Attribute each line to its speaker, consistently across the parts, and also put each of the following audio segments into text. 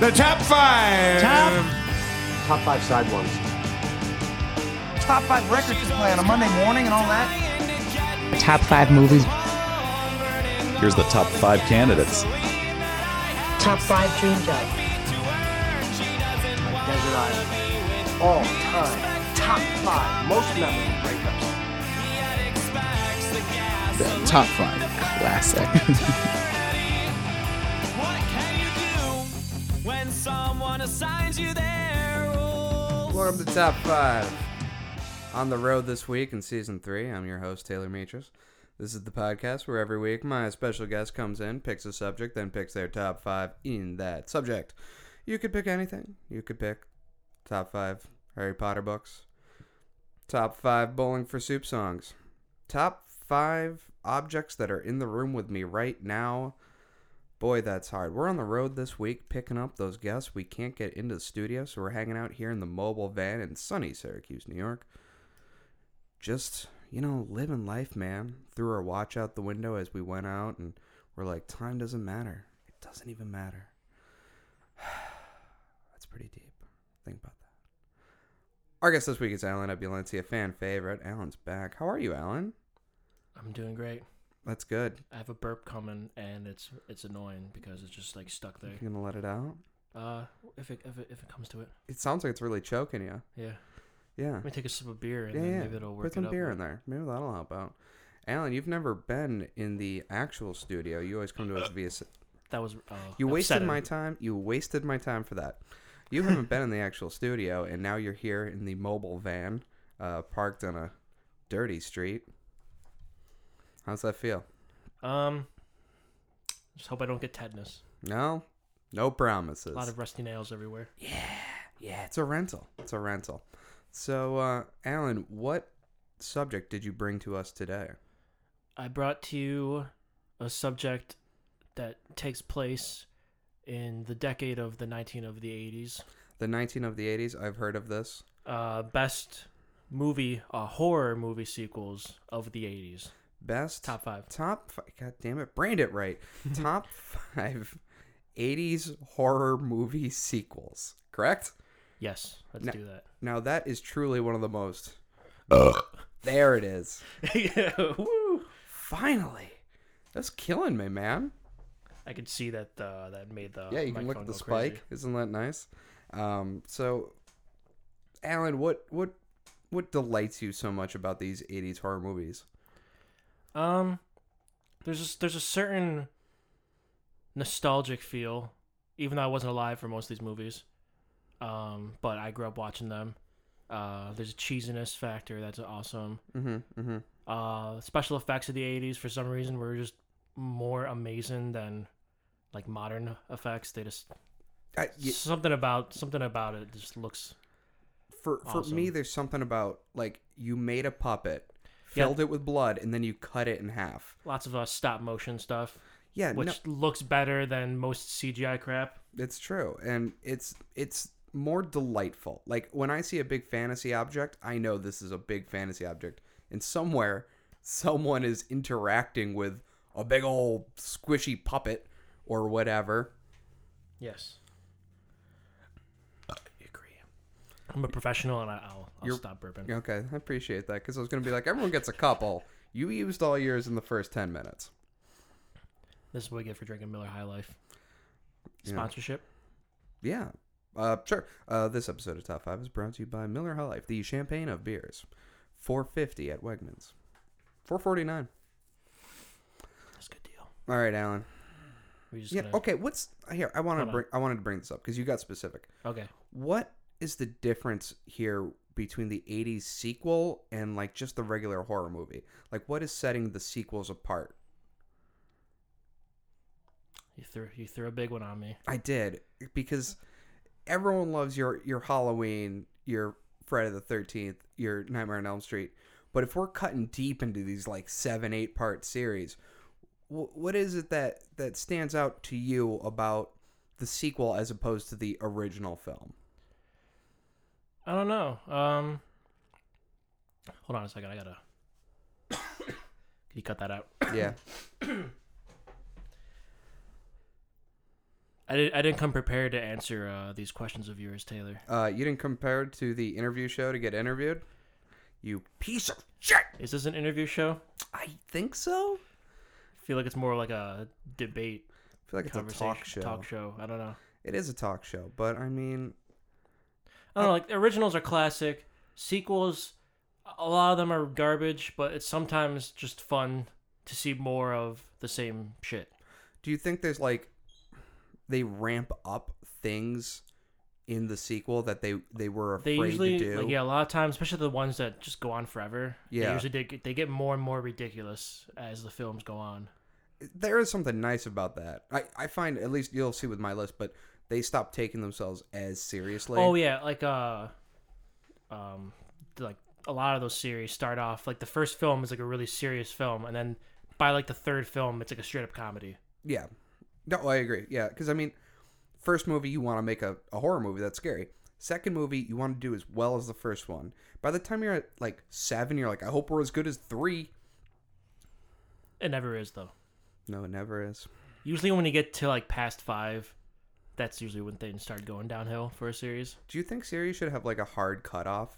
Speaker 1: The top five.
Speaker 2: Top-
Speaker 3: Um, Top five side ones.
Speaker 2: Top five records to play on a Monday morning and all that.
Speaker 4: Top five movies.
Speaker 5: Here's the top five candidates.
Speaker 4: Top five dream job.
Speaker 3: Desert Island. All time. Top five most memorable breakups.
Speaker 6: The top five classic.
Speaker 7: More of the top five. On the road this week in season three, I'm your host, Taylor Matris. This is the podcast where every week my special guest comes in, picks a subject, then picks their top five in that subject. You could pick anything. You could pick top five Harry Potter books, top five Bowling for Soup songs, top five objects that are in the room with me right now. Boy, that's hard. We're on the road this week picking up those guests. We can't get into the studio, so we're hanging out here in the mobile van in sunny Syracuse, New York. Just, you know, living life, man. Threw our watch out the window as we went out, and we're like, time doesn't matter. It doesn't even matter. that's pretty deep. Think about that. Our guest this week is Alan Abulencia, fan favorite. Alan's back. How are you, Alan?
Speaker 8: I'm doing great.
Speaker 7: That's good.
Speaker 8: I have a burp coming, and it's it's annoying because it's just like stuck there.
Speaker 7: You gonna let it out?
Speaker 8: Uh, if it if it, if it comes to it,
Speaker 7: It sounds like it's really choking you.
Speaker 8: yeah.
Speaker 7: Yeah.
Speaker 8: Let me take a sip of beer, and
Speaker 7: yeah,
Speaker 8: then
Speaker 7: yeah.
Speaker 8: maybe it'll work.
Speaker 7: Put some
Speaker 8: it up
Speaker 7: beer
Speaker 8: a-
Speaker 7: in there. Maybe that'll help out. Alan, you've never been in the actual studio. You always come to us via. s-
Speaker 8: That was uh,
Speaker 7: You wasted
Speaker 8: upsetting.
Speaker 7: my time. You wasted my time for that. You haven't been in the actual studio, and now you're here in the mobile van, uh, parked on a dirty street. How's that feel?
Speaker 8: Um, just hope I don't get tetanus.
Speaker 7: No, no promises.
Speaker 8: A lot of rusty nails everywhere.
Speaker 7: yeah, it's a rental. It's a rental. So, uh, Alan, what subject did you bring to us today?
Speaker 8: I brought to you a subject that takes place in the decade of the 19 of the 80s.
Speaker 7: The 19 of the 80s. I've heard of this.
Speaker 8: Uh, best movie, uh, horror movie sequels of the 80s.
Speaker 7: Best
Speaker 8: Top five.
Speaker 7: Top five. God damn it, brand it right. top five 80s horror movie sequels. Correct?
Speaker 8: Yes, let's
Speaker 7: No.
Speaker 8: do that.
Speaker 7: Now that is truly one of the most. There it is.
Speaker 8: yeah, woo.
Speaker 7: Finally, that's killing me, man.
Speaker 8: I could see that uh, that made the
Speaker 7: yeah, you can look
Speaker 8: microphone
Speaker 7: at the
Speaker 8: go
Speaker 7: spike.
Speaker 8: crazy.
Speaker 7: Isn't that nice? Um, so, Alan, what what what delights you so much about these '80s horror movies?
Speaker 8: Um, there's just there's a certain nostalgic feel, even though I wasn't alive for most of these movies. Um, but I grew up watching them. Uh, there's a cheesiness factor that's awesome.
Speaker 7: Mm-hmm. Mm-hmm.
Speaker 8: Uh, special effects of the '80s for some reason were just more amazing than like modern effects. They just
Speaker 7: I, y-
Speaker 8: something about something about it just looks
Speaker 7: for for me
Speaker 8: Awesome.
Speaker 7: there's something about like you made a puppet
Speaker 8: Yeah.
Speaker 7: filled it with blood and then you cut it in half
Speaker 8: lots of uh, stop motion stuff.
Speaker 7: yeah no,
Speaker 8: which looks better than most CGI crap.
Speaker 7: it's true and it's it's more delightful like when i see a big fantasy object i know this is a big fantasy object and somewhere someone is interacting with a big old squishy puppet or whatever
Speaker 8: Yes. I agree. I'm a professional and I- I'll, I'll
Speaker 7: You're-
Speaker 8: stop burping.
Speaker 7: okay i appreciate that because i was gonna be like everyone gets a couple you used all yours in the first 10 minutes
Speaker 8: This is what we get for drinking Miller High Life.
Speaker 7: Yeah.
Speaker 8: Sponsorship.
Speaker 7: Yeah. Uh, sure. Uh, this episode of Top Five is brought to you by Miller High Life, the champagne of beers. Four fifty at Wegmans. Four forty nine.
Speaker 8: That's a good deal.
Speaker 7: All right, Alan.
Speaker 8: We just
Speaker 7: Yeah.
Speaker 8: gonna-
Speaker 7: Okay. What's here? I want to
Speaker 8: Hold on.
Speaker 7: bring. I wanted to bring this up because you got specific.
Speaker 8: okay.
Speaker 7: What is the difference here between the '80s sequel and like just the regular horror movie? Like, what is setting the sequels apart?
Speaker 8: You threw you threw a big one on me.
Speaker 7: I did because everyone loves your your Halloween, your Friday the Thirteenth, your Nightmare on Elm Street. But if we're cutting deep into these like seven eight part series, wh- what is it that that stands out to you about the sequel as opposed to the original film?
Speaker 8: I don't know. Um, hold on a second. I gotta. Can you cut that out?
Speaker 7: Yeah,
Speaker 8: I, did, I didn't come prepared to answer uh, these questions of yours, Taylor.
Speaker 7: Uh, you didn't compare to the interview show to get interviewed? You piece of shit!
Speaker 8: Is this an interview show?
Speaker 7: I think so?
Speaker 8: I feel like it's more like a debate
Speaker 7: I feel like it's a
Speaker 8: conversation.
Speaker 7: talk show.
Speaker 8: Talk show. I don't know.
Speaker 7: It is a talk show, but I mean,
Speaker 8: I don't know. Like originals are classic. Sequels, a lot of them are garbage, but it's sometimes just fun to see more of the same shit.
Speaker 7: do you think there's like they ramp up things in the sequel that they they were
Speaker 8: They
Speaker 7: afraid
Speaker 8: usually,
Speaker 7: to do?
Speaker 8: like, yeah, a lot of times, especially the ones that just go on forever.
Speaker 7: Yeah.
Speaker 8: They usually they get, they get more and more ridiculous as the films go on.
Speaker 7: There is something nice about that. I I find at least you'll see with my list, but they stop taking themselves as seriously.
Speaker 8: oh yeah, like uh, um, like a lot of those series start off like the first film is like a really serious film, and then by like the third film, it's like a straight up comedy.
Speaker 7: Yeah. No, I agree. Yeah, because I mean, first movie you want to make a, a horror movie that's scary. Second movie you want to do as well as the first one. By the time you're at like seven, you're like, I hope we're as good as three.
Speaker 8: It never is though.
Speaker 7: No, it never is.
Speaker 8: Usually, when you get to like past five, that's usually when things start going downhill for a series.
Speaker 7: Do you think series should have like a hard cutoff?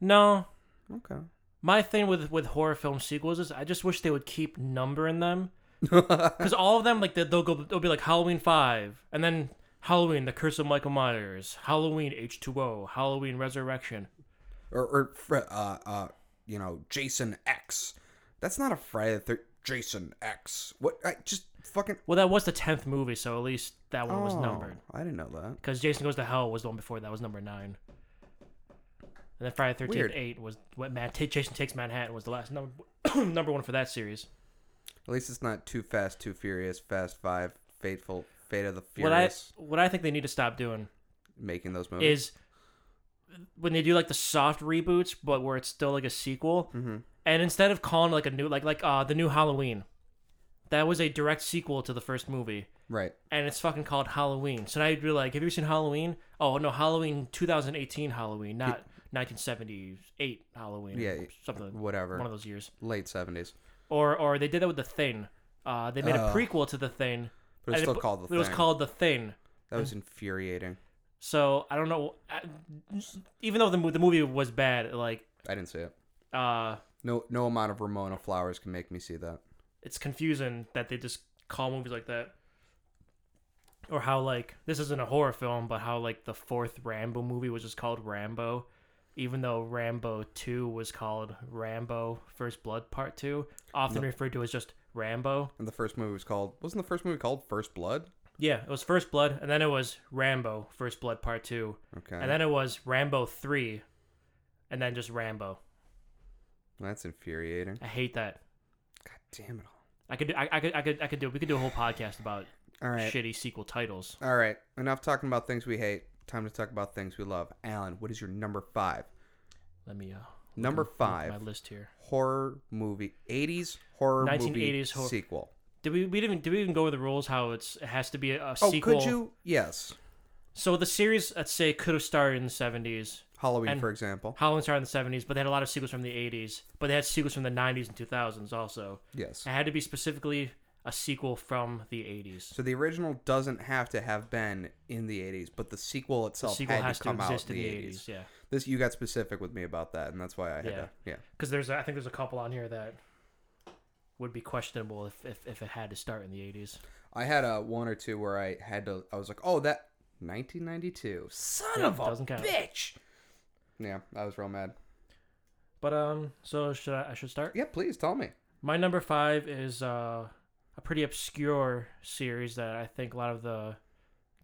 Speaker 8: No,
Speaker 7: Okay.
Speaker 8: my thing with with horror film sequels is I just wish they would keep numbering them because all of them like they- they'll go they'll be like Halloween five and then Halloween the Curse of Michael Myers Halloween H two O Halloween Resurrection
Speaker 7: Or, or fr- uh, uh, you know, Jason X. That's not a Friday the Thir- Jason X. What? I just fucking. oh,
Speaker 8: well that was the tenth movie so at least that one was numbered
Speaker 7: I didn't know that.
Speaker 8: because Jason Goes to Hell was the one before that was number nine and then Friday
Speaker 7: Weird.
Speaker 8: Thirteenth eight was what man Ta Jason Takes Manhattan was the last number number one for that series
Speaker 7: At least it's not too fast, too furious, fast five, fateful, fate of the
Speaker 8: what I
Speaker 7: furious.
Speaker 8: what I think they need to stop doing
Speaker 7: making those movies.
Speaker 8: is when they do like the soft reboots, but where it's still like a sequel.
Speaker 7: Mm-hmm.
Speaker 8: And instead of calling like a new like like uh the new Halloween, that was a direct sequel to the first movie,
Speaker 7: right.
Speaker 8: and it's fucking called Halloween. So now you'd be like, have you seen Halloween? Oh no, Halloween 2018 Halloween, not 1978 Halloween. or
Speaker 7: Yeah,
Speaker 8: something
Speaker 7: whatever.
Speaker 8: One of those years.
Speaker 7: Late seventies.
Speaker 8: Or or they did that with the Thing. Uh, they made a prequel to the Thing.
Speaker 7: Oh. But it's
Speaker 8: and
Speaker 7: still called The
Speaker 8: It was
Speaker 7: Thing.
Speaker 8: called the Thing.
Speaker 7: That was infuriating.
Speaker 8: So I don't know. I, even though the mo- the movie was bad, like
Speaker 7: I didn't see it.
Speaker 8: uh,
Speaker 7: No, no amount of Ramona Flowers can make me see that.
Speaker 8: it's confusing that they just call movies like that, or how like this isn't a horror film, but how like the fourth Rambo movie was just called Rambo, even though Rambo Two was called Rambo First Blood Part Two, often referred to as just Rambo.
Speaker 7: And the first movie was called. Wasn't the first movie called First Blood?
Speaker 8: Yeah, it was First Blood, and then it was Rambo First Blood Part Two,
Speaker 7: Okay.
Speaker 8: and then it was Rambo Three, and then just Rambo.
Speaker 7: That's infuriating.
Speaker 8: I hate that.
Speaker 7: God damn it all.
Speaker 8: I could do. I, I could. I could. I could do. We could do a whole podcast about
Speaker 7: All right.
Speaker 8: shitty sequel titles.
Speaker 7: All right. Enough talking about things we hate. Time to talk about things we love. Alan, what is your number five?
Speaker 8: Let me. Uh,
Speaker 7: Number
Speaker 8: look at
Speaker 7: five.
Speaker 8: My list here.
Speaker 7: Horror movie. 80s horror movie
Speaker 8: 1980s hor-
Speaker 7: sequel.
Speaker 8: Did we? We didn't. Did we even go over the rules? How it's it has to be a, a
Speaker 7: Oh,
Speaker 8: sequel.
Speaker 7: could you? Yes.
Speaker 8: So the series, let's say, could have started in the seventies.
Speaker 7: Halloween,
Speaker 8: And-
Speaker 7: for example.
Speaker 8: Halloween started in the seventies, but they had a lot of sequels from the eighties. But they had sequels from the nineties and two thousands also.
Speaker 7: Yes.
Speaker 8: It had to be specifically a sequel from the eighties.
Speaker 7: So the original doesn't have to have been in the 80s, but the sequel
Speaker 8: The
Speaker 7: itself
Speaker 8: sequel
Speaker 7: had
Speaker 8: has
Speaker 7: to
Speaker 8: to
Speaker 7: come
Speaker 8: exist
Speaker 7: out
Speaker 8: in the
Speaker 7: eighties.
Speaker 8: eighties. Yeah.
Speaker 7: This you got specific with me about that, and that's why I had
Speaker 8: Yeah.
Speaker 7: to. Yeah.
Speaker 8: Because there's, a- I think there's a couple on here that would be questionable if if, if it had to start in the eighties.
Speaker 7: I had a one or two where I had to. I was like, oh, that 1992. Son of a
Speaker 8: doesn't count.
Speaker 7: bitch. Yeah, I was real mad.
Speaker 8: But um, so should I? I should start.
Speaker 7: Yeah, please tell me.
Speaker 8: My number five is uh, a pretty obscure series that I think a lot of the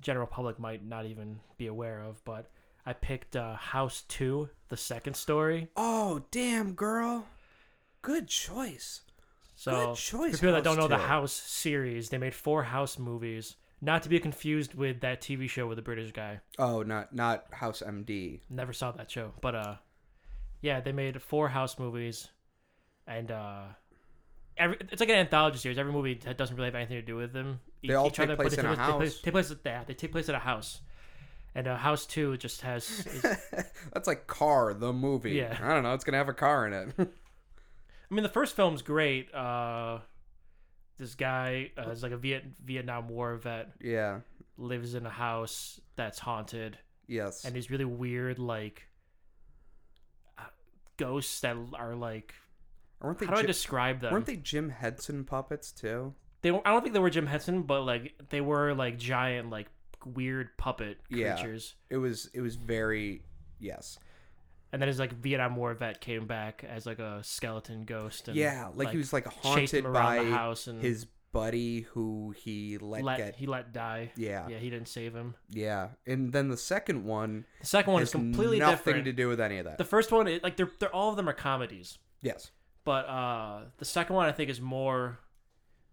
Speaker 8: general public might not even be aware of. But I picked uh, House Two: The Second Story.
Speaker 7: Oh, damn, girl. Good choice.
Speaker 8: So
Speaker 7: Good choice,
Speaker 8: for people
Speaker 7: House
Speaker 8: that don't know the
Speaker 7: 2.
Speaker 8: House series, they made four House movies. Not to be confused with that TV show with the British guy.
Speaker 7: Oh, not not House MD.
Speaker 8: Never saw that show, but uh, yeah, they made four House movies, and uh, every it's like an anthology series. Every movie that doesn't really have anything to do with them. e-
Speaker 7: They all take
Speaker 8: but
Speaker 7: place
Speaker 8: they
Speaker 7: in a
Speaker 8: take They
Speaker 7: house.
Speaker 8: place, take place at yeah, they take place at a house, and uh, House Two just has is,
Speaker 7: That's like Car, the movie.
Speaker 8: Yeah.
Speaker 7: I don't know. It's gonna have a car in it.
Speaker 8: I mean, the first film's great. Uh, this guy uh, is like a Viet- Vietnam War vet,
Speaker 7: Yeah.
Speaker 8: lives in a house that's haunted,
Speaker 7: Yes.
Speaker 8: and these really weird like uh, ghosts that are like
Speaker 7: weren't
Speaker 8: how do I
Speaker 7: Jim-
Speaker 8: describe them?
Speaker 7: weren't they Jim Henson puppets too?
Speaker 8: They were- I don't think they were Jim Henson, but like they were like giant like weird puppet
Speaker 7: Yeah.
Speaker 8: creatures.
Speaker 7: It was it was very yes.
Speaker 8: And then his like Vietnam War vet came back as like a skeleton ghost. And,
Speaker 7: yeah, like, he was like
Speaker 8: chased
Speaker 7: haunted
Speaker 8: him around
Speaker 7: by
Speaker 8: the house and
Speaker 7: his buddy who he let,
Speaker 8: let
Speaker 7: get.
Speaker 8: he let die.
Speaker 7: Yeah.
Speaker 8: yeah, he didn't save him.
Speaker 7: yeah, and then the second one
Speaker 8: The second one
Speaker 7: has
Speaker 8: is completely
Speaker 7: nothing
Speaker 8: different.
Speaker 7: to do with any of that.
Speaker 8: The first one, it, like they're they're all of them are comedies,
Speaker 7: yes,
Speaker 8: but uh the second one I think is more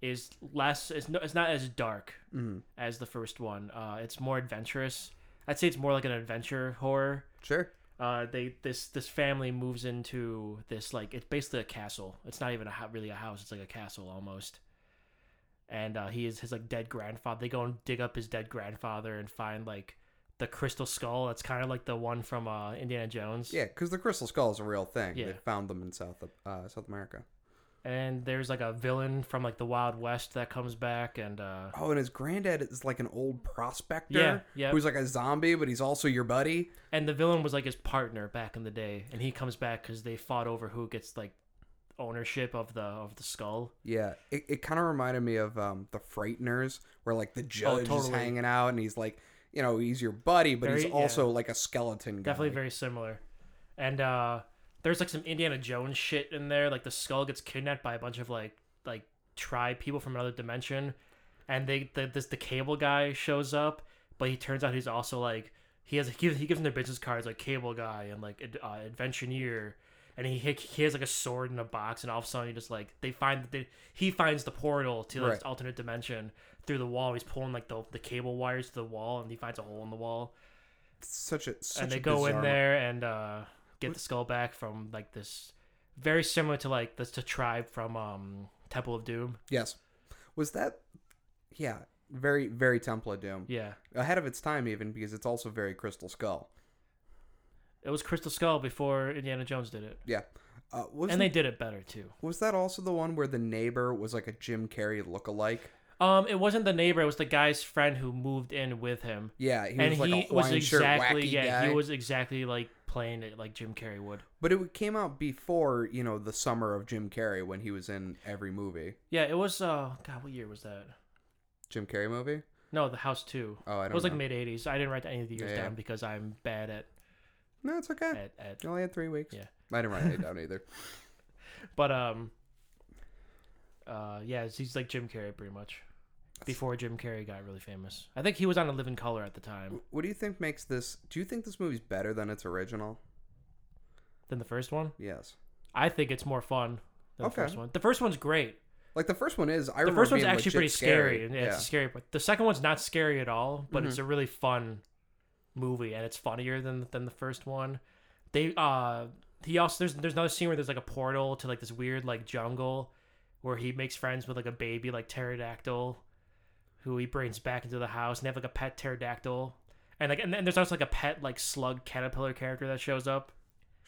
Speaker 8: is less it's no, it's not as dark
Speaker 7: Mm.
Speaker 8: as the first one. Uh, it's more adventurous. I'd say it's more like an adventure horror.
Speaker 7: sure.
Speaker 8: uh, they this this family moves into this like it's basically a castle. It's not even a hou- really a house. It's like a castle almost. And uh, he is his like dead grandfather. They go and dig up his dead grandfather and find like the crystal skull. That's kind of like the one from uh, Indiana Jones.
Speaker 7: Yeah, because the crystal skull is a real thing. They
Speaker 8: Yeah.
Speaker 7: found them in South uh, South America.
Speaker 8: And there's like a villain from like the Wild West that comes back and uh,
Speaker 7: Oh, and his granddad is like an old prospector.
Speaker 8: Yeah, yeah.
Speaker 7: Who's like a zombie, but he's also your buddy.
Speaker 8: and the villain was like his partner back in the day. And he comes back because they fought over who gets like ownership of the of the skull.
Speaker 7: Yeah, it, it kind of reminded me of um, the Frighteners, where like the judge is
Speaker 8: Oh, totally.
Speaker 7: hanging out, and he's like, you know, he's your buddy, but he's
Speaker 8: Very-
Speaker 7: also like a skeleton guy.
Speaker 8: definitely very similar. And uh there's like some Indiana Jones shit in there. Like the skull gets kidnapped by a bunch of like like tribe people from another dimension, and they the, this the cable guy shows up, but he turns out he's also like he has he, gives- he gives them their business cards like cable guy and like ad- uh, adventureer. And he, he has like a sword in a box, and all of a sudden he just like they find that they, he finds the portal to like, this
Speaker 7: Right.
Speaker 8: alternate dimension through the wall. He's pulling like the, the cable wires to the wall, and he finds a hole in the wall
Speaker 7: such a such
Speaker 8: and they
Speaker 7: a
Speaker 8: go in
Speaker 7: bizarre-
Speaker 8: there and uh, get the skull back from like this very similar to like this to tribe from um, Temple of Doom.
Speaker 7: Yes, was that? Yeah, very very Temple of Doom.
Speaker 8: Yeah,
Speaker 7: ahead of its time even because it's also very Crystal Skull.
Speaker 8: it was Crystal Skull before Indiana Jones did it,
Speaker 7: Yeah, uh, was
Speaker 8: and they did it better too.
Speaker 7: was that also the one where the neighbor was like a Jim Carrey lookalike?
Speaker 8: Um, it wasn't the neighbor; it was the guy's friend who moved in with him.
Speaker 7: Yeah, he
Speaker 8: and
Speaker 7: was like
Speaker 8: he
Speaker 7: a
Speaker 8: was
Speaker 7: Hawaiian
Speaker 8: exactly
Speaker 7: shirt wacky
Speaker 8: yeah
Speaker 7: guy.
Speaker 8: he was exactly like playing it like Jim Carrey would.
Speaker 7: But it came out before, you know, the summer of Jim Carrey when he was in every movie.
Speaker 8: Yeah, it was. Uh, God, what year was that?
Speaker 7: Jim Carrey movie?
Speaker 8: No, The House Two.
Speaker 7: Oh, I
Speaker 8: It was
Speaker 7: don't
Speaker 8: like
Speaker 7: know.
Speaker 8: mid '80s. I didn't write any of the years
Speaker 7: Yeah, yeah.
Speaker 8: down because I'm bad at
Speaker 7: No, it's okay.
Speaker 8: at, at
Speaker 7: You only had three weeks.
Speaker 8: Yeah.
Speaker 7: I didn't write it down either.
Speaker 8: But um, uh, yeah, it's- he's like Jim Carrey pretty much. Before Jim Carrey got really famous, I think he was on A Living Color at the time.
Speaker 7: What do you think makes this? Do you think this movie's better than its original?
Speaker 8: Than the first one,
Speaker 7: Yes.
Speaker 8: I think it's more fun than
Speaker 7: Okay.
Speaker 8: the first one. The first one's great.
Speaker 7: Like the first one is. I
Speaker 8: The
Speaker 7: remember
Speaker 8: first one's
Speaker 7: being
Speaker 8: actually
Speaker 7: legit
Speaker 8: pretty scary.
Speaker 7: scary. Mm-hmm.
Speaker 8: and Yeah, it's scary. But the second one's not scary at all. But it's a really fun movie, and it's funnier than than the first one. They uh, he also there's there's another scene where there's like a portal to like this weird like jungle, where he makes friends with like a baby like pterodactyl, who he brings back into the house, and they have like a pet pterodactyl, and like and then there's also like a pet like slug caterpillar character that shows up.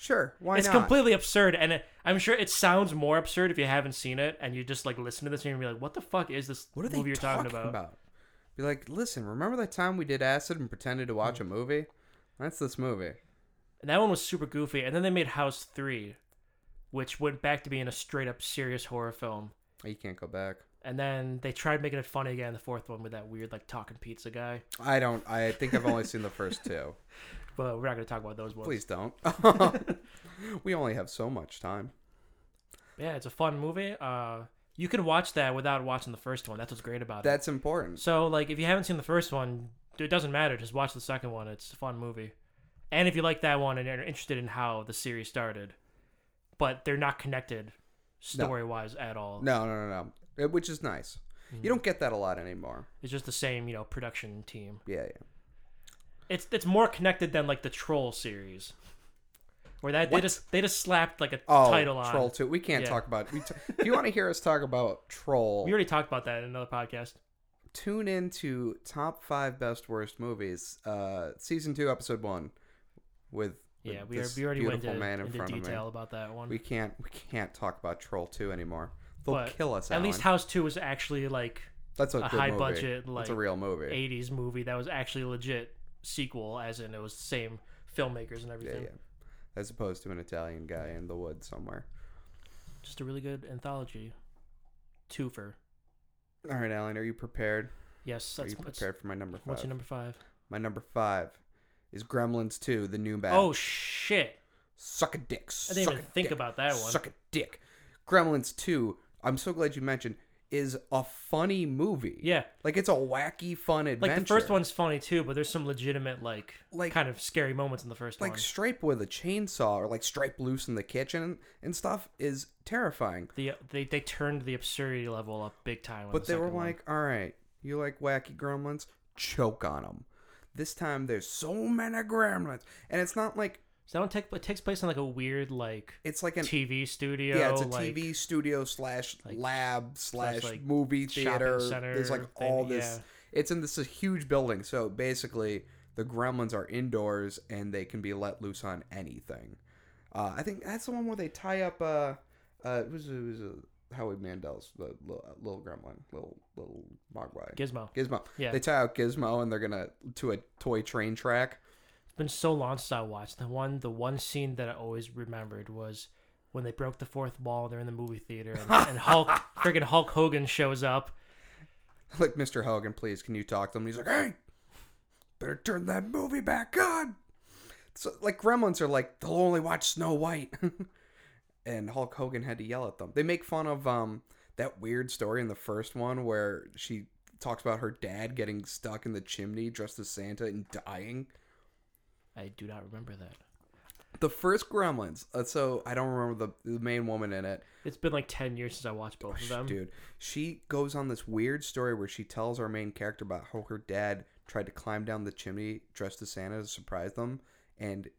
Speaker 7: Sure. Why
Speaker 8: It's
Speaker 7: not?
Speaker 8: completely absurd, and it, I'm sure it sounds more absurd if you haven't seen it and you just like listen to this and you're like, "What the fuck is this
Speaker 7: What are they
Speaker 8: movie you're
Speaker 7: talking,
Speaker 8: talking about?"
Speaker 7: about? Be like, listen. Remember that time we did acid and pretended to watch a
Speaker 8: Mm-hmm.
Speaker 7: movie? That's this movie.
Speaker 8: And that one was super goofy. And then they made House Three, which went back to being a straight up serious horror film.
Speaker 7: You can't go back.
Speaker 8: And then they tried making it funny again. in The fourth one with that weird like talking pizza guy.
Speaker 7: I don't. I think I've only seen the first two.
Speaker 8: But we're not gonna talk about those ones.
Speaker 7: Please don't. we only have so much time.
Speaker 8: Yeah, it's a fun movie. Uh, you can watch that without watching the first one. That's what's great about it.
Speaker 7: That's important.
Speaker 8: So, like, if you haven't seen the first one, it doesn't matter. Just watch the second one. It's a fun movie. And if you like that one and are interested in how the series started, but they're not connected story wise at all.
Speaker 7: No, no, no, no. Uh, Which is nice. You
Speaker 8: Mm-hmm.
Speaker 7: don't get that a lot anymore.
Speaker 8: It's just the same, you know, production team.
Speaker 7: Yeah, yeah.
Speaker 8: It's it's more connected than like the Troll series, where that they
Speaker 7: What?
Speaker 8: just they just slapped like a
Speaker 7: Oh,
Speaker 8: title on.
Speaker 7: Troll Two. We can't
Speaker 8: Yeah.
Speaker 7: talk about. We t- if you want to hear us talk about Troll,
Speaker 8: We already talked about that in another podcast.
Speaker 7: tune in to top five best worst movies, uh, season two, episode one, with with
Speaker 8: Yeah, we, are,
Speaker 7: this
Speaker 8: we already went
Speaker 7: beautiful
Speaker 8: into,
Speaker 7: man in
Speaker 8: into
Speaker 7: front of me.
Speaker 8: detail about that one.
Speaker 7: We can't we can't talk about Troll Two anymore. They'll
Speaker 8: but
Speaker 7: kill us,
Speaker 8: At least
Speaker 7: Alan.
Speaker 8: House Two was actually like
Speaker 7: That's a,
Speaker 8: a
Speaker 7: good
Speaker 8: high
Speaker 7: movie.
Speaker 8: budget,
Speaker 7: That's
Speaker 8: like,
Speaker 7: a real movie.
Speaker 8: '80s movie that was actually a legit sequel, as in it was the same filmmakers and
Speaker 7: yeah,
Speaker 8: everything.
Speaker 7: yeah. As opposed to an Italian guy in the woods somewhere.
Speaker 8: Just a really good anthology, twofer.
Speaker 7: All right, Alan, are you prepared?
Speaker 8: Yes,
Speaker 7: are
Speaker 8: that's
Speaker 7: you
Speaker 8: that's-
Speaker 7: prepared for my number five?
Speaker 8: What's your number five?
Speaker 7: My number five is Gremlins 2, The New Bad.
Speaker 8: Oh shit!
Speaker 7: suck a dick. Suck
Speaker 8: I didn't even
Speaker 7: a
Speaker 8: think
Speaker 7: dick,
Speaker 8: about that one.
Speaker 7: Suck a dick. Gremlins 2, I'm so glad you mentioned, is a funny movie.
Speaker 8: Yeah.
Speaker 7: Like it's a wacky, fun adventure.
Speaker 8: Like the first one's funny too, but there's some legitimate like,
Speaker 7: Like-
Speaker 8: kind of scary moments in the first
Speaker 7: Like
Speaker 8: one.
Speaker 7: Stripe with a chainsaw or like Stripe loose in the kitchen and stuff is terrifying.
Speaker 8: the they they turned the absurdity level up big time. on
Speaker 7: But
Speaker 8: the
Speaker 7: they were
Speaker 8: second one.
Speaker 7: like, all right, you like wacky gremlins? Choke on them. This time there's so many gremlins. And it's not like,
Speaker 8: so that one take, it takes place in like a weird like
Speaker 7: it's like an.
Speaker 8: TV studio.
Speaker 7: yeah, it's a
Speaker 8: like,
Speaker 7: TV studio slash
Speaker 8: like,
Speaker 7: lab slash
Speaker 8: like,
Speaker 7: movie
Speaker 8: shopping
Speaker 7: theater.
Speaker 8: center
Speaker 7: There's like all
Speaker 8: thing,
Speaker 7: this. It's in this huge building. So basically, the gremlins are indoors and they can be let loose on anything. Uh, I think that's the one where they tie up. Uh, uh, it was, it was uh, Howie Mandel's the little, uh, little gremlin, little little mogwai.
Speaker 8: Gizmo.
Speaker 7: Gizmo.
Speaker 8: Yeah.
Speaker 7: They tie out Gizmo and they're gonna to a toy train track.
Speaker 8: It's been so long since I watched the one. The one scene that I always remembered was when they broke the fourth wall. They're in the movie theater, and, and Hulk, freaking Hulk Hogan shows up.
Speaker 7: Like Mr. Hogan, please, can you talk to him? He's like, hey, better turn that movie back on. So like Gremlins are like they'll only watch Snow White, and Hulk Hogan had to yell at them. They make fun of um that weird story in the first one where she talks about her dad getting stuck in the chimney dressed as Santa and dying.
Speaker 8: I do not remember that.
Speaker 7: The first Gremlins. uh, So I don't remember the, the main woman in it.
Speaker 8: It's been like ten years since I watched both of them.
Speaker 7: Dude, she goes on this weird story where she tells our main character about how her dad tried to climb down the chimney dressed as Santa to surprise them, and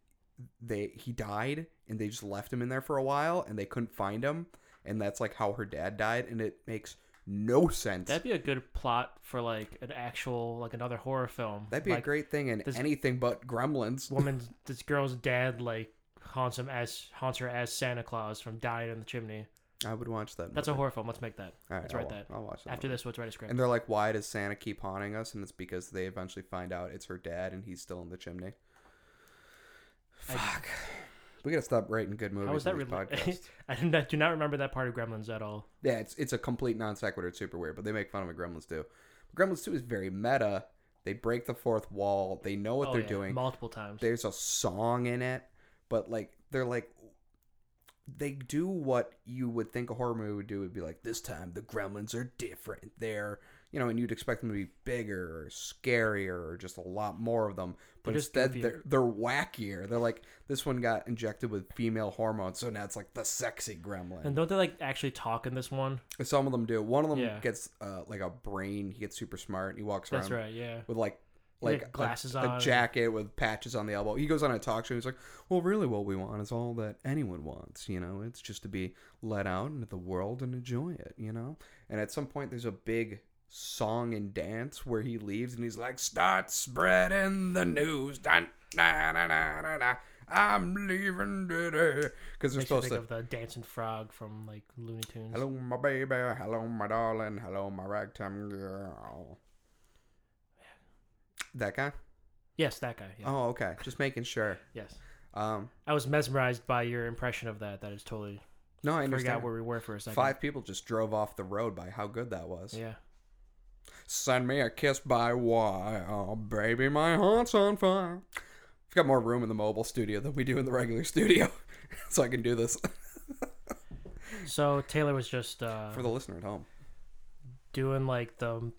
Speaker 7: they he died, and they just left him in there for a while, and they couldn't find him, and that's like how her dad died, and it makes no sense.
Speaker 8: That'd be a good plot for like an actual like another horror film.
Speaker 7: That'd be
Speaker 8: Like,
Speaker 7: a great thing in
Speaker 8: this-
Speaker 7: anything but Gremlins.
Speaker 8: woman's this girl's dad like haunts him as haunts her as Santa Claus from dying in the chimney.
Speaker 7: I would watch that.
Speaker 8: That's a horror film. Let's make that.
Speaker 7: All right,
Speaker 8: Let's
Speaker 7: I'll
Speaker 8: write
Speaker 7: wa-
Speaker 8: that.
Speaker 7: I'll watch that
Speaker 8: After
Speaker 7: one.
Speaker 8: this, let's write a script.
Speaker 7: And they're like, why does Santa keep haunting us? And it's because they eventually find out it's her dad and he's still in the chimney. Fuck. we gotta stop writing good movies.
Speaker 8: How is that
Speaker 7: on these
Speaker 8: related?
Speaker 7: podcasts.
Speaker 8: I do not, do not remember that part of Gremlins at all.
Speaker 7: yeah, it's it's a complete non sequitur. It's super weird, but they make fun of it. Gremlins too. Gremlins 2 is very meta. They break the fourth wall. They know what
Speaker 8: Oh,
Speaker 7: they're
Speaker 8: yeah,
Speaker 7: doing.
Speaker 8: multiple times.
Speaker 7: There's a song in it, but like they're like they do what you would think a horror movie would do. It'd be like this time the gremlins are different. They're you know, and you'd expect them to be bigger or scarier or just a lot more of them. But
Speaker 8: They're just
Speaker 7: instead
Speaker 8: goofier.
Speaker 7: they're they're wackier. They're like this one got injected with female hormones, so now it's like the sexy gremlin.
Speaker 8: and don't they like actually talk in this one?
Speaker 7: Some of them do. One of them
Speaker 8: Yeah.
Speaker 7: gets uh, like a brain. He gets super smart and he walks around
Speaker 8: That's right. Yeah.
Speaker 7: with like
Speaker 8: He had
Speaker 7: like a-
Speaker 8: glasses
Speaker 7: a,
Speaker 8: on and-
Speaker 7: jacket with patches on the elbow. He goes on a talk show. And he's like, "Well, really, what we want is all that anyone wants. You know, it's just to be let out into the world and enjoy it. You know." And at some point, there's a big song and dance where he leaves and he's like, "Start spreading the news." Dun, na, na, na, na, na. I'm leaving today because they're
Speaker 8: Makes me
Speaker 7: supposed
Speaker 8: think
Speaker 7: to.
Speaker 8: of the dancing frog from like Looney Tunes.
Speaker 7: Hello, my baby. Hello, my darling. Hello, my ragtime girl. That guy.
Speaker 8: Yes, that guy. Yeah.
Speaker 7: Oh, okay. Just making sure.
Speaker 8: Yes.
Speaker 7: Um,
Speaker 8: I was mesmerized by your impression of that. That is totally
Speaker 7: no, I
Speaker 8: forgot
Speaker 7: understand.
Speaker 8: where we were for a second.
Speaker 7: Five people just drove off the road by how good that was.
Speaker 8: Yeah.
Speaker 7: Send me a kiss by why? Oh, baby, my heart's on fire. We've got more room in the mobile studio than we do in the regular studio, so I can do this
Speaker 8: So Taylor was just uh,
Speaker 7: for the listener at home.
Speaker 8: doing like the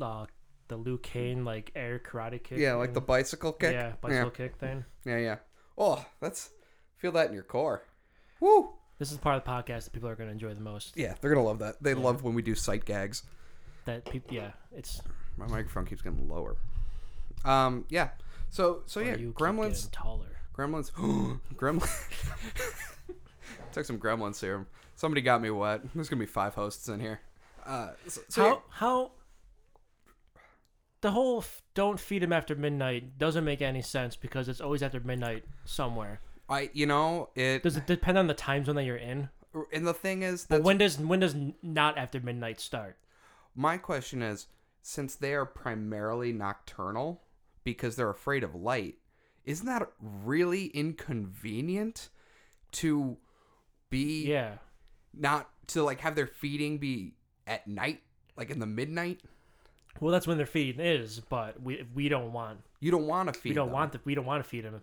Speaker 8: uh, the Liu Kane like air karate kick.
Speaker 7: Yeah, like the
Speaker 8: thing.
Speaker 7: bicycle kick.
Speaker 8: yeah bicycle kick thing.
Speaker 7: Yeah, yeah. Oh, that's feel that in your core. Woo!
Speaker 8: This is the part of the podcast that people are going to enjoy the most.
Speaker 7: Yeah, they're gonna love that. They love when we do sight gags.
Speaker 8: That people, yeah, it's
Speaker 7: My microphone keeps getting lower. Um, yeah. So, so yeah,
Speaker 8: you keep
Speaker 7: Gremlins.
Speaker 8: getting taller.
Speaker 7: Gremlins. Gremlins. Took some gremlin serum. Somebody got me wet. There's gonna be five hosts in here. Uh, so, so
Speaker 8: how how the whole f- don't feed him after midnight doesn't make any sense because it's always after midnight somewhere.
Speaker 7: I, you know, it
Speaker 8: Does it depend on the time zone that you're in?
Speaker 7: And the thing is,
Speaker 8: But
Speaker 7: that's
Speaker 8: when does when does not after midnight start?
Speaker 7: my question is since they are primarily nocturnal because they're afraid of light isn't that really inconvenient to be
Speaker 8: Yeah,
Speaker 7: not to like have their feeding be at night like in the midnight
Speaker 8: well that's when their feed is, but we we don't want
Speaker 7: you don't want to feed
Speaker 8: we don't
Speaker 7: them.
Speaker 8: want the, we don't want to feed them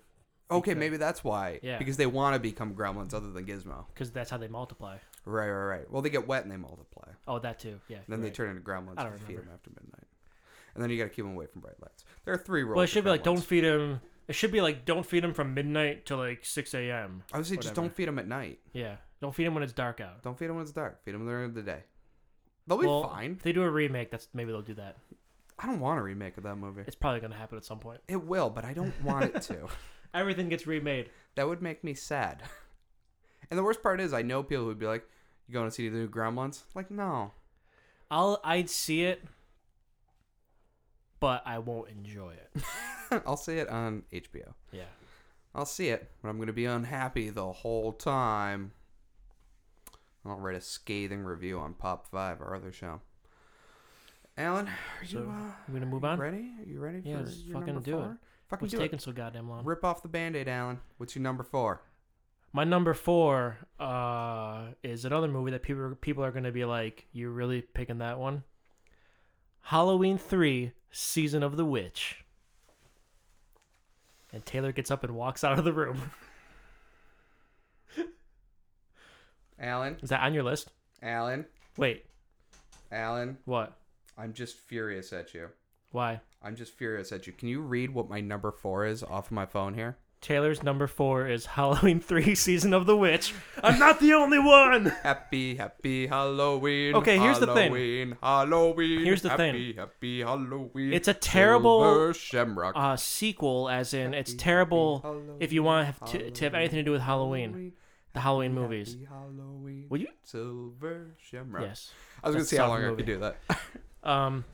Speaker 7: okay maybe that's why
Speaker 8: Yeah.
Speaker 7: because they want to become gremlins other than gizmo
Speaker 8: because that's how they multiply.
Speaker 7: right right right well they get wet and they multiply
Speaker 8: Oh, that too. Yeah.
Speaker 7: then
Speaker 8: you're
Speaker 7: they
Speaker 8: right.
Speaker 7: turn into gremlins
Speaker 8: I don't
Speaker 7: if you feed
Speaker 8: remember.
Speaker 7: them after midnight and then you got to keep them away from bright lights there are three rules
Speaker 8: Well, it
Speaker 7: with
Speaker 8: should be like
Speaker 7: gremlins.
Speaker 8: don't feed them. It should be like don't feed them from midnight to like six a.m.
Speaker 7: i would say just
Speaker 8: whatever.
Speaker 7: don't feed them at night
Speaker 8: Yeah, don't feed them when it's dark out.
Speaker 7: Don't feed them when it's dark. Feed them during the day. They'll be
Speaker 8: well,
Speaker 7: fine.
Speaker 8: If they do a remake, that's maybe they'll do that.
Speaker 7: I don't want a remake of that movie.
Speaker 8: It's probably gonna happen at some point.
Speaker 7: It will, but I don't want it to.
Speaker 8: Everything gets remade.
Speaker 7: That would make me sad. And the worst part is, I know people who'd be like, "You going to see the new Gremlins?" Like, no.
Speaker 8: I'll I'd see it, but I won't enjoy it.
Speaker 7: I'll see it on HBO.
Speaker 8: Yeah.
Speaker 7: I'll see it, but I'm going to be unhappy the whole time. I'll write a scathing review on Pop Five, our other show. Alan, are you
Speaker 8: So
Speaker 7: uh,
Speaker 8: we're gonna move
Speaker 7: you
Speaker 8: on.
Speaker 7: ready? Are you ready?
Speaker 8: Yeah,
Speaker 7: for
Speaker 8: let's
Speaker 7: your
Speaker 8: fucking
Speaker 7: number
Speaker 8: do it.
Speaker 7: four? Fucking
Speaker 8: What's
Speaker 7: do
Speaker 8: taking
Speaker 7: it.
Speaker 8: so goddamn long?
Speaker 7: Rip off the band-aid, Alan. What's your number four?
Speaker 8: My number four uh, is another movie that people people are gonna be like, "You're really picking that one." Halloween three, season of the witch. And Taylor gets up and walks out of the room.
Speaker 7: Alan,
Speaker 8: Is that on your list?
Speaker 7: Alan,
Speaker 8: Wait,
Speaker 7: Alan,
Speaker 8: what?
Speaker 7: I'm just furious at you.
Speaker 8: Why?
Speaker 7: I'm just furious at you. Can you read what my number four is off of my phone here?
Speaker 8: Taylor's number four is Halloween three, season of the witch. I'm not the only one.
Speaker 7: Happy, happy Halloween.
Speaker 8: Okay, here's the thing.
Speaker 7: Halloween, Halloween.
Speaker 8: Here's the
Speaker 7: happy, Happy Halloween.
Speaker 8: It's a terrible-
Speaker 7: Silver Shamrock.
Speaker 8: Uh, sequel, as in it's terrible. If you want to have to, to have anything to do with Halloween, the Halloween movies.
Speaker 7: Happy Halloween.
Speaker 8: Will you?
Speaker 7: Silver Shamrock.
Speaker 8: Yes.
Speaker 7: I was gonna
Speaker 8: That's
Speaker 7: see how
Speaker 8: South
Speaker 7: long I
Speaker 8: movie.
Speaker 7: could do that.
Speaker 8: Um,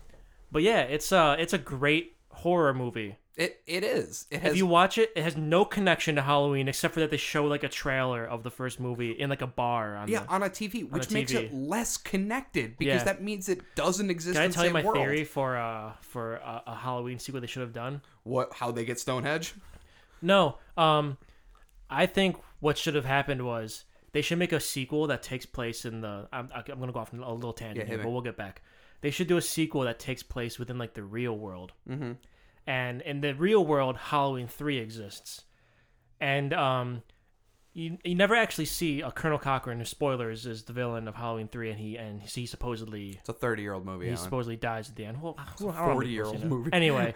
Speaker 8: but yeah, it's uh it's a great horror movie.
Speaker 7: It it is. It has
Speaker 8: if you watch it, it has no connection to Halloween except for that they show like a trailer of the first movie in like a bar. On
Speaker 7: yeah
Speaker 8: the...
Speaker 7: on a TV, which
Speaker 8: a
Speaker 7: makes it
Speaker 8: TV.
Speaker 7: less connected because
Speaker 8: Yeah.
Speaker 7: that means it doesn't exist.
Speaker 8: Can I
Speaker 7: in
Speaker 8: tell
Speaker 7: the
Speaker 8: you
Speaker 7: same
Speaker 8: my
Speaker 7: world.
Speaker 8: theory for uh for a, a Halloween sequel they should have done?
Speaker 7: What? How they get Stonehenge?
Speaker 8: No. Um, I think what should have happened was they should make a sequel that takes place in the. I'm, I'm going to go off on a little
Speaker 7: Yeah, hit
Speaker 8: tangent, here,
Speaker 7: me.
Speaker 8: but we'll get back. They should do a sequel that takes place within like the real world, mm-hmm. and in the real world, Halloween three exists, and um. You, you never actually see a Colonel Cochran, who spoilers is the villain of Halloween three, and he and he supposedly
Speaker 7: It's a thirty-year-old movie.
Speaker 8: he
Speaker 7: Alan. Ah,
Speaker 8: supposedly dies at the end. Well, I don't know if
Speaker 7: 40-year-old
Speaker 8: people see that.
Speaker 7: movie.
Speaker 8: Anyway,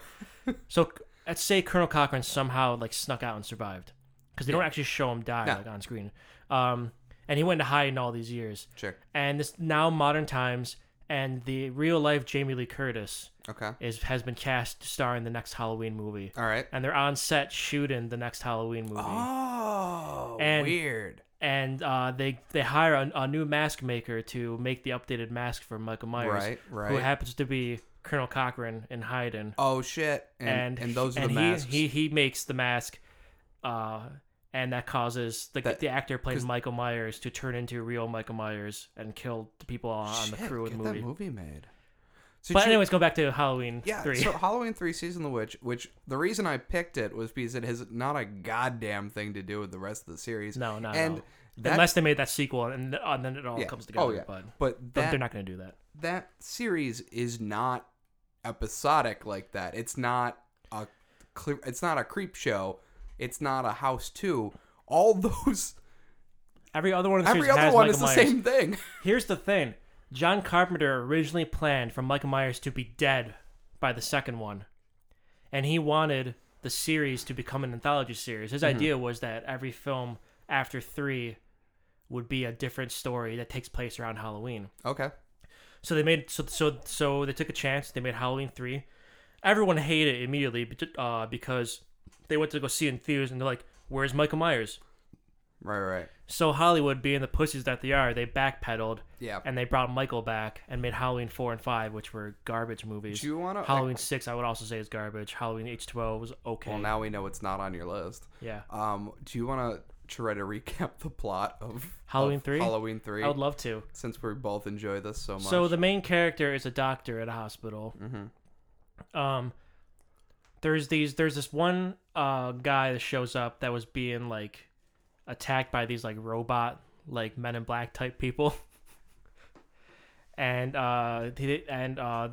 Speaker 8: so c- let's say Colonel Cochran somehow like snuck out and survived because they don't actually show him die
Speaker 7: No.
Speaker 8: like on screen. Um, and he went to hiding all these years.
Speaker 7: Sure.
Speaker 8: And this now modern times and the real life Jamie Lee Curtis
Speaker 7: Okay.
Speaker 8: is has been cast to star in the next Halloween movie.
Speaker 7: All right.
Speaker 8: And they're on set shooting the next Halloween movie.
Speaker 7: Oh,
Speaker 8: And-
Speaker 7: weird.
Speaker 8: And uh, they they hire a, a new mask maker to make the updated mask for Michael Myers,
Speaker 7: Right,
Speaker 8: who
Speaker 7: right.
Speaker 8: happens to be Colonel Cochran in Hyden.
Speaker 7: Oh shit. And
Speaker 8: and
Speaker 7: and, those are
Speaker 8: and
Speaker 7: the masks.
Speaker 8: He, he he makes the mask, uh, and that causes the
Speaker 7: That-
Speaker 8: the actor plays
Speaker 7: 'cause-
Speaker 8: Michael Myers to turn into real Michael Myers and kill the people on the
Speaker 7: Shit,
Speaker 8: crew of the
Speaker 7: get
Speaker 8: movie.
Speaker 7: that movie made. So
Speaker 8: But
Speaker 7: you-
Speaker 8: anyways, go back to Halloween
Speaker 7: yeah.
Speaker 8: three.
Speaker 7: So Halloween three season of the witch, which the reason I picked it was because it has not a goddamn thing to do with the rest of the series.
Speaker 8: no, no,
Speaker 7: and
Speaker 8: no.
Speaker 7: That,
Speaker 8: Unless they made that sequel and, and then it all
Speaker 7: yeah.
Speaker 8: comes together.
Speaker 7: Oh yeah. but
Speaker 8: But, but
Speaker 7: that
Speaker 8: they're not going to do that.
Speaker 7: that series is not episodic like that. It's not a clear. It's not a creep show. It's not a house two. All those.
Speaker 8: Every other one of the
Speaker 7: Every
Speaker 8: series
Speaker 7: other
Speaker 8: has
Speaker 7: one
Speaker 8: Michael
Speaker 7: is the
Speaker 8: Myers.
Speaker 7: same thing.
Speaker 8: Here's the thing. John Carpenter originally planned for Michael Myers to be dead by the second one. And he wanted the series to become an anthology series. His idea was that every film after 3 would be a different story that takes place around Halloween.
Speaker 7: Okay.
Speaker 8: So they made so so so they took a chance. They made Halloween 3. Everyone hated it immediately bet- uh, because they went to go see it in theaters and they're like, "Where's Michael Myers?"
Speaker 7: Right, right.
Speaker 8: So Hollywood, being the pussies that they are, they backpedaled.
Speaker 7: Yeah.
Speaker 8: And they brought Michael back and made Halloween four and five, which were garbage movies.
Speaker 7: Do you wanna-
Speaker 8: Halloween six? I would also say is garbage. Halloween H twelve was okay.
Speaker 7: Well, now we know it's not on your list.
Speaker 8: yeah.
Speaker 7: Um, do you want to try to recap the plot of
Speaker 8: Halloween
Speaker 7: of
Speaker 8: three?
Speaker 7: Halloween three.
Speaker 8: I would love to.
Speaker 7: since we both enjoy this so much.
Speaker 8: So the main character is a doctor at a hospital. Um, there's these. There's this one uh, guy that shows up that was being like attacked by these like robot like Men in Black type people, and uh, he did- and uh,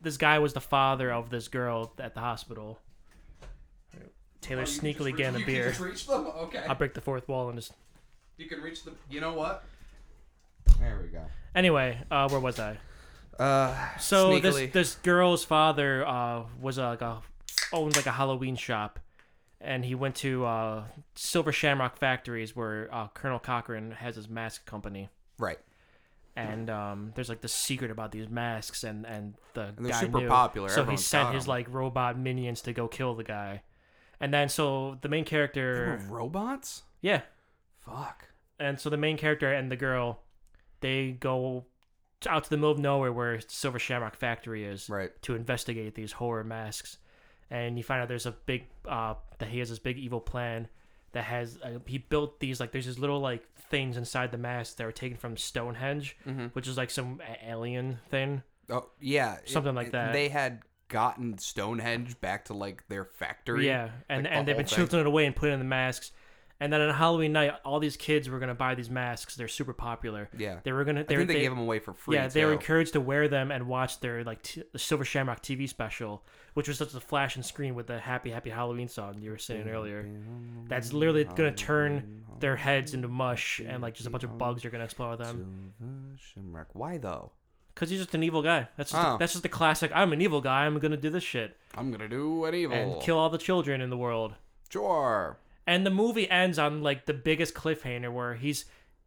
Speaker 8: this guy was the father of this girl at the hospital. Taylor sneakily getting a beer.
Speaker 7: reach them. Okay.
Speaker 8: I'll break the fourth wall and just.
Speaker 7: You can reach the. You know what? There we go.
Speaker 8: Anyway, uh, where was I?
Speaker 7: Uh,
Speaker 8: So
Speaker 7: Sneakily.
Speaker 8: this this girl's father uh, was uh, like a owned like a Halloween shop, and he went to uh, Silver Shamrock Factories where uh, Colonel Cochran has his mask company.
Speaker 7: right.
Speaker 8: And um, there's like the secret about these masks, and and the
Speaker 7: And they're
Speaker 8: guy
Speaker 7: super
Speaker 8: knew.
Speaker 7: popular.
Speaker 8: So he
Speaker 7: Everyone's
Speaker 8: sent
Speaker 7: got
Speaker 8: his
Speaker 7: 'em.
Speaker 8: like robot minions to go kill the guy, and then so the main character,
Speaker 7: Robots?
Speaker 8: yeah,
Speaker 7: Fuck.
Speaker 8: and so the main character and the girl, they go t- out to the middle of nowhere where Silver Shamrock Factory is,
Speaker 7: Right.
Speaker 8: to investigate these horror masks, and you find out there's a big uh, that he has this big evil plan that has uh, he built these like there's these little like things inside the mask that were taken from Stonehenge,
Speaker 7: Mm-hmm.
Speaker 8: which is like some a- alien thing.
Speaker 7: Oh yeah. it-
Speaker 8: Something like
Speaker 7: it-
Speaker 8: that.
Speaker 7: They had gotten Stonehenge back to like their factory.
Speaker 8: Yeah, and
Speaker 7: Like, the
Speaker 8: and they've been
Speaker 7: whole thing.
Speaker 8: shifting it away and putting in the masks. And then on Halloween night, all these kids were gonna buy these masks. They're super popular.
Speaker 7: Yeah.
Speaker 8: they were gonna.
Speaker 7: I
Speaker 8: They,
Speaker 7: think they,
Speaker 8: they-
Speaker 7: gave them away for free.
Speaker 8: yeah, they were
Speaker 7: too.
Speaker 8: encouraged to wear them and watch their like t- the Silver Shamrock TV special, which was just a flash and screen with the Happy Happy Halloween song you were saying earlier. That's literally gonna turn their heads into mush and like just a bunch of bugs are gonna explode them.
Speaker 7: Silver Shamrock. Why though?
Speaker 8: Cause he's just an evil guy. That's just
Speaker 7: Oh.
Speaker 8: that's just the classic. I'm an evil guy. I'm gonna do this shit
Speaker 7: I'm gonna do an evil.
Speaker 8: and kill all the children in the world.
Speaker 7: Sure.
Speaker 8: And the movie ends on like the biggest cliffhanger where he's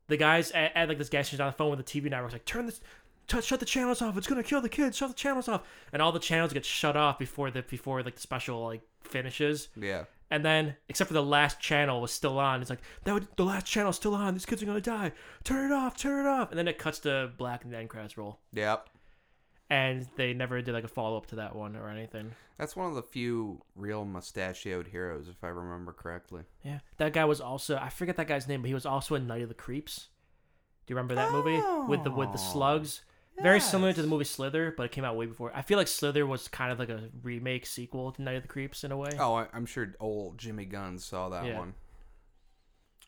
Speaker 8: the guys at, at like this gas station on the phone with the TV network's like turn this t- shut the channels off it's gonna kill the kids shut the channels off and all the channels get shut off before the before like the special like finishes
Speaker 7: Yeah.
Speaker 8: and then except for the last channel was still on it's like that would, the last channel's still on these kids are gonna die turn it off turn it off and then it cuts to black and then credits roll
Speaker 7: Yep.
Speaker 8: and they never did like a follow up to that one or anything
Speaker 7: That's one of the few real mustachioed heroes, if I remember correctly.
Speaker 8: yeah that guy was also I forget that guy's name but he was also in Night of the Creeps do you remember that movie with the with
Speaker 7: Oh.
Speaker 8: the slugs very similar to the movie Slither but it came out way before I feel like Slither was kind of like a remake sequel to Night of the Creeps in a way
Speaker 7: Oh, I, I'm sure old Jimmy Gunn saw that
Speaker 8: Yeah.
Speaker 7: one.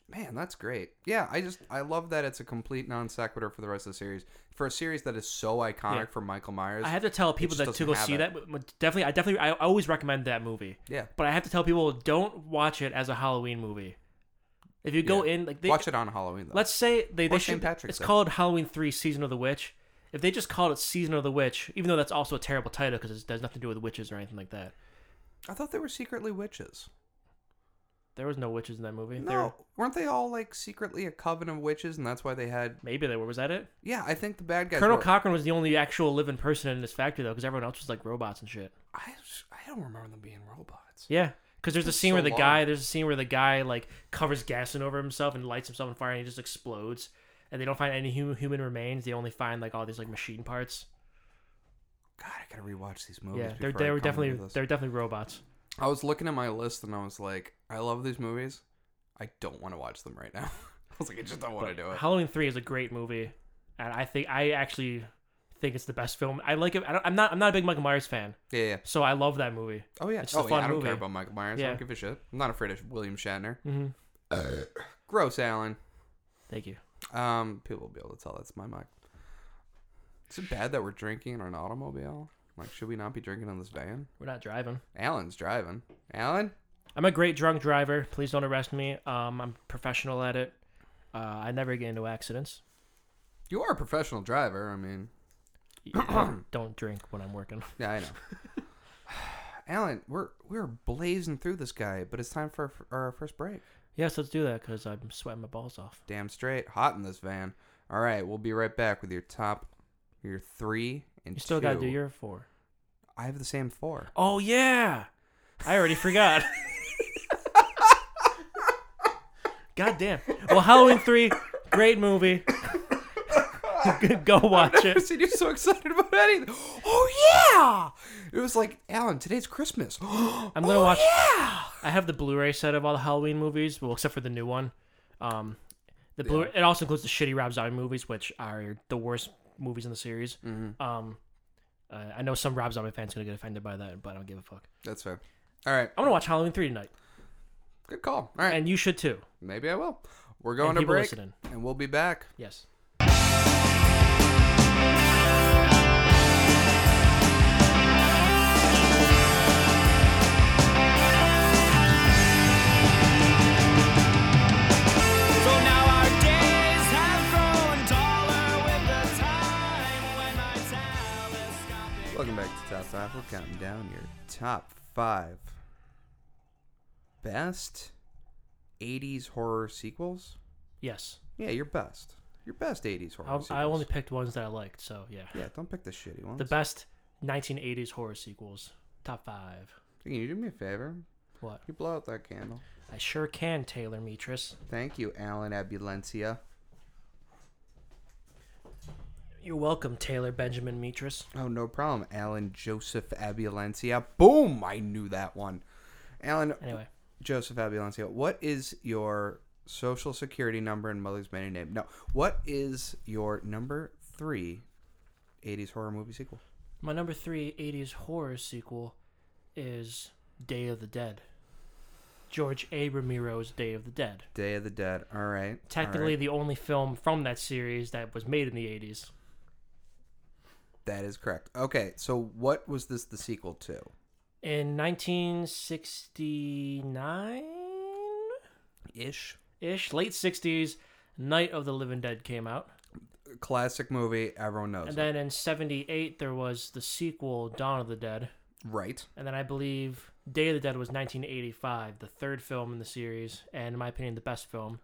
Speaker 7: Man, that's great. Yeah, I just I love that it's a complete non sequitur for the rest of the series. For a series that is so iconic
Speaker 8: Yeah.
Speaker 7: for Michael Myers,
Speaker 8: I have to tell people
Speaker 7: just doesn't
Speaker 8: that to go
Speaker 7: have
Speaker 8: see
Speaker 7: it.
Speaker 8: that. but- but Definitely, I definitely, I always recommend that movie.
Speaker 7: Yeah.
Speaker 8: But I have to tell people don't watch it as a Halloween movie. If you go
Speaker 7: Yeah.
Speaker 8: in, like, they,
Speaker 7: watch it on Halloween though.
Speaker 8: Let's say they, they
Speaker 7: Or St.
Speaker 8: should.
Speaker 7: Patrick's
Speaker 8: it's
Speaker 7: Day.
Speaker 8: called Halloween Three: Season of the Witch. If they just called it Season of the Witch, even though that's also a terrible title because it has nothing to do with witches or anything like that.
Speaker 7: I thought they were secretly witches.
Speaker 8: There was no witches in that movie. There,
Speaker 7: No, weren't they all like secretly a coven of witches, and that's why they had?
Speaker 8: maybe there were. Was that it?
Speaker 7: Yeah, I think the bad guys.
Speaker 8: Colonel
Speaker 7: were-
Speaker 8: Cochran was the only actual living person in this factory though, because everyone else was like robots and shit.
Speaker 7: I I don't remember them being robots.
Speaker 8: Yeah, because there's a
Speaker 7: It's
Speaker 8: scene
Speaker 7: so
Speaker 8: where the
Speaker 7: long.
Speaker 8: guy there's a scene where the guy like covers gasoline over himself and lights himself on fire and he just explodes. And they don't find any hu- human remains. They only find like all these like machine parts.
Speaker 7: God, I gotta rewatch these movies.
Speaker 8: yeah, they're
Speaker 7: Oh, before I
Speaker 8: they were
Speaker 7: come into
Speaker 8: definitely
Speaker 7: this.
Speaker 8: they're definitely robots.
Speaker 7: I was looking at my list and I was like, I love these movies. I don't want to watch them right now. I was like, I just don't want to do it.
Speaker 8: Halloween Three is a great movie, and I think I actually think it's the best film. I like it. I don't, I'm not I'm not a big Michael Myers fan,
Speaker 7: yeah, yeah.
Speaker 8: so I love that movie.
Speaker 7: Oh yeah.
Speaker 8: It's a
Speaker 7: oh yeah.
Speaker 8: fun
Speaker 7: I don't
Speaker 8: movie.
Speaker 7: care about Michael Myers. I
Speaker 8: Yeah.
Speaker 7: don't give a shit. I'm not afraid of William Shatner. Uh,
Speaker 8: Mm-hmm.
Speaker 7: Gross, Alan.
Speaker 8: Thank you.
Speaker 7: Um, people will be able to tell that's my mic. Is it bad that we're drinking in an automobile? Like, should we not be drinking in this van?
Speaker 8: We're not driving.
Speaker 7: Alan's driving. Alan,
Speaker 8: I'm a great drunk driver. Please don't arrest me. Um, I'm professional at it. Uh, I never get into accidents.
Speaker 7: you are a professional driver. I mean,
Speaker 8: don't drink when I'm working.
Speaker 7: Yeah, I know. Alan, we're we're blazing through this guy, but it's time for our, our first break.
Speaker 8: Yes, let's do that because I'm sweating my balls off.
Speaker 7: Damn straight, hot in this van. All right, we'll be right back with your top, your three and
Speaker 8: You still
Speaker 7: two.
Speaker 8: got to do your four.
Speaker 7: I have the same four.
Speaker 8: Oh, yeah. I already forgot. God damn. Well, Halloween 3, great movie. Go watch
Speaker 7: I've never
Speaker 8: it.
Speaker 7: seen you so excited about anything. Oh yeah! It was like, Alan, today's Christmas.
Speaker 8: I'm
Speaker 7: Oh,
Speaker 8: gonna watch. I have the Blu-ray set of all the Halloween movies, well, except for the new one. Um, the Blu. It also includes the shitty Rob Zombie movies, which are the worst movies in the series. Um, uh, I know some Rob Zombie fans are gonna get offended by that, but I don't give a fuck.
Speaker 7: That's fair. All right,
Speaker 8: I'm gonna watch Halloween three tonight,
Speaker 7: good call. All right,
Speaker 8: and you should too.
Speaker 7: maybe I will. We're going to
Speaker 8: people
Speaker 7: break,
Speaker 8: listening.
Speaker 7: and we'll be back.
Speaker 8: Yes.
Speaker 3: So now our days have grown taller with the time when my telescopic
Speaker 7: Welcome back to Top Five. We're counting down your top five best '80s horror sequels.
Speaker 8: Yes.
Speaker 7: Yeah, your best, your best '80s horror.
Speaker 8: I'll,
Speaker 7: sequels.
Speaker 8: I only picked ones that I liked, so yeah.
Speaker 7: yeah, don't pick the shitty ones.
Speaker 8: The best 1980s horror sequels, top five.
Speaker 7: Can you do me a favor?
Speaker 8: What?
Speaker 7: You blow out that candle.
Speaker 8: I sure can, Taylor Metris.
Speaker 7: Thank you, Alan Abulencia.
Speaker 8: You're welcome, Taylor Benjamin Metris.
Speaker 7: Oh, no problem. Alan Joseph Abulencia. Boom! I knew that one. Alan
Speaker 8: Anyway,
Speaker 7: Joseph Abulencia, what is your social security number and mother's maiden name? No. What is your number three 80s horror movie sequel?
Speaker 8: my number three 80s horror sequel is Day of the Dead. George A. Ramiro's Day of the Dead.
Speaker 7: Day of the Dead. All right.
Speaker 8: Technically,
Speaker 7: all right.
Speaker 8: the only film from that series that was made in the 80s.
Speaker 7: That is correct. Okay, so what was this the sequel to?
Speaker 8: In 1969?
Speaker 7: Ish.
Speaker 8: ish, late sixties. Night of the Living Dead came out,
Speaker 7: Classic movie. Everyone knows.
Speaker 8: and
Speaker 7: it.
Speaker 8: then in seventy eight there was the sequel, Dawn of the Dead,
Speaker 7: right.
Speaker 8: and then I believe Day of the Dead was nineteen eighty five, the third film in the series, and in my opinion, the best film.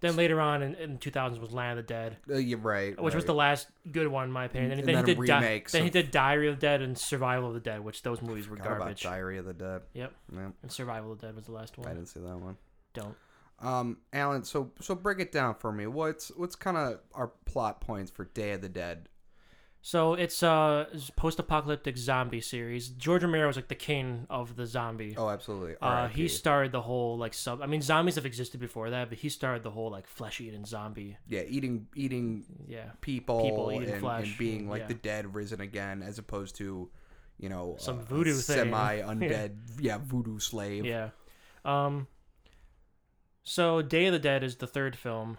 Speaker 8: Then later on in, in two thousands was Land of the Dead,
Speaker 7: Uh, yeah, right.
Speaker 8: which was
Speaker 7: right.
Speaker 8: the last good one in my opinion. And,
Speaker 7: And then
Speaker 8: then, he did Di-
Speaker 7: remakes
Speaker 8: then he
Speaker 7: of-
Speaker 8: did Diary of the Dead and Survival of the Dead, which those movies were
Speaker 7: Forgot about
Speaker 8: garbage.
Speaker 7: Diary of the Dead.
Speaker 8: Yep,
Speaker 7: Yeah,
Speaker 8: and Survival of the Dead was the last
Speaker 7: I
Speaker 8: one.
Speaker 7: didn't see that one.
Speaker 8: Don't.
Speaker 7: Um, Alan, so so break it down for me. What's what's kind of our plot points for Day of the Dead?
Speaker 8: So it's a post-apocalyptic zombie series. George Romero is like the king of the zombie.
Speaker 7: Oh, absolutely.
Speaker 8: Uh,
Speaker 7: R.I.P..
Speaker 8: he started the whole like sub. I mean, zombies have existed before that, but he started the whole like flesh-eating zombie.
Speaker 7: yeah, eating eating
Speaker 8: Yeah,
Speaker 7: people,
Speaker 8: People eating
Speaker 7: and,
Speaker 8: flesh,
Speaker 7: and being like
Speaker 8: yeah.
Speaker 7: the dead risen again, as opposed to you know
Speaker 8: Some voodoo thing.
Speaker 7: semi undead yeah. voodoo slave.
Speaker 8: yeah. Um. So Day of the Dead is the third film,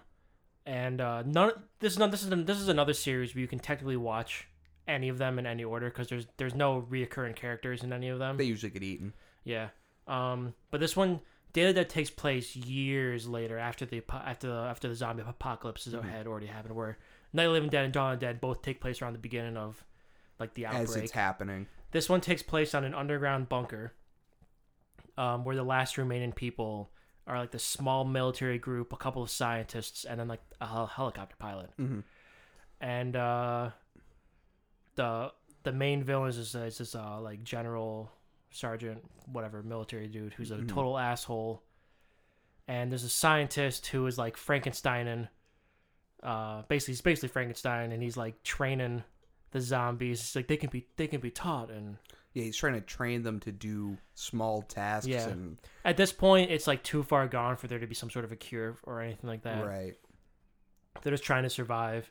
Speaker 8: and uh, none. This is not. This is an- this is another series where you can technically watch any of them in any order because there's there's no reoccurring characters in any of them.
Speaker 7: They usually get eaten.
Speaker 8: Yeah. Um, but this one, Day of the Dead takes place years later after the apo- after the, after the zombie apocalypse
Speaker 7: Mm-hmm.
Speaker 8: has- had already happened, where Night of the Living Dead and Dawn of the Dead both take place around the beginning of like the
Speaker 7: As
Speaker 8: outbreak.
Speaker 7: it's happening,
Speaker 8: this one takes place on an underground bunker, um, where the last remaining people are like this small military group, a couple of scientists, and then like a hel- helicopter pilot. And uh, the the main villain is this, is this uh, like general sergeant, whatever military dude who's a total asshole. And there's a scientist who is like Frankensteining. Uh, basically, he's basically Frankenstein, and he's like training the zombies. It's like they can be they can be taught, and
Speaker 7: yeah, he's trying to train them to do small tasks
Speaker 8: Yeah.
Speaker 7: and
Speaker 8: at this point, it's like too far gone for there to be some sort of a cure or anything like that.
Speaker 7: right.
Speaker 8: They're just trying to survive.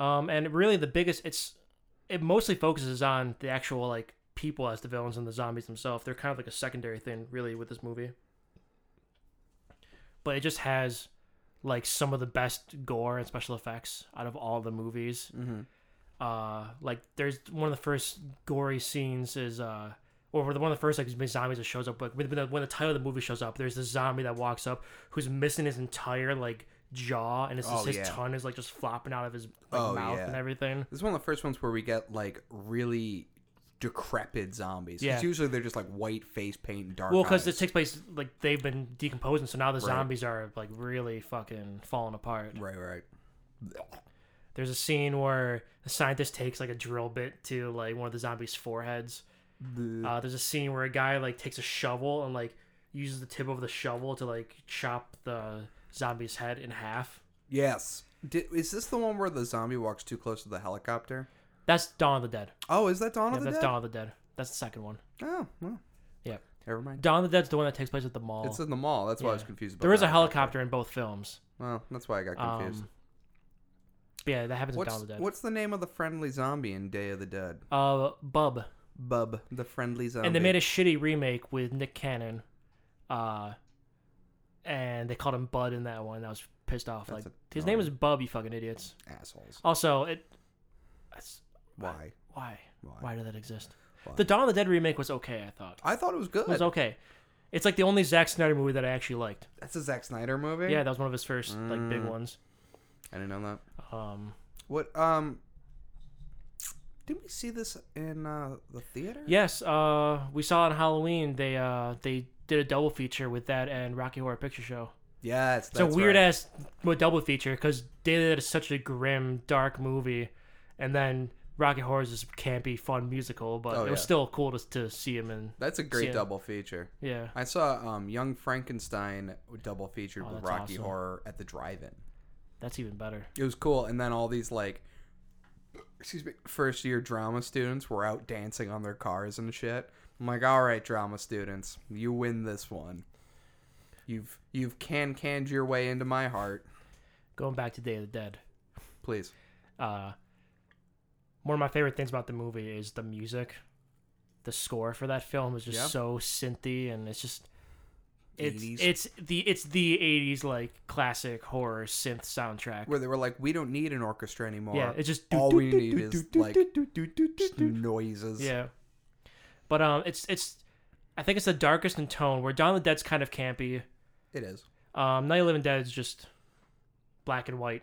Speaker 8: Um, and really, the biggest it's it mostly focuses on the actual like people as the villains and the zombies themselves. They're kind of like a secondary thing, really, with this movie. But it just has like some of the best gore and special effects out of all the movies.
Speaker 7: Mm-hmm.
Speaker 8: Uh, like there's one of the first gory scenes is uh, or one of the first like zombies that shows up. Like when the, when the title of the movie shows up, there's this zombie that walks up who's missing his entire like jaw, and it's just
Speaker 7: Oh,
Speaker 8: his
Speaker 7: yeah.
Speaker 8: tongue is like just flopping out of his like,
Speaker 7: Oh,
Speaker 8: mouth
Speaker 7: yeah.
Speaker 8: and everything.
Speaker 7: This is one of the first ones where we get like really decrepit zombies. 'Cause
Speaker 8: Yeah.
Speaker 7: Usually they're just like white face paint and dark.
Speaker 8: Well, because
Speaker 7: eyes.
Speaker 8: it takes place like they've been decomposing, so now the zombies are like really fucking falling apart.
Speaker 7: right, right.
Speaker 8: There's a scene where the scientist takes like a drill bit to like one of the zombies' foreheads. Uh, there's a scene where a guy like takes a shovel and like uses the tip of the shovel to like chop the zombie's head in half.
Speaker 7: Yes. Did, is this the one where the zombie walks too close to the helicopter?
Speaker 8: That's Dawn of the Dead.
Speaker 7: Oh, is that Dawn
Speaker 8: Yeah,
Speaker 7: of the
Speaker 8: that's
Speaker 7: Dead?
Speaker 8: Dawn of the Dead. That's the second one.
Speaker 7: Oh, well,
Speaker 8: Yeah.
Speaker 7: never mind.
Speaker 8: Dawn of the Dead's the one that takes place at the mall.
Speaker 7: It's in the mall. That's why I was
Speaker 8: Yeah.
Speaker 7: confused. About
Speaker 8: There is a
Speaker 7: that.
Speaker 8: helicopter in both films.
Speaker 7: Well, that's why I got confused.
Speaker 8: Um, yeah, that happens in Dawn
Speaker 7: what's,
Speaker 8: of the Dead.
Speaker 7: what's the name of the friendly zombie in Day of the Dead?
Speaker 8: Uh, Bub.
Speaker 7: Bub, the friendly zombie.
Speaker 8: and they made a shitty remake with Nick Cannon. Uh, and they called him Bud in that one. I was pissed off.
Speaker 7: That's
Speaker 8: like
Speaker 7: a-
Speaker 8: his
Speaker 7: no.
Speaker 8: name is Bub. You fucking idiots.
Speaker 7: assholes.
Speaker 8: Also, it. That's,
Speaker 7: Why?
Speaker 8: why?
Speaker 7: Why?
Speaker 8: Why did that exist?
Speaker 7: Why?
Speaker 8: The Dawn of the Dead remake was okay. I thought
Speaker 7: I thought it was good.
Speaker 8: it was okay. It's like the only Zack Snyder movie that I actually liked.
Speaker 7: That's a Zack Snyder movie.
Speaker 8: Yeah, that was one of his first like
Speaker 7: Mm.
Speaker 8: big ones.
Speaker 7: I didn't know that.
Speaker 8: Um,
Speaker 7: What? Um, did we see this in uh, the theater?
Speaker 8: yes, uh, we saw on Halloween they uh, they did a double feature with that and Rocky Horror Picture Show.
Speaker 7: Yes,
Speaker 8: It's a
Speaker 7: that's
Speaker 8: weird
Speaker 7: right.
Speaker 8: ass well, double feature because Day of the Dead is such a grim, dark movie, and then Rocket Horror is this campy, fun musical. But
Speaker 7: Oh,
Speaker 8: it was
Speaker 7: yeah.
Speaker 8: still cool to, to see him in.
Speaker 7: That's a
Speaker 8: Yeah.
Speaker 7: great double feature.
Speaker 8: Yeah,
Speaker 7: I saw um, Young Frankenstein double feature
Speaker 8: Oh,
Speaker 7: with
Speaker 8: that's
Speaker 7: Rocky
Speaker 8: awesome.
Speaker 7: Horror at the drive-in.
Speaker 8: that's even better.
Speaker 7: It was cool, and then all these like, excuse me, first year drama students were out dancing on their cars and shit. I'm like, all right, drama students, you win this one. You've you've can canned your way into my heart.
Speaker 8: Going back to Day of the Dead,
Speaker 7: Please,
Speaker 8: uh, one of my favorite things about the movie is the music. The score for that film is just
Speaker 7: Yeah.
Speaker 8: so synthy, and it's just it's
Speaker 7: 80s.
Speaker 8: it's the it's the '80s like classic horror synth soundtrack.
Speaker 7: where they were like, we don't need an orchestra anymore.
Speaker 8: Yeah, it's just
Speaker 7: all
Speaker 8: do-
Speaker 7: we
Speaker 8: do-
Speaker 7: need
Speaker 8: do-
Speaker 7: is like just noises.
Speaker 8: Yeah. But um it's it's I think it's the darkest in tone where Dawn of the Dead's kind of campy.
Speaker 7: it is.
Speaker 8: Um Night of the Living Dead is just black and white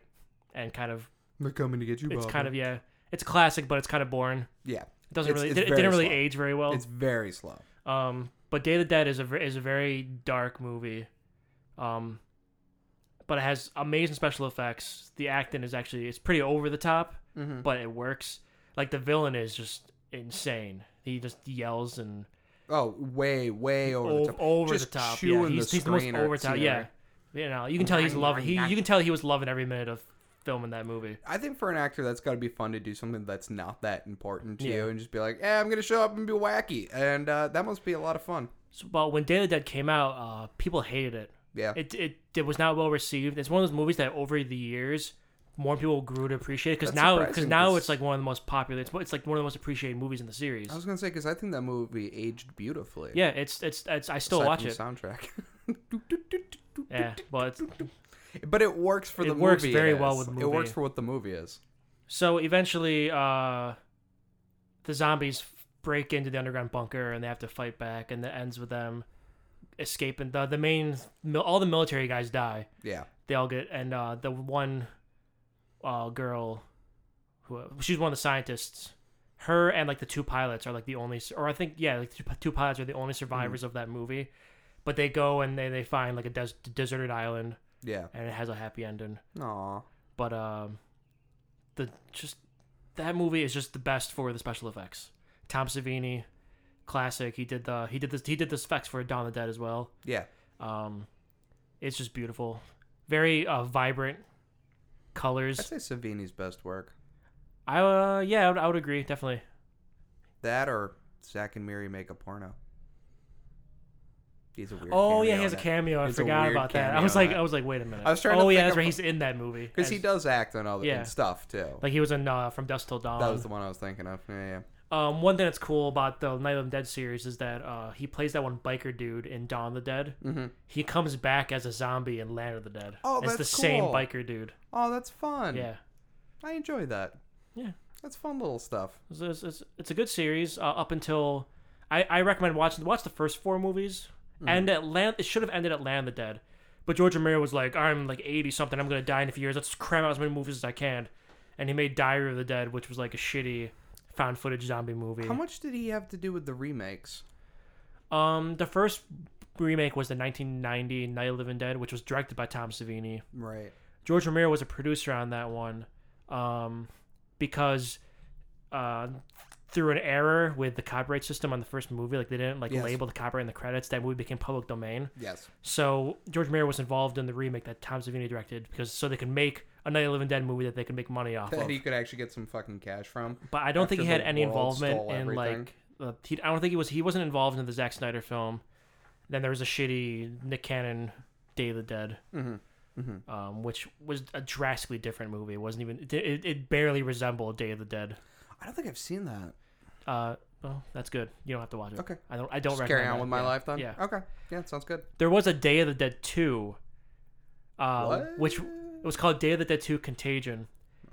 Speaker 8: and kind of
Speaker 7: They're coming to get you.
Speaker 8: it's kind of yeah. It's classic but it's kind of boring.
Speaker 7: yeah.
Speaker 8: It doesn't
Speaker 7: It's-
Speaker 8: really
Speaker 7: it's
Speaker 8: it,
Speaker 7: very
Speaker 8: didn't really
Speaker 7: slow.
Speaker 8: age very well.
Speaker 7: It's very slow.
Speaker 8: Um but Day of the Dead is a ver- is a very dark movie. Um but it has amazing special effects. The acting is actually it's pretty over the top,
Speaker 7: Mm-hmm.
Speaker 8: but it works. Like the villain is just insane. He just yells and
Speaker 7: Oh, way, way over the
Speaker 8: over,
Speaker 7: top.
Speaker 8: over
Speaker 7: Just
Speaker 8: the top. Yeah,
Speaker 7: chewing
Speaker 8: he's,
Speaker 7: the
Speaker 8: he's the most
Speaker 7: screen or
Speaker 8: over top.
Speaker 7: it's
Speaker 8: Yeah,
Speaker 7: either-
Speaker 8: you know, you can tell he's loving. He, you can tell he was loving every minute of filming that movie.
Speaker 7: I think for an actor, that's got to be fun to do something that's not that important to
Speaker 8: Yeah.
Speaker 7: you and just be like, eh, I'm going to show up and be wacky. And uh, that must be a lot of fun.
Speaker 8: So, but when Day of the Dead came out, uh, people hated it.
Speaker 7: Yeah.
Speaker 8: It, it it was not well received. It's one of those movies that over the years more people grew to appreciate because
Speaker 7: That's
Speaker 8: now because
Speaker 7: surprising,
Speaker 8: now
Speaker 7: 'cause-
Speaker 8: it's like one of the most popular. It's, it's like one of the most appreciated movies in the series.
Speaker 7: I was going to say, because I think that movie aged beautifully.
Speaker 8: Yeah, it's it's it's I still
Speaker 7: aside
Speaker 8: watch
Speaker 7: from
Speaker 8: it.
Speaker 7: the soundtrack.
Speaker 8: Yeah, well, it's,
Speaker 7: but it works for
Speaker 8: It
Speaker 7: the
Speaker 8: works
Speaker 7: movie.
Speaker 8: very
Speaker 7: it
Speaker 8: well
Speaker 7: is.
Speaker 8: with the
Speaker 7: It works
Speaker 8: movie.
Speaker 7: for what the movie is.
Speaker 8: so eventually, uh, the zombies break into the underground bunker and they have to fight back, and it ends with them escaping. the The main mil- all the military guys die.
Speaker 7: Yeah.
Speaker 8: They all get and uh, the one uh, girl who she's one of the scientists. Her and like the two pilots are like the only, or I think yeah, like two, two pilots are the only survivors of that movie. But they go and they, they find like a des- deserted island
Speaker 7: Yeah.
Speaker 8: and it has a happy ending
Speaker 7: Aw.
Speaker 8: but um, the just that movie is just the best for the special effects. Tom Savini, classic. He did the he did this he did the effects for Dawn of the Dead as well.
Speaker 7: Yeah.
Speaker 8: Um, it's just beautiful, very uh, vibrant
Speaker 7: I'd
Speaker 8: colors.
Speaker 7: say Savini's best work.
Speaker 8: I uh, yeah, I would, I would agree definitely.
Speaker 7: That or Zack and Miri make a porno. He's a weird
Speaker 8: Oh yeah,
Speaker 7: cameo
Speaker 8: he has a
Speaker 7: in it.
Speaker 8: cameo. I
Speaker 7: It's a
Speaker 8: forgot
Speaker 7: weird
Speaker 8: about that. I
Speaker 7: cameo
Speaker 8: was
Speaker 7: in
Speaker 8: like,
Speaker 7: it.
Speaker 8: I was like, wait a minute.
Speaker 7: I was trying to
Speaker 8: oh yeah,
Speaker 7: think
Speaker 8: that's
Speaker 7: of-
Speaker 8: right. He's in that movie
Speaker 7: Because he
Speaker 8: as-
Speaker 7: does act on all the
Speaker 8: Yeah.
Speaker 7: and stuff too.
Speaker 8: Like he was in uh, From Dust Till Dawn.
Speaker 7: that was the one I was thinking of. Yeah, yeah.
Speaker 8: Um, one thing that's cool about the Night of the Dead series is that uh, he plays that one biker dude in Dawn of the Dead. Mm-hmm. He comes back as a zombie in Land of the Dead.
Speaker 7: Oh,
Speaker 8: it's
Speaker 7: that's
Speaker 8: the same
Speaker 7: cool.
Speaker 8: biker dude.
Speaker 7: Oh, that's fun.
Speaker 8: Yeah,
Speaker 7: I enjoy that.
Speaker 8: yeah.
Speaker 7: That's fun little stuff.
Speaker 8: It's, it's, it's, it's a good series uh, up until I, I recommend watching watch the first four movies.
Speaker 7: Hmm.
Speaker 8: And at Land, it should have ended at Land of the Dead, but George Romero was like, "I'm like eighty something. I'm gonna die in a few years. Let's cram out as many movies as I can." And he made Diary of the Dead, which was like a shitty found footage zombie movie.
Speaker 7: How much did he have to do with the remakes?
Speaker 8: Um, the first remake was the 1990 Night of the Living Dead, which was directed by Tom Savini.
Speaker 7: Right.
Speaker 8: George Romero was a producer on that one, um, because uh, through an error with the copyright system on the first movie, like they didn't like
Speaker 7: Yes.
Speaker 8: label the copyright in the credits, that movie became public domain.
Speaker 7: Yes.
Speaker 8: So George Romero was involved in the remake that Tom Savini directed because so they could make another Living Dead movie that they could make money off
Speaker 7: that
Speaker 8: of.
Speaker 7: he could actually get some fucking cash from.
Speaker 8: But I don't think he
Speaker 7: after
Speaker 8: had
Speaker 7: the
Speaker 8: any
Speaker 7: world stole
Speaker 8: involvement in
Speaker 7: everything.
Speaker 8: like. Uh, he, I don't think he was. He wasn't involved in the Zack Snyder film. Then there was a shitty Nick Cannon Day of the Dead,
Speaker 7: Mm-hmm.
Speaker 8: Um, which was a drastically different movie. It wasn't even. It, it, it barely resembled Day of the Dead.
Speaker 7: I don't think I've seen that.
Speaker 8: Uh, well, that's good. You don't have to watch it.
Speaker 7: Okay.
Speaker 8: I don't. I don't
Speaker 7: Just
Speaker 8: recommend
Speaker 7: carry on
Speaker 8: that.
Speaker 7: with my
Speaker 8: Yeah.
Speaker 7: life then.
Speaker 8: Yeah.
Speaker 7: Okay. Yeah, sounds good.
Speaker 8: There was a Day of the Dead two, um,
Speaker 7: What?
Speaker 8: which it was called Day of the Dead two Contagion.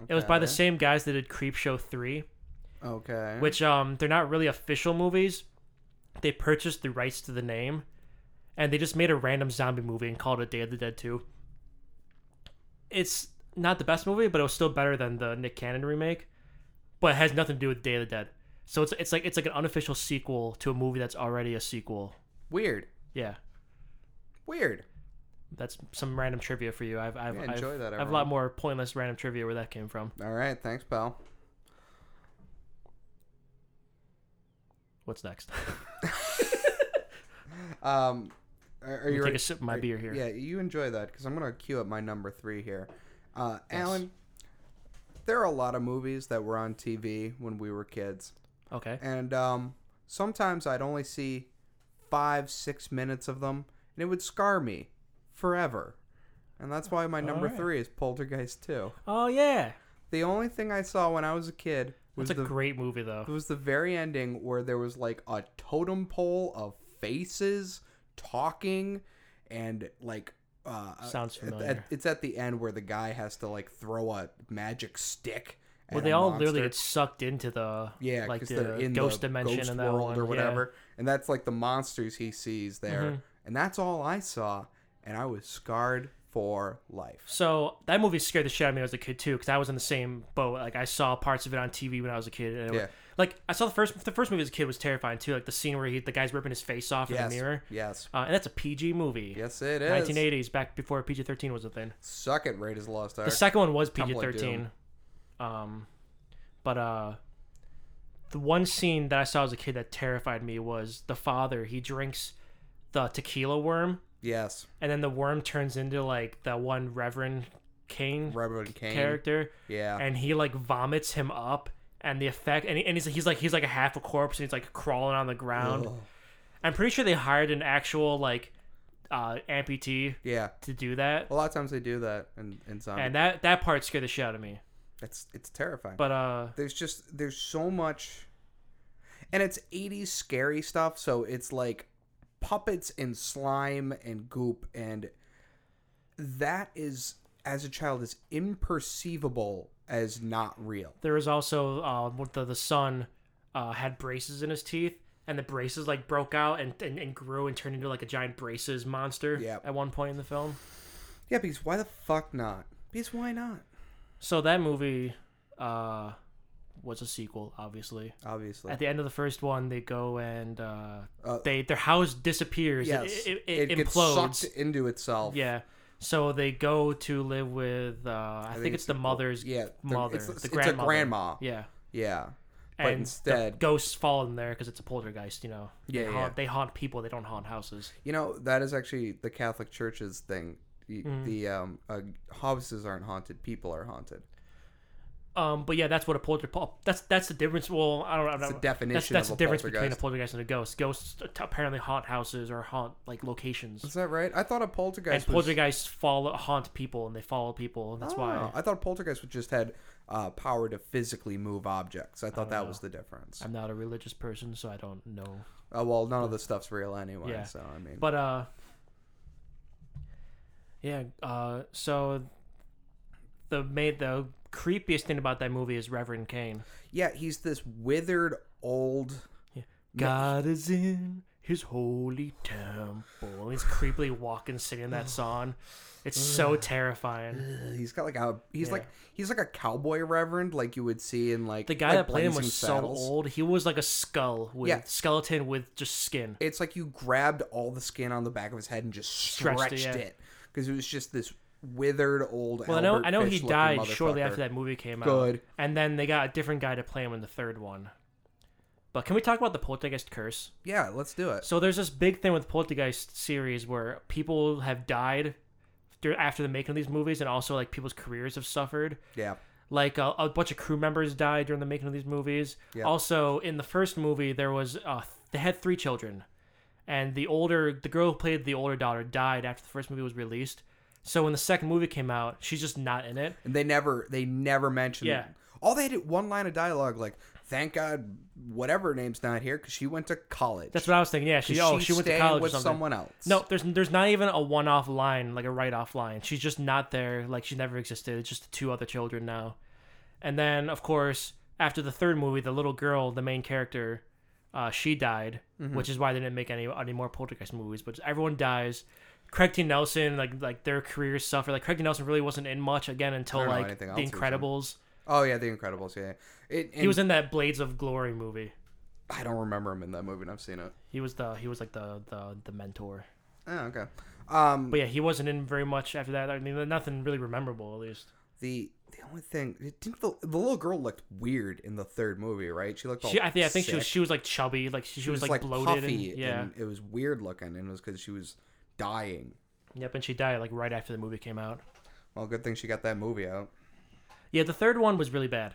Speaker 8: It was by the
Speaker 7: Okay.
Speaker 8: same guys that did Creep Show three,
Speaker 7: Okay.
Speaker 8: which um they're not really official movies. They purchased the rights to the name, and they just made a random zombie movie and called it Day of the Dead two. It's not the best movie, but it was still better than the Nick Cannon remake, but it has nothing to do with Day of the Dead. So it's it's like it's like an unofficial sequel to a movie that's already a sequel.
Speaker 7: Weird.
Speaker 8: Yeah.
Speaker 7: Weird.
Speaker 8: That's some random trivia for you. I've I've,
Speaker 7: Yeah,
Speaker 8: I've,
Speaker 7: enjoy that,
Speaker 8: I have a
Speaker 7: everyone.
Speaker 8: lot more pointless random trivia where that came from.
Speaker 7: All right. Thanks, pal.
Speaker 8: What's next?
Speaker 7: Um, are, are you
Speaker 8: take
Speaker 7: ready-
Speaker 8: a sip of my
Speaker 7: are-
Speaker 8: beer here.
Speaker 7: Yeah, you enjoy that because I'm gonna queue up my number three here. Uh, Alan, there are a lot of movies that were on TV when we were kids,
Speaker 8: Okay.
Speaker 7: and um, sometimes I'd only see five, six minutes of them, and it would scar me forever. And that's why my number
Speaker 8: right.
Speaker 7: three is Poltergeist Two.
Speaker 8: Oh yeah,
Speaker 7: The only thing I saw when I was a kid was
Speaker 8: that's a
Speaker 7: the
Speaker 8: great movie
Speaker 7: it
Speaker 8: though.
Speaker 7: was the very ending where there was like a totem pole of faces talking and like uh
Speaker 8: Sounds
Speaker 7: at- at-
Speaker 8: familiar.
Speaker 7: it's at the end where the guy has to like throw a magic stick. at
Speaker 8: Well, they
Speaker 7: a
Speaker 8: all
Speaker 7: monster.
Speaker 8: literally get sucked into the
Speaker 7: yeah,
Speaker 8: like
Speaker 7: 'cause
Speaker 8: the
Speaker 7: they're in
Speaker 8: ghost
Speaker 7: the
Speaker 8: dimension
Speaker 7: ghost
Speaker 8: and that
Speaker 7: world
Speaker 8: one.
Speaker 7: or
Speaker 8: yeah. Mm-hmm.
Speaker 7: whatever, and that's like the monsters he sees there, and that's all I saw, and I was scarred for life.
Speaker 8: So that movie scared the shit out of me as a kid too, because I was in the same boat. Like I saw parts of it on TV when I was a kid. And it
Speaker 7: Yeah.
Speaker 8: was- like I saw the first the first movie as a kid was terrifying too. Like the scene where he the guy's ripping his face off
Speaker 7: Yes,
Speaker 8: in the mirror.
Speaker 7: yes,
Speaker 8: Uh, and that's a PG movie.
Speaker 7: yes, it is.
Speaker 8: 1980s, back before PG 13 was a thing.
Speaker 7: Suck it, Raiders of the Lost Ark.
Speaker 8: The second one was PG
Speaker 7: Temple of
Speaker 8: thirteen. Um but uh the one scene that I saw as a kid that terrified me was the father. He drinks the tequila worm
Speaker 7: yes,
Speaker 8: and then the worm turns into like the one Reverend King
Speaker 7: Reverend Kane.
Speaker 8: character.
Speaker 7: Yeah.
Speaker 8: And he like vomits him up and the effect and, he- and he's, he's like he's like a half a corpse and he's like crawling on the ground. I'm pretty sure they hired an actual like uh amputee
Speaker 7: Yeah,
Speaker 8: to do that.
Speaker 7: A lot of times they do that in, in zombie.
Speaker 8: and that that part scared the shit out of me.
Speaker 7: it's it's terrifying.
Speaker 8: But uh
Speaker 7: there's just there's so much, and it's '80s scary stuff. So it's like puppets and slime and goop, and that is as a child is imperceivable as not real.
Speaker 8: there was also uh, what the the son uh, had braces in his teeth, and the braces like broke out and, and, and grew and turned into like a giant braces monster
Speaker 7: Yep.
Speaker 8: at one point in the film.
Speaker 7: Yeah, because why the fuck not? Because why not?
Speaker 8: So that movie uh, was a sequel, obviously.
Speaker 7: Obviously,
Speaker 8: At the end of the first one, they go and uh,
Speaker 7: Uh,
Speaker 8: they their house disappears. It-
Speaker 7: yes,
Speaker 8: it, it,
Speaker 7: gets
Speaker 8: implodes.
Speaker 7: sucked into itself.
Speaker 8: Yeah. So they go to live with uh, I, think, it's the mother's
Speaker 7: yeah, the-
Speaker 8: mother,
Speaker 7: it's-
Speaker 8: the
Speaker 7: it's a
Speaker 8: grandmother.
Speaker 7: grandma.
Speaker 8: Yeah.
Speaker 7: yeah. But
Speaker 8: and
Speaker 7: instead,
Speaker 8: the ghosts fall in there because it's a poltergeist. You know,
Speaker 7: Yeah,
Speaker 8: they
Speaker 7: yeah.
Speaker 8: haunt, they haunt people. They don't haunt houses.
Speaker 7: You know that is actually the Catholic Church's thing. Y-
Speaker 8: Mm-hmm.
Speaker 7: The um, uh, houses aren't haunted; people are haunted.
Speaker 8: Um, but yeah, that's what a poltergeist. That's that's the difference. Well, I don't know.
Speaker 7: the definition
Speaker 8: That's, that's
Speaker 7: of a
Speaker 8: the difference between a
Speaker 7: poltergeist.
Speaker 8: poltergeist and a ghost. Ghosts t- apparently haunt houses or haunt like locations.
Speaker 7: Is that right? I thought a
Speaker 8: and
Speaker 7: poltergeist. was-
Speaker 8: poltergeists follow haunt people and they follow people. And that's
Speaker 7: Oh,
Speaker 8: why
Speaker 7: I thought poltergeist would just had uh, power to physically move objects. I thought that was the difference.
Speaker 8: Oh. I'm not a religious person, so I don't know.
Speaker 7: Uh, well, none of the stuff's real anyway.
Speaker 8: Yeah.
Speaker 7: So I mean,
Speaker 8: But uh, yeah. Uh, so the made the creepiest thing about that movie is Reverend Kane.
Speaker 7: yeah, he's this withered old.
Speaker 8: God is in his holy temple. And he's creepily walking, singing that song. It's so terrifying.
Speaker 7: He's got like a he's like he's like a cowboy reverend, like you would see in like
Speaker 8: The guy
Speaker 7: like
Speaker 8: that played him was
Speaker 7: Blazing
Speaker 8: so
Speaker 7: Saddles.
Speaker 8: old. He was like a skull with
Speaker 7: Yeah.
Speaker 8: skeleton with just skin.
Speaker 7: it's like you grabbed all the skin on the back of his head and just stretched,
Speaker 8: Stretched it, yeah.
Speaker 7: it because it was just this withered old.
Speaker 8: well, I know
Speaker 7: Albert
Speaker 8: I know he
Speaker 7: Fish-looking
Speaker 8: died shortly
Speaker 7: motherfucker.
Speaker 8: after that movie came out.
Speaker 7: Good.
Speaker 8: And then they got a different guy to play him in the third one. But can we talk about the poltergeist curse?
Speaker 7: Yeah, let's do it.
Speaker 8: So there's this big thing with poltergeist series where people have died dur- after the making of these movies, and also like people's careers have suffered.
Speaker 7: Yeah.
Speaker 8: Like a, a bunch of crew members died during the making of these movies.
Speaker 7: Yeah.
Speaker 8: Also, in the first movie, there was uh, they had three children, and the older the girl who played the older daughter died after the first movie was released. So when the second movie came out, she's just not in it.
Speaker 7: And they never they never mentioned
Speaker 8: Yeah.
Speaker 7: All they did one line of dialogue like thank God whatever her name's not here cuz she went to college.
Speaker 8: That's what I was thinking. Yeah, she
Speaker 7: 'Cause
Speaker 8: oh
Speaker 7: she's
Speaker 8: she went to
Speaker 7: staying
Speaker 8: college
Speaker 7: with
Speaker 8: or something.
Speaker 7: someone else.
Speaker 8: No, there's there's not even a one off line like a write off line. She's just not there. Like she never existed. It's just the two other children now. And then of course after the third movie, the little girl, the main character, uh, she died,
Speaker 7: Mm-hmm.
Speaker 8: which is why they didn't make any any more Poltergeist movies. But everyone dies. Craig T. Nelson, like like their careers suffer. Like Craig T. Nelson really wasn't in much again until
Speaker 7: I don't know
Speaker 8: like The
Speaker 7: anything else he was in.
Speaker 8: Incredibles.
Speaker 7: Oh yeah, The Incredibles, yeah. It,
Speaker 8: He was in that Blades of Glory movie.
Speaker 7: I don't remember him in that movie and I've seen it.
Speaker 8: He was the he was like the the, the mentor.
Speaker 7: Oh, okay. Um
Speaker 8: But yeah, he wasn't in very much after that. I mean, nothing really rememberable, at least.
Speaker 7: the the only thing didn't the, the little girl looked weird in the third movie, right? She looked all
Speaker 8: She, I think, I think she was,
Speaker 7: sick.
Speaker 8: she was like chubby, like she, she was, like, bloated, and, yeah,
Speaker 7: it was weird looking and it was cuz she was dying.
Speaker 8: yep. And she died like right after the movie came out.
Speaker 7: Well, good thing she got that movie out.
Speaker 8: Yeah, the third one was really bad.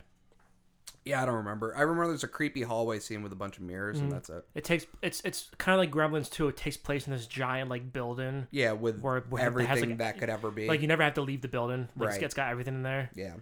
Speaker 7: Yeah, I don't remember. I remember there's a creepy hallway scene with a bunch of mirrors,
Speaker 8: Mm.
Speaker 7: and that's it.
Speaker 8: It takes it's it's kind of like Gremlins too. It takes place in this giant like building,
Speaker 7: Yeah, with
Speaker 8: Where- where it has,
Speaker 7: everything
Speaker 8: like,
Speaker 7: that could ever be.
Speaker 8: like you never have to leave the building. Like, it's-
Speaker 7: Right.
Speaker 8: it's got everything in there.
Speaker 7: yeah,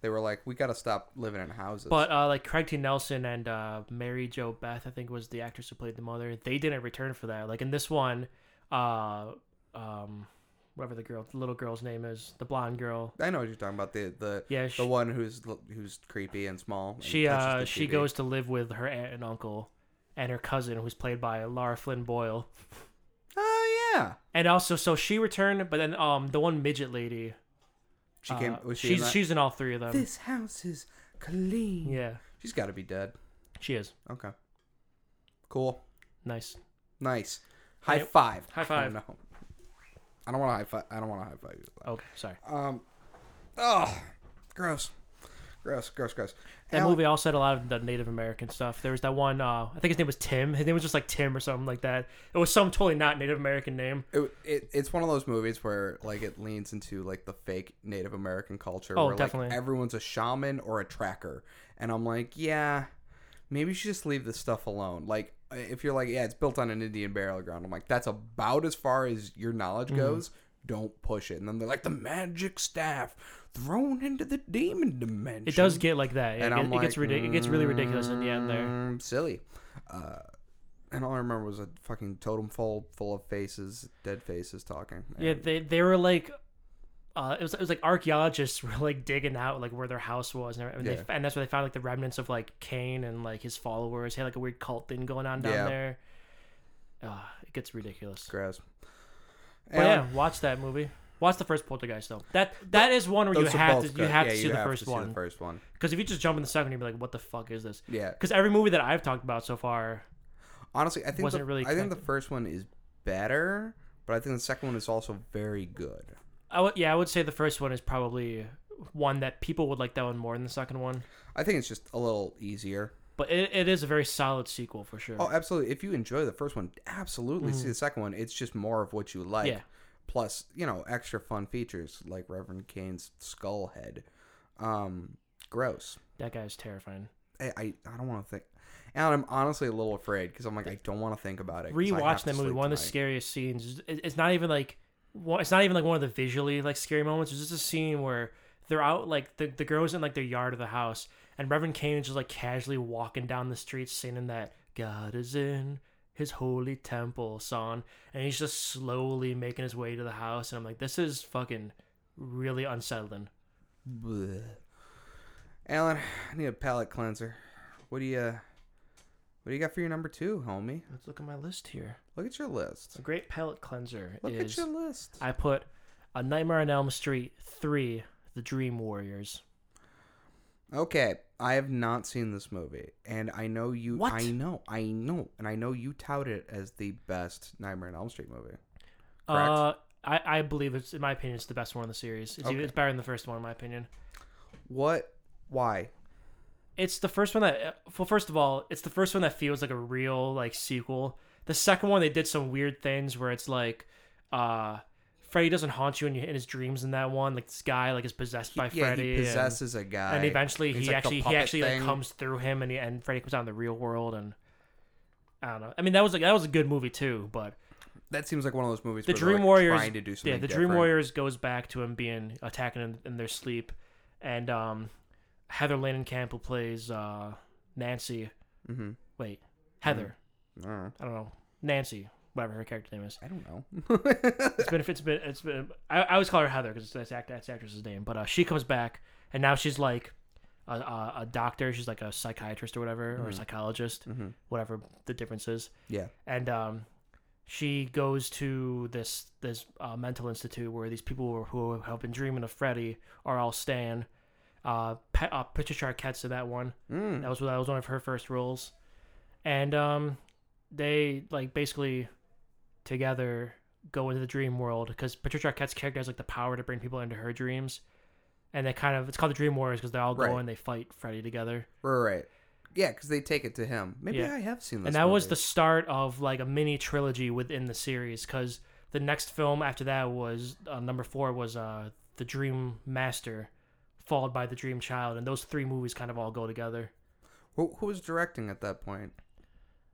Speaker 7: they were like, we got to stop living in houses.
Speaker 8: But uh, like Craig T. Nelson and uh, Mary Jo Beth, I think was the actress who played the mother. They didn't return for that. Like in this one, uh, um, whatever the girl, the little girl's name is, the blonde girl.
Speaker 7: I know what you're talking about the the
Speaker 8: Yeah, she-
Speaker 7: the one who's who's creepy and small. and
Speaker 8: She
Speaker 7: touches
Speaker 8: uh
Speaker 7: the
Speaker 8: she
Speaker 7: TV.
Speaker 8: goes to live with her aunt and uncle and her cousin who's played by Laura Flynn Boyle.
Speaker 7: Oh yeah,
Speaker 8: And also so she returned but then um the one midget lady
Speaker 7: she came.
Speaker 8: uh,
Speaker 7: Was she in
Speaker 8: she's
Speaker 7: that?
Speaker 8: she's in all three of them.
Speaker 7: This house is clean.
Speaker 8: Yeah.
Speaker 7: she's got to be dead.
Speaker 8: She is.
Speaker 7: Okay, cool,
Speaker 8: Nice.
Speaker 7: nice. High
Speaker 8: Yeah.
Speaker 7: five.
Speaker 8: High five.
Speaker 7: No, I don't want to high five. I don't want to high five you.
Speaker 8: Okay, sorry.
Speaker 7: Um, oh, gross, gross, gross, gross.
Speaker 8: That
Speaker 7: Alec-
Speaker 8: movie also had a lot of the Native American stuff. There was that one uh I think his name was Tim. His name was just like Tim or something like that. It was some totally not Native American name.
Speaker 7: It, it, it's one of those movies where like it leans into like the fake Native American culture.
Speaker 8: Oh,
Speaker 7: where,
Speaker 8: definitely.
Speaker 7: Like, everyone's a shaman or a tracker, and I'm like, yeah, maybe you should just leave this stuff alone. Like if you're like, yeah, it's built on an Indian burial ground. I'm like, that's about as far as your knowledge
Speaker 8: Mm-hmm.
Speaker 7: goes. Don't push it. And then they're like the magic staff thrown into the demon dimension.
Speaker 8: It does get like that. It,
Speaker 7: And
Speaker 8: get-
Speaker 7: I'm
Speaker 8: it gets
Speaker 7: like,
Speaker 8: ridic- it gets really ridiculous in the end there.
Speaker 7: Mm, silly. Uh, and all I remember was a fucking totem pole full of faces, dead faces talking. Eh,
Speaker 8: Yeah,
Speaker 7: And
Speaker 8: they they were like, uh, it was it was like archaeologists were like digging out like where their house was, and, everything.
Speaker 7: Yeah.
Speaker 8: and that's where they found like the remnants of like Cain and like his followers. He had like a weird cult thing going on down
Speaker 7: Yeah.
Speaker 8: there. Uh, it gets ridiculous.
Speaker 7: grass.
Speaker 8: But yeah, watch that movie. Watch the first Poltergeist though. That that is one where you
Speaker 7: those are
Speaker 8: have
Speaker 7: both
Speaker 8: to you
Speaker 7: good.
Speaker 8: have
Speaker 7: Yeah,
Speaker 8: to see
Speaker 7: you
Speaker 8: the
Speaker 7: have
Speaker 8: first
Speaker 7: to see
Speaker 8: one
Speaker 7: The first one.
Speaker 8: because if you just jump in the second, you'd be like, what the fuck is this?
Speaker 7: Yeah.
Speaker 8: Because every movie that I've talked about so far,
Speaker 7: Honestly, I think
Speaker 8: Wasn't
Speaker 7: the,
Speaker 8: really
Speaker 7: I think the
Speaker 8: connected.
Speaker 7: first one is better, but I think the second one is also very good.
Speaker 8: I would yeah, I would say the first one is probably one that people would like that one more than the second one.
Speaker 7: I think it's just a little easier.
Speaker 8: But it, it is a very solid sequel for sure.
Speaker 7: Oh, absolutely. If you enjoy the first one, absolutely see the second one. It's just more of what you like.
Speaker 8: Mm-hmm. Yeah.
Speaker 7: Plus, you know, extra fun features like Reverend Kane's skull head. Um, gross.
Speaker 8: That guy is terrifying.
Speaker 7: I, I, I don't want to think. And I'm honestly a little afraid because I'm like, I don't want to think about it. 'cause I have
Speaker 8: Rewatch
Speaker 7: to
Speaker 8: that movie.
Speaker 7: sleep
Speaker 8: One of the
Speaker 7: tonight.
Speaker 8: scariest scenes. is- it- It's not even like, one- it's not even like one of the visually like scary moments. It's just a scene where they're out like the the girls in like their yard of the house, and Reverend Kane is just like casually walking down the street singing that God is in His holy temple song, and he's just slowly making his way to the house, and I'm like, this is fucking really unsettling.
Speaker 7: Bleh. Alan, I need a palate cleanser. What do you uh, What do you got for your number two, homie?
Speaker 8: Let's look at my list here.
Speaker 7: Look at your list.
Speaker 8: A great palate cleanser
Speaker 7: Look
Speaker 8: is
Speaker 7: at your list.
Speaker 8: I put A Nightmare on Elm Street 3, The Dream Warriors.
Speaker 7: Okay, I have not seen this movie, and I know you.
Speaker 8: What?
Speaker 7: I know, I know, and I know you tout it as the best Nightmare on Elm Street movie. Correct.
Speaker 8: Uh, I, I believe it's, in my opinion, it's the best one in the series. It's, even-
Speaker 7: Okay.
Speaker 8: it's better than the first one, in my opinion.
Speaker 7: What? Why?
Speaker 8: It's the first one that, well, first of all, it's the first one that feels like a real, like, sequel. The second one, they did some weird things where it's like, uh, Freddy doesn't haunt you in, your, in his dreams in that one. Like this guy, like is possessed by
Speaker 7: yeah,
Speaker 8: Freddy.
Speaker 7: he
Speaker 8: and-
Speaker 7: possesses a guy,
Speaker 8: and eventually
Speaker 7: He's like
Speaker 8: he
Speaker 7: the
Speaker 8: actually he
Speaker 7: puppet
Speaker 8: actually like
Speaker 7: thing.
Speaker 8: comes through him and he, and Freddy comes out in the real world and I don't know. I mean that was like that was a good movie too, but
Speaker 7: That seems like one of those movies.
Speaker 8: the
Speaker 7: where they're,
Speaker 8: Dream
Speaker 7: like,
Speaker 8: Warriors
Speaker 7: trying to do something.
Speaker 8: Yeah, the
Speaker 7: different.
Speaker 8: Dream Warriors goes back to him being attacking in, in their sleep and um Heather Langenkamp who plays uh Nancy.
Speaker 7: Mhm.
Speaker 8: Wait, Heather.
Speaker 7: Mm-hmm. I don't know.
Speaker 8: I don't know. Nancy, whatever her character name is.
Speaker 7: I don't know.
Speaker 8: It's been, it's been, it's been. I, I always call her Heather because that's act, that's actress's name. But uh, she comes back, and now she's like a, a, a doctor. She's like a psychiatrist or whatever, or a psychologist, whatever the difference is.
Speaker 7: yeah,
Speaker 8: And um, she goes to this this uh, mental institute where these people who, who have been dreaming of Freddy are all staying. Uh, Pe- uh, Patricia Arquette's in that one.
Speaker 7: Mm.
Speaker 8: That was that was one of her first roles, and um, they like basically together go into the dream world because Patricia Arquette's character has like the power to bring people into her dreams, and they kind of it's called the Dream Warriors because they all
Speaker 7: Right.
Speaker 8: go and they fight Freddy together,
Speaker 7: we're right. Yeah, because they take it to him. Maybe
Speaker 8: Yeah.
Speaker 7: I have seen this.
Speaker 8: and that was
Speaker 7: movie.
Speaker 8: the start of like a mini trilogy within the series because the next film after that was uh, number four was uh, the Dream Master, followed by the Dream Child, and those three movies kind of all go together.
Speaker 7: Who, who was directing at that point?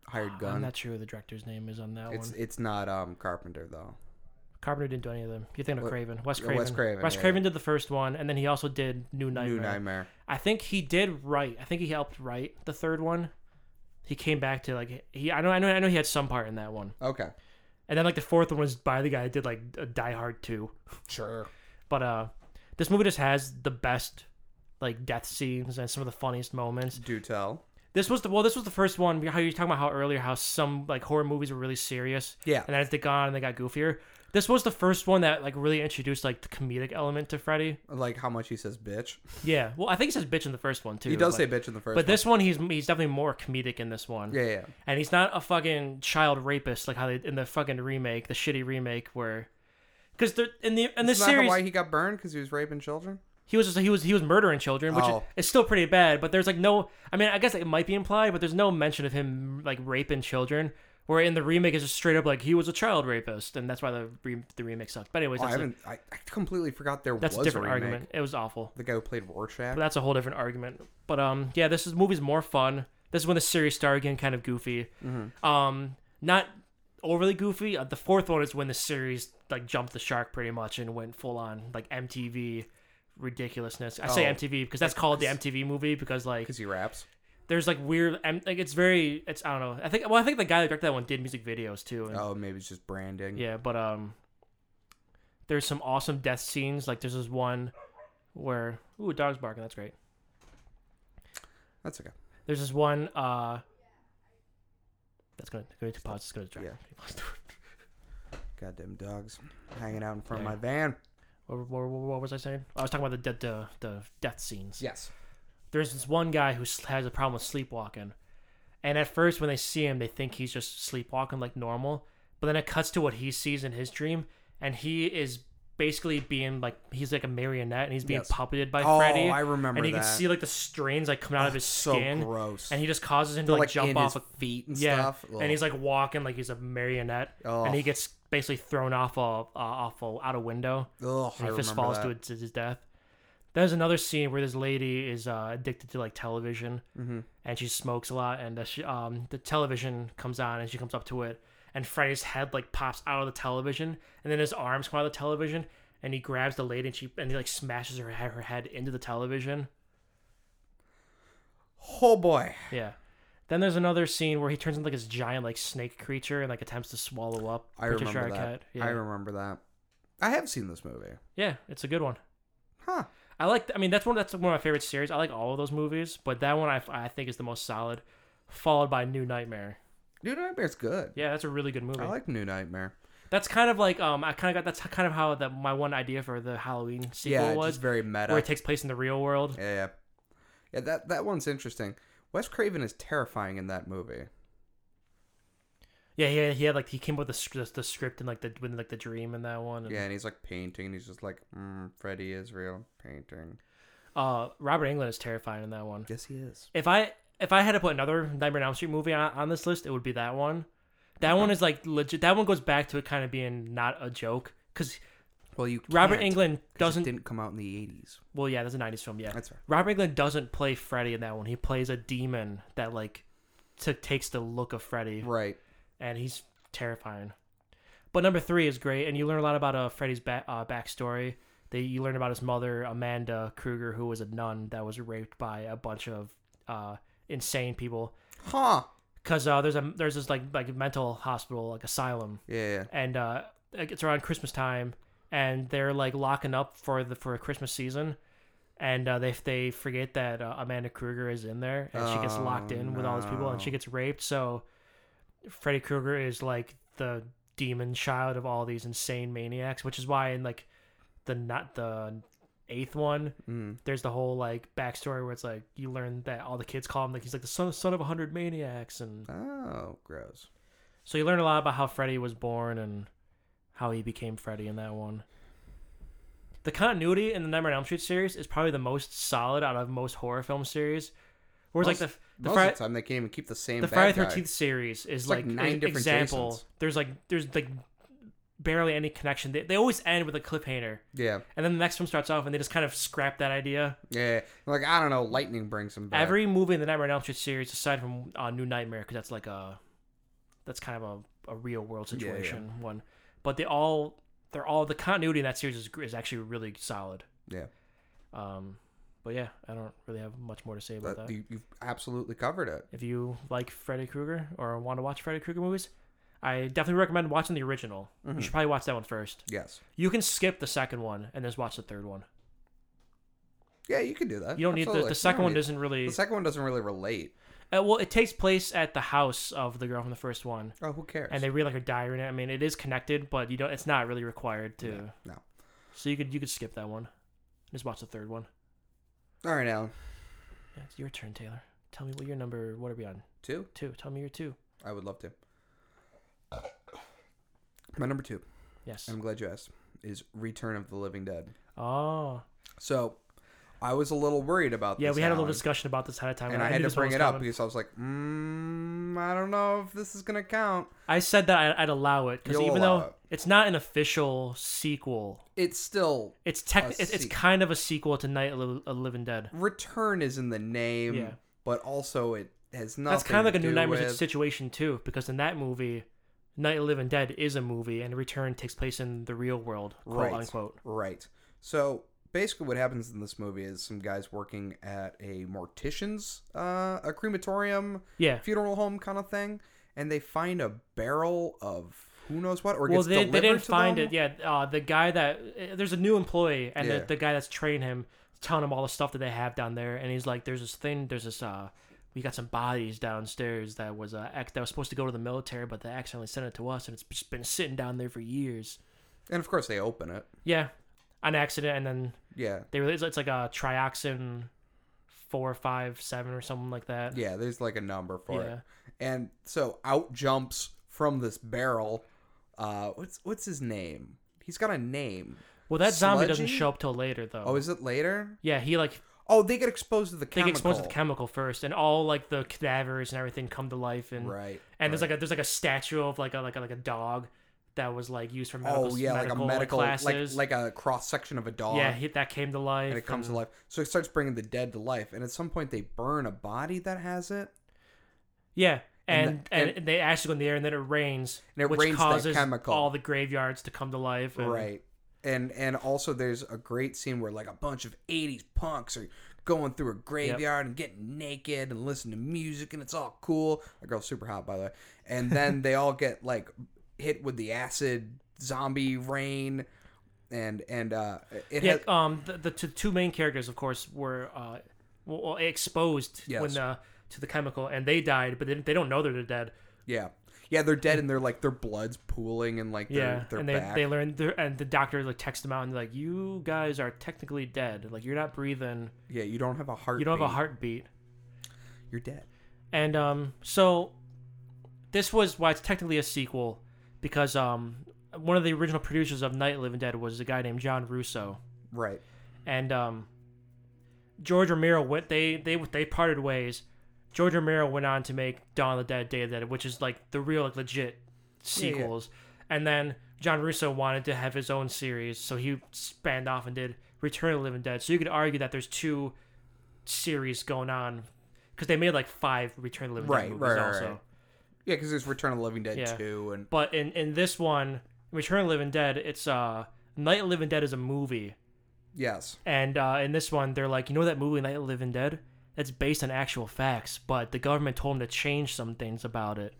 Speaker 7: Hired
Speaker 8: I'm
Speaker 7: gun.
Speaker 8: not sure who the director's name is on that one.
Speaker 7: It's it's not um Carpenter though.
Speaker 8: Carpenter didn't do any of them. You're thinking of
Speaker 7: What-
Speaker 8: Craven. Wes
Speaker 7: yeah,
Speaker 8: Craven.
Speaker 7: Wes Craven, yeah,
Speaker 8: Craven did the first one, and then he also did New Nightmare.
Speaker 7: New Nightmare.
Speaker 8: I think he did write. I think he helped write the third one. He came back to like he. I know. I know. I know he had some part in that one.
Speaker 7: Okay.
Speaker 8: And then like the fourth one was by the guy that did like uh, Die Hard two.
Speaker 7: Sure.
Speaker 8: But uh, this movie just has the best like death scenes and some of the funniest moments.
Speaker 7: Do tell.
Speaker 8: This was the well. This was the first one. How you were talking about how earlier how some like horror movies were really serious.
Speaker 7: Yeah.
Speaker 8: And as they got on, they got goofier. This was the first one that like really introduced like the comedic element to Freddy.
Speaker 7: Like how much he says bitch.
Speaker 8: Yeah. Well, I think he says bitch in the first one too.
Speaker 7: He does
Speaker 8: but-
Speaker 7: say bitch in the first.
Speaker 8: But this one, he's he's definitely more comedic in this one.
Speaker 7: One. Yeah, yeah.
Speaker 8: And he's not a fucking child rapist like how they in the fucking remake, the shitty remake where. Because in the in this
Speaker 7: Isn't that
Speaker 8: series,
Speaker 7: why he got burned? Because he was raping children.
Speaker 8: he was just, he was he was murdering children, which
Speaker 7: Oh.
Speaker 8: is still pretty bad. But there's like no, I mean, I guess it might be implied, but there's no mention of him like raping children. Where in the remake it's just straight up like he was a child rapist, and that's why the re- the remake sucked. But anyways,
Speaker 7: Oh, I
Speaker 8: that's, a,
Speaker 7: haven't. I, I completely forgot there
Speaker 8: that's a
Speaker 7: was
Speaker 8: different
Speaker 7: a remake.
Speaker 8: argument. It was awful.
Speaker 7: The guy who played Rorschach.
Speaker 8: But that's a whole different argument. But um, yeah, this is movie's more fun. This is when the series started getting kind of goofy.
Speaker 7: Mm-hmm.
Speaker 8: Um, not overly goofy. Uh, the fourth one is when the series like jumped the shark pretty much and went full on like MTV ridiculousness. I say
Speaker 7: Oh.
Speaker 8: MTV because that's called the MTV movie because like
Speaker 7: Because he raps.
Speaker 8: there's like weird um, like it's very it's I don't know. I think well I think the guy that directed that one did music videos too. And,
Speaker 7: Oh, maybe it's just branding.
Speaker 8: yeah, but um, there's some awesome death scenes. Like there's this one where ooh, a dog's barking. That's great.
Speaker 7: That's okay.
Speaker 8: There's this one. uh That's gonna go to pause. It's gonna drive.
Speaker 7: Yeah.
Speaker 8: people.
Speaker 7: Goddamn dogs hanging out in front of my van.
Speaker 8: What, what- what was I saying? I was talking about the the, the, the death scenes.
Speaker 7: Yes.
Speaker 8: There's this one guy who s- has a problem with sleepwalking, and at first when they see him, they think he's just sleepwalking like normal. But then it cuts to what he sees in his dream, and he is basically being like he's like a marionette, and he's being
Speaker 7: Yes.
Speaker 8: puppeted by
Speaker 7: Oh,
Speaker 8: Freddy.
Speaker 7: I remember
Speaker 8: And you
Speaker 7: that.
Speaker 8: can see like the strains like coming out of his
Speaker 7: so
Speaker 8: skin.
Speaker 7: gross.
Speaker 8: And he just causes him to
Speaker 7: They're,
Speaker 8: like,
Speaker 7: like,
Speaker 8: jump
Speaker 7: in
Speaker 8: off
Speaker 7: his
Speaker 8: a-
Speaker 7: feet and
Speaker 8: yeah.
Speaker 7: stuff. Ugh.
Speaker 8: And he's like walking like he's a marionette, and he
Speaker 7: Ugh.
Speaker 8: gets basically thrown off a uh, off a, out a window,
Speaker 7: Ugh, I
Speaker 8: and he just
Speaker 7: remember
Speaker 8: falls
Speaker 7: that.
Speaker 8: to, his- to his death. There's another scene where this lady is uh, addicted to like television,
Speaker 7: Mm-hmm.
Speaker 8: and she smokes a lot, and uh, she, um, the television comes on, and she comes up to it, and Freddy's head like pops out of the television, and then his arms come out of the television, and he grabs the lady, and she and he like smashes her he- her head into the television.
Speaker 7: Oh boy.
Speaker 8: Yeah. Then there's another scene where he turns into like this giant like snake creature and like attempts to swallow up
Speaker 7: I
Speaker 8: Patricia
Speaker 7: remember
Speaker 8: Arquette.
Speaker 7: that.
Speaker 8: Yeah.
Speaker 7: I remember that. I have seen this movie.
Speaker 8: yeah, it's a good one.
Speaker 7: Huh.
Speaker 8: I like. I mean, that's one. That's one of my favorite series. I like all of those movies, but that one I, I think is the most solid. Followed by New Nightmare.
Speaker 7: New Nightmare's good.
Speaker 8: Yeah, that's a really good movie.
Speaker 7: I like New Nightmare.
Speaker 8: that's kind of like um. I kind of got that's kind of how that my one idea for the Halloween sequel
Speaker 7: Yeah,
Speaker 8: was,
Speaker 7: just very meta.
Speaker 8: where it takes place in the real world.
Speaker 7: yeah, yeah. Yeah, that that one's interesting. Wes Craven is terrifying in that movie.
Speaker 8: Yeah, yeah. He had like he came up with the, sc- the script and like the within like the dream in that one. and-
Speaker 7: Yeah, and he's like painting. and He's just like, mm, Freddy is real painting.
Speaker 8: Uh, Robert Englund is terrifying in that one.
Speaker 7: Yes, he is.
Speaker 8: if I if I had to put another Nightmare on Elm Street movie on, on this list, it would be that one. That one is like legit. That one goes back to it kind of being not a joke because
Speaker 7: Well, you
Speaker 8: Robert
Speaker 7: can't,
Speaker 8: Englund
Speaker 7: 'cause it
Speaker 8: doesn't-
Speaker 7: didn't come out in the eighties.
Speaker 8: Well, yeah, that's a '90s film. Yeah,
Speaker 7: That's right.
Speaker 8: Robert Englund doesn't play Freddy in that one. He plays a demon that like t- takes the look of Freddy,
Speaker 7: Right.
Speaker 8: and he's terrifying. But number three is great, and you learn a lot about uh, Freddy's ba- uh, backstory. They you learn about his mother Amanda Kruger, who was a nun that was raped by a bunch of uh, insane people.
Speaker 7: Huh.
Speaker 8: Cause uh, there's a there's this like like mental hospital like asylum
Speaker 7: Yeah.
Speaker 8: and uh, like, it's around Christmas time, and they're like locking up for the for Christmas season, and uh, they they forget that uh, Amanda Krueger is in there, and she gets
Speaker 7: Oh,
Speaker 8: locked in with all these people, and she
Speaker 7: no.
Speaker 8: gets raped. So Freddy Krueger is like the demon child of all these insane maniacs, which is why in like the not the eighth one
Speaker 7: Mm.
Speaker 8: there's the whole like backstory where it's like you learn that all the kids call him like he's like the son, son of a hundred maniacs and
Speaker 7: Oh, gross.
Speaker 8: so you learn a lot about how Freddy was born and how he became Freddy in that one. The continuity in the Nightmare on Elm Street series is probably the most solid out of most horror film series. Whereas like
Speaker 7: Most-
Speaker 8: the the,
Speaker 7: Most
Speaker 8: Fri-
Speaker 7: of the time, they can't even keep the same.
Speaker 8: the
Speaker 7: bad
Speaker 8: Friday
Speaker 7: guy.
Speaker 8: Thirteenth series is
Speaker 7: It's like
Speaker 8: like,
Speaker 7: nine
Speaker 8: an
Speaker 7: different
Speaker 8: example.
Speaker 7: Jasons.
Speaker 8: There's like there's like barely any connection. They, they always end with a cliffhanger,
Speaker 7: Yeah.
Speaker 8: and then the next film starts off and they just kind of scrap that idea.
Speaker 7: Yeah. Like I don't know. Lightning brings him back.
Speaker 8: Every movie in the Nightmare on Elm Street series, aside from uh, New Nightmare, because that's like a that's kind of a, a real world
Speaker 7: Yeah, yeah.
Speaker 8: situation one, but they all they're all the continuity in that series is, is actually really solid.
Speaker 7: Yeah.
Speaker 8: Um, but yeah, I don't really have much more to say about
Speaker 7: But
Speaker 8: that.
Speaker 7: you, you've absolutely covered it.
Speaker 8: If you like Freddy Krueger or want to watch Freddy Krueger movies, I definitely recommend watching the original.
Speaker 7: Mm-hmm.
Speaker 8: You should probably watch that one first.
Speaker 7: Yes.
Speaker 8: You can skip the second one and just watch the third one.
Speaker 7: Yeah, you can do that.
Speaker 8: You don't need the,
Speaker 7: Absolutely.
Speaker 8: the second
Speaker 7: You
Speaker 8: one
Speaker 7: don't need-
Speaker 8: doesn't really
Speaker 7: The second one doesn't really relate.
Speaker 8: uh, well it takes place at the house of the girl from the first one.
Speaker 7: Oh, who cares?
Speaker 8: and they read like a diary in it. I mean, it is connected, but you don't. It's not really required to.
Speaker 7: no.
Speaker 8: So you could you could skip that one, just watch the third one.
Speaker 7: All right, Alan.
Speaker 8: Yeah, it's your turn, Taylor. Tell me what your number. What are we on?
Speaker 7: Two.
Speaker 8: Two. Tell me your two.
Speaker 7: I would love to. My number two.
Speaker 8: Yes.
Speaker 7: I'm glad you asked. Is Return of the Living Dead.
Speaker 8: Oh,
Speaker 7: So, I was a little worried about.
Speaker 8: yeah.
Speaker 7: this,
Speaker 8: We had a little
Speaker 7: Alan,
Speaker 8: discussion about this ahead of time,
Speaker 7: and I, had
Speaker 8: knew
Speaker 7: to
Speaker 8: this one
Speaker 7: bring
Speaker 8: was
Speaker 7: it up
Speaker 8: coming.
Speaker 7: because I was like, mm, I don't know if this is gonna count.
Speaker 8: I said that I- I'd allow it because
Speaker 7: You'll
Speaker 8: even
Speaker 7: allow
Speaker 8: though
Speaker 7: it.
Speaker 8: it's not an official sequel,
Speaker 7: It's still
Speaker 8: it's tech.
Speaker 7: A
Speaker 8: It's, it's
Speaker 7: sequel.
Speaker 8: kind of a sequel to Night of the Li- of the Living Dead.
Speaker 7: Return is in the name,
Speaker 8: Yeah.
Speaker 7: but also it has nothing.
Speaker 8: That's kind of like a
Speaker 7: to
Speaker 8: new
Speaker 7: do
Speaker 8: Nightmare
Speaker 7: with-
Speaker 8: situation too, because in that movie, Night of the Living Dead is a movie, and Return takes place in the real world, quote
Speaker 7: right,
Speaker 8: unquote.
Speaker 7: Right. So basically, what happens in this movie is some guys working at a mortician's, uh, a crematorium,
Speaker 8: Yeah.
Speaker 7: funeral home kind of thing, and they find a barrel of who knows what, or
Speaker 8: Well,
Speaker 7: gets
Speaker 8: they,
Speaker 7: delivered
Speaker 8: they didn't
Speaker 7: to
Speaker 8: find
Speaker 7: them.
Speaker 8: it. Yeah, uh, the guy that uh, there's a new employee, and
Speaker 7: Yeah.
Speaker 8: the, the guy that's training him is telling him all the stuff that they have down there, and he's like, "There's this thing. There's this. Uh, we got some bodies downstairs that was uh, ex- that was supposed to go to the military, but they accidentally sent it to us, and it's just been sitting down there for years.
Speaker 7: And of course, they open it.
Speaker 8: Yeah, an accident, and then
Speaker 7: Yeah.
Speaker 8: they release it's like a trioxin four, five, seven, or something like that.
Speaker 7: Yeah. There's like a number for
Speaker 8: Yeah.
Speaker 7: it. And so out jumps from this barrel. Uh, what's what's his name? He's got a name.
Speaker 8: Well, that zombie doesn't
Speaker 7: Sludgy?
Speaker 8: show up till later, though.
Speaker 7: Oh, is it later?
Speaker 8: yeah, he like
Speaker 7: Oh, they get exposed to the
Speaker 8: they
Speaker 7: chemical.
Speaker 8: get exposed to the chemical first, and all like the cadavers and everything come to life, and
Speaker 7: Right.
Speaker 8: and there's like a there's like a statue of like a like a, like a dog that was like used for medical
Speaker 7: oh yeah,
Speaker 8: medical,
Speaker 7: like a medical,
Speaker 8: classes.
Speaker 7: like like a cross section of a dog.
Speaker 8: yeah, he, that came to life,
Speaker 7: and it comes to life. So it starts bringing the dead to life, and at some point they burn a body that has it,
Speaker 8: Yeah.
Speaker 7: And
Speaker 8: And,
Speaker 7: the-
Speaker 8: and,
Speaker 7: and-
Speaker 8: they actually go in the air and then it rains,
Speaker 7: And it
Speaker 8: which
Speaker 7: rains that
Speaker 8: causes
Speaker 7: chemical.
Speaker 8: all the graveyards to come to life. And,
Speaker 7: right? And and also there's a great scene where like a bunch of '80s punks are going through a graveyard and getting naked and listening to music, and it's all cool. The girl's super hot, by the way. And then they all get like hit with the acid zombie rain, and and uh, it
Speaker 8: Yeah,
Speaker 7: has,
Speaker 8: um, the, the two, two main characters, of course, were uh, well, well, exposed
Speaker 7: Yes.
Speaker 8: when uh, to the chemical, and they died, but they, they don't know that they're dead.
Speaker 7: yeah. Yeah, they're dead and they're like their blood's pooling and like
Speaker 8: Yeah,
Speaker 7: their, their
Speaker 8: and they
Speaker 7: back.
Speaker 8: they learn, their- and the doctor like texts them out and like, "You guys are technically dead. Like you're not breathing.
Speaker 7: yeah, you don't have a heart.
Speaker 8: You don't have a heartbeat."
Speaker 7: You're dead.
Speaker 8: And um, so this was why it's technically a sequel, because um, one of the original producers of Night of the Living Dead was a guy named John Russo.
Speaker 7: Right.
Speaker 8: and um, George Romero went. They they they parted ways. George Romero went on to make Dawn of the Dead, Day of the Dead, which is like the real like legit
Speaker 7: yeah.
Speaker 8: sequels. And then John Russo wanted to have his own series, so he spanned off and did Return of the Living Dead. So you could argue that there's two series going on because they made like five Return of the Living
Speaker 7: Right,
Speaker 8: Dead movies
Speaker 7: right, right,
Speaker 8: also.
Speaker 7: right. Yeah, because there's Return of the Living Dead
Speaker 8: Yeah.
Speaker 7: 2 and
Speaker 8: But in in this one, Return of the Living Dead, it's uh Night of the Living Dead is a movie,
Speaker 7: yes,
Speaker 8: and uh, in this one, they're like, you know that movie Night of the Living Dead? That's based on actual facts, but the government told them to change some things about it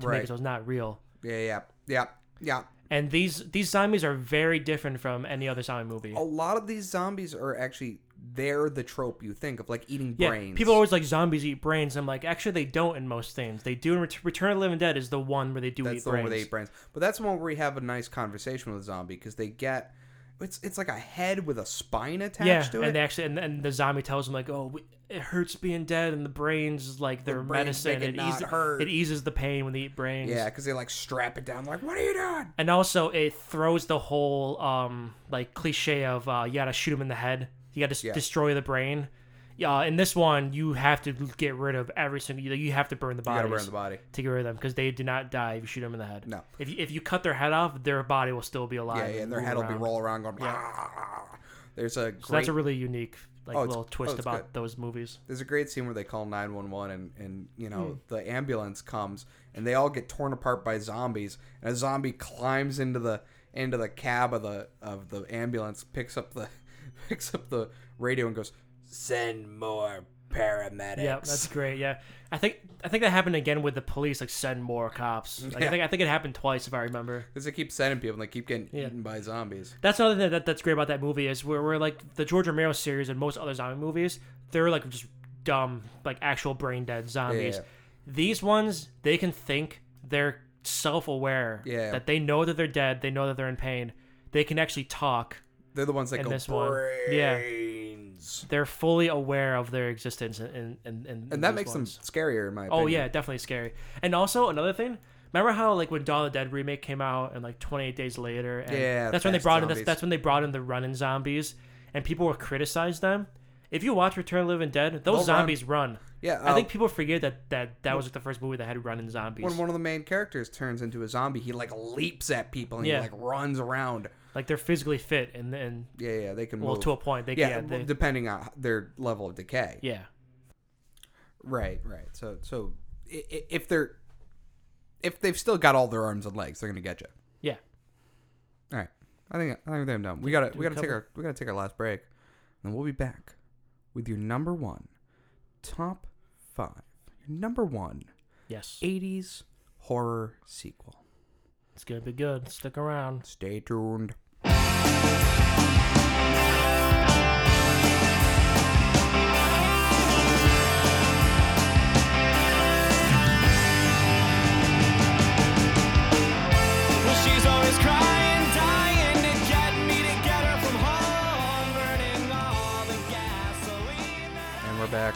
Speaker 8: to make
Speaker 7: right.
Speaker 8: it so it's not real.
Speaker 7: Yeah, yeah, yeah, yeah.
Speaker 8: And these these zombies are very different from any other zombie movie.
Speaker 7: A lot of these zombies are actually they're the trope you think of, like eating
Speaker 8: yeah,
Speaker 7: brains.
Speaker 8: people are always like zombies eat brains. I'm like, actually, they don't in most things. They do in Ret- Return of the Living Dead is the one where they do
Speaker 7: that's
Speaker 8: eat
Speaker 7: the
Speaker 8: brains.
Speaker 7: one where they eat brains. But that's the one where we have a nice conversation with a zombie because they get it's it's like a head with a spine attached
Speaker 8: yeah,
Speaker 7: to it.
Speaker 8: and they actually and, and the zombie tells them like, oh, we, it hurts being dead, and the brains is like their
Speaker 7: brains
Speaker 8: medicine.
Speaker 7: make it
Speaker 8: It,
Speaker 7: not
Speaker 8: eases,
Speaker 7: hurt.
Speaker 8: it eases the pain when they eat brains.
Speaker 7: yeah, because they like strap it down. Like, what are you doing?
Speaker 8: and also it throws the whole um like cliche of uh, you gotta shoot him in the head, you gotta s
Speaker 7: Yeah.
Speaker 8: destroy the brain. Yeah, in this one you have to get rid of every single. You have to burn the
Speaker 7: You
Speaker 8: bodies.
Speaker 7: gotta burn the body.
Speaker 8: to get rid of them because they do not die if you shoot them in the head.
Speaker 7: No.
Speaker 8: If you, if you cut their head off, their body will still be
Speaker 7: Yeah,
Speaker 8: alive.
Speaker 7: yeah.
Speaker 8: and
Speaker 7: And their
Speaker 8: move
Speaker 7: head will be
Speaker 8: around.
Speaker 7: roll around going. "Ah." There's a great
Speaker 8: So that's a really unique like
Speaker 7: Oh, it's-
Speaker 8: little
Speaker 7: oh,
Speaker 8: twist
Speaker 7: it's
Speaker 8: about
Speaker 7: good.
Speaker 8: those movies.
Speaker 7: there's a great scene where they call 911 and and you
Speaker 8: Hmm.
Speaker 7: know the ambulance comes and they all get torn apart by zombies and a zombie climbs into the into the cab of the of the ambulance picks up the picks up the radio and goes send more paramedics
Speaker 8: Yeah, that's great. Yeah, I think I think that happened again with the police. Like send more cops. Like, I
Speaker 7: Yeah.
Speaker 8: think I think it happened twice if I remember.
Speaker 7: because they keep sending people and they keep getting
Speaker 8: Yeah.
Speaker 7: eaten by zombies
Speaker 8: That's another thing that, that's great about that movie is where we're like the George Romero series and most other zombie movies. They're like just dumb, like actual brain dead zombies.
Speaker 7: Yeah.
Speaker 8: These ones they can think. They're self aware.
Speaker 7: Yeah.
Speaker 8: That they know that they're dead. They know that they're in pain. They can actually talk.
Speaker 7: they're the ones that
Speaker 8: In
Speaker 7: go
Speaker 8: this one. Yeah.
Speaker 7: brains
Speaker 8: They're fully aware of their existence, and and and,
Speaker 7: and that makes them scarier in my opinion
Speaker 8: Oh yeah, definitely scary. And also another thing, remember how like when Dawn of the Dead remake came out and like 28 days later, and
Speaker 7: Yeah,
Speaker 8: that's when they
Speaker 7: fast
Speaker 8: brought in that's,
Speaker 7: zombies.
Speaker 8: that's when they brought in the running zombies, and people would criticize them. If you watch Return of the Living Dead, those
Speaker 7: They'll run.
Speaker 8: zombies run.
Speaker 7: yeah
Speaker 8: I think
Speaker 7: uh,
Speaker 8: people forget that that that was like the first movie that had running zombies.
Speaker 7: when one of the main characters turns into a zombie he like leaps at people and
Speaker 8: Yeah.
Speaker 7: he like runs around
Speaker 8: Like they're physically fit, and and
Speaker 7: Yeah, yeah, they can
Speaker 8: well
Speaker 7: move.
Speaker 8: to a point they
Speaker 7: yeah,
Speaker 8: can't.
Speaker 7: well,
Speaker 8: they-
Speaker 7: depending on their level of decay.
Speaker 8: yeah,
Speaker 7: Right, right. So, so i- i- if they're if they've still got all their arms and legs, they're gonna get you.
Speaker 8: yeah.
Speaker 7: All right, I think I think I'm done. We gotta we
Speaker 8: we
Speaker 7: gotta take
Speaker 8: cover-
Speaker 7: our we gotta take our last break, and we'll be back with your number one top five, your number one
Speaker 8: Yes,
Speaker 7: 80s horror sequel.
Speaker 8: it's gonna be good. Stick around.
Speaker 7: Stay tuned.
Speaker 3: Well, she's always crying, dying to get me to get her from home, burning all the gasoline.
Speaker 7: And we're back.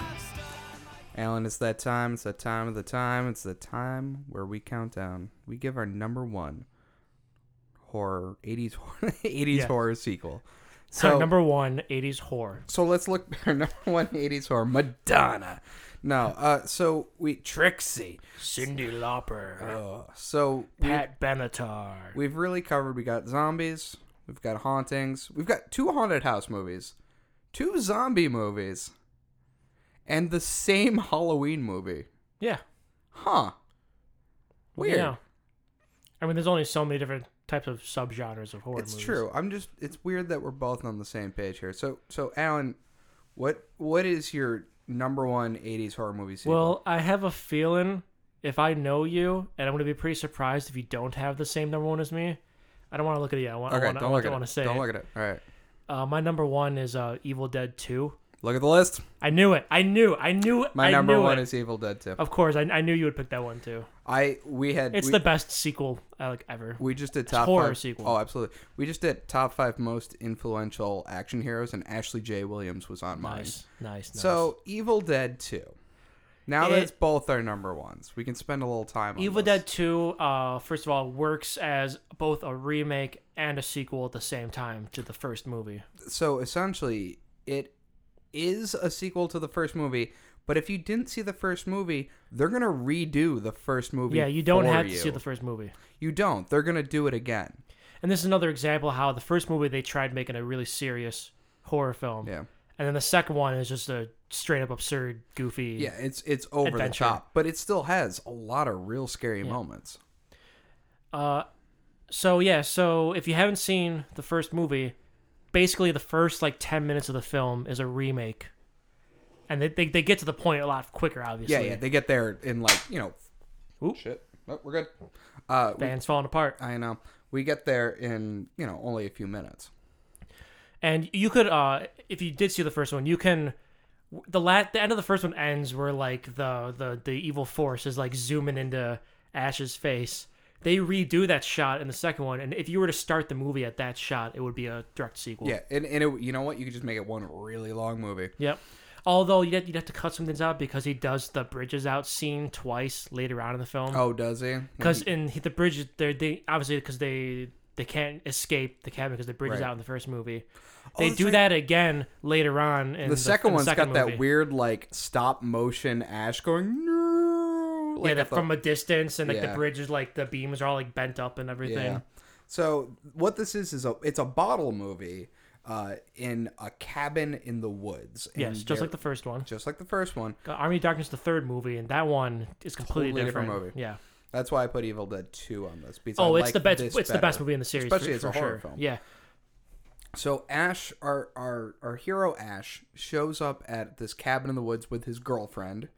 Speaker 7: Alan, it's that time. It's that time of the time. It's the time where we count down. We give our number one horror, 80s, horror- 80s
Speaker 8: Yeah.
Speaker 7: horror sequel.
Speaker 8: So
Speaker 7: So,
Speaker 8: number one, 80s horror.
Speaker 7: so let's look our number one 80s horror, Madonna. No, uh, so we, Trixie.
Speaker 8: Cindy Lauper,
Speaker 7: So we,
Speaker 8: Pat Benatar.
Speaker 7: we've really covered, Uh, we got zombies, we've got hauntings, we've got two haunted house movies, two zombie movies, and the same Halloween movie.
Speaker 8: yeah.
Speaker 7: Huh. Weird.
Speaker 8: Yeah. I mean, there's only so many different types of subgenres of horror
Speaker 7: It's
Speaker 8: movies.
Speaker 7: true. I'm just it's weird that we're both on the same page here. So so Alan, what what is your number one 80s horror movie sequel?
Speaker 8: Well, I have a feeling if I know you, and I'm going to be pretty surprised if you don't have the same number one as me. I don't want to look at it. yet. I want.
Speaker 7: okay,
Speaker 8: I want,
Speaker 7: don't look at
Speaker 8: want
Speaker 7: it.
Speaker 8: to say.
Speaker 7: don't
Speaker 8: it.
Speaker 7: look at it. All right.
Speaker 8: Uh, my number one is uh, Evil Dead Two.
Speaker 7: Look at the list.
Speaker 8: I knew it. I knew. I knew.
Speaker 7: My
Speaker 8: I
Speaker 7: number
Speaker 8: knew
Speaker 7: one
Speaker 8: it.
Speaker 7: is Evil Dead 2.
Speaker 8: Of course, I, I knew you would pick that one too.
Speaker 7: I we had
Speaker 8: It's
Speaker 7: we,
Speaker 8: the best sequel uh, like ever.
Speaker 7: we just did top
Speaker 8: horror
Speaker 7: five,
Speaker 8: sequel.
Speaker 7: Oh, absolutely. We just did top five most influential action heroes, and Ashley J. Williams was on mine.
Speaker 8: nice, nice, nice.
Speaker 7: So Evil Dead 2. Now that
Speaker 8: It-
Speaker 7: it's both our number ones, we can spend a little time on
Speaker 8: Evil
Speaker 7: this.
Speaker 8: Dead 2, uh, first of all, works as both a remake and a sequel at the same time to the first movie.
Speaker 7: so essentially it is a sequel to the first movie But if you didn't see the first movie, they're gonna redo the first movie.
Speaker 8: Yeah, you don't
Speaker 7: for
Speaker 8: have
Speaker 7: you.
Speaker 8: to see the first movie.
Speaker 7: You don't. They're gonna do it again.
Speaker 8: And this is another example of how the first movie they tried making a really serious horror film.
Speaker 7: Yeah.
Speaker 8: And then the second one is just a straight up absurd, goofy.
Speaker 7: Yeah, it's it's over
Speaker 8: Adventure.
Speaker 7: the top, but it still has a lot of real scary moments.
Speaker 8: Uh, so yeah, so if you haven't seen the first movie, basically the first like ten minutes of the film is a remake, and they they, they get to the point a lot quicker, obviously.
Speaker 7: Yeah, yeah, they get there in like you know,
Speaker 8: Oop.
Speaker 7: shit. Nope, we're good. Uh, we-
Speaker 8: Band's falling apart,
Speaker 7: I know. We get there in you know only a few minutes.
Speaker 8: and you could uh, if you did see the first one, you can. The lat the end of the first one ends where like the the the evil force is like zooming into Ash's face. They redo that shot in the second one, and if you were to start the movie at that shot, it would be a direct sequel.
Speaker 7: Yeah, and, and it, you know what? You could just make it one really long movie.
Speaker 8: Yep. Although you'd have, you'd have to cut some things out because he does the bridges out scene twice later on in the film.
Speaker 7: Oh, does he?
Speaker 8: Because in he- the bridges, they they obviously because they they can't escape the cabin because the bridge is
Speaker 7: Right. Oh,
Speaker 8: out in the first movie. They
Speaker 7: that's
Speaker 8: do
Speaker 7: right.
Speaker 8: that again later on. In
Speaker 7: the second
Speaker 8: in the
Speaker 7: one's got
Speaker 8: movie.
Speaker 7: that weird like stop motion Ash going no.
Speaker 8: yeah,
Speaker 7: like,
Speaker 8: that
Speaker 7: at the-
Speaker 8: from a distance and like
Speaker 7: Yeah.
Speaker 8: the bridge is like the beams are all like bent up and everything.
Speaker 7: Yeah. So what this is is a it's a bottle movie uh, in a cabin in the woods. And
Speaker 8: Yes, just
Speaker 7: they're-
Speaker 8: like the first one.
Speaker 7: just like the first one.
Speaker 8: Army of Darkness, the third movie, and that one is completely
Speaker 7: Totally
Speaker 8: different.
Speaker 7: different movie.
Speaker 8: Yeah.
Speaker 7: That's why I put Evil Dead Two on this. Because
Speaker 8: Oh,
Speaker 7: I
Speaker 8: it's
Speaker 7: like
Speaker 8: the best.
Speaker 7: this
Speaker 8: It's the best
Speaker 7: better.
Speaker 8: movie in the series,
Speaker 7: especially
Speaker 8: for,
Speaker 7: as a
Speaker 8: for
Speaker 7: horror
Speaker 8: sure.
Speaker 7: film.
Speaker 8: Yeah.
Speaker 7: So Ash, our our our hero Ash, shows up at this cabin in the woods with his girlfriend.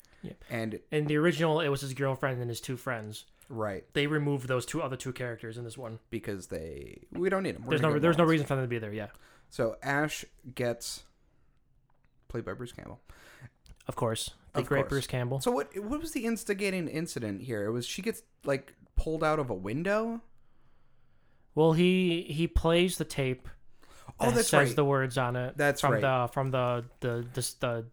Speaker 7: And
Speaker 8: In the original, it was his girlfriend and his two friends.
Speaker 7: right
Speaker 8: they removed those two other two characters in this one.
Speaker 7: because they we don't need him. We're
Speaker 8: There's
Speaker 7: gonna
Speaker 8: no
Speaker 7: get
Speaker 8: there's no
Speaker 7: Lawrence.
Speaker 8: reason for them to be there. Yeah,
Speaker 7: So Ash gets played by Bruce Campbell.
Speaker 8: of course. The
Speaker 7: Of
Speaker 8: great
Speaker 7: course.
Speaker 8: Bruce Campbell.
Speaker 7: So what what was the instigating incident here? It was she gets like pulled out of a window.
Speaker 8: well, he he plays the tape.
Speaker 7: Oh,
Speaker 8: that
Speaker 7: that's
Speaker 8: says
Speaker 7: right.
Speaker 8: the words on it.
Speaker 7: That's
Speaker 8: from
Speaker 7: right.
Speaker 8: the from the the the, the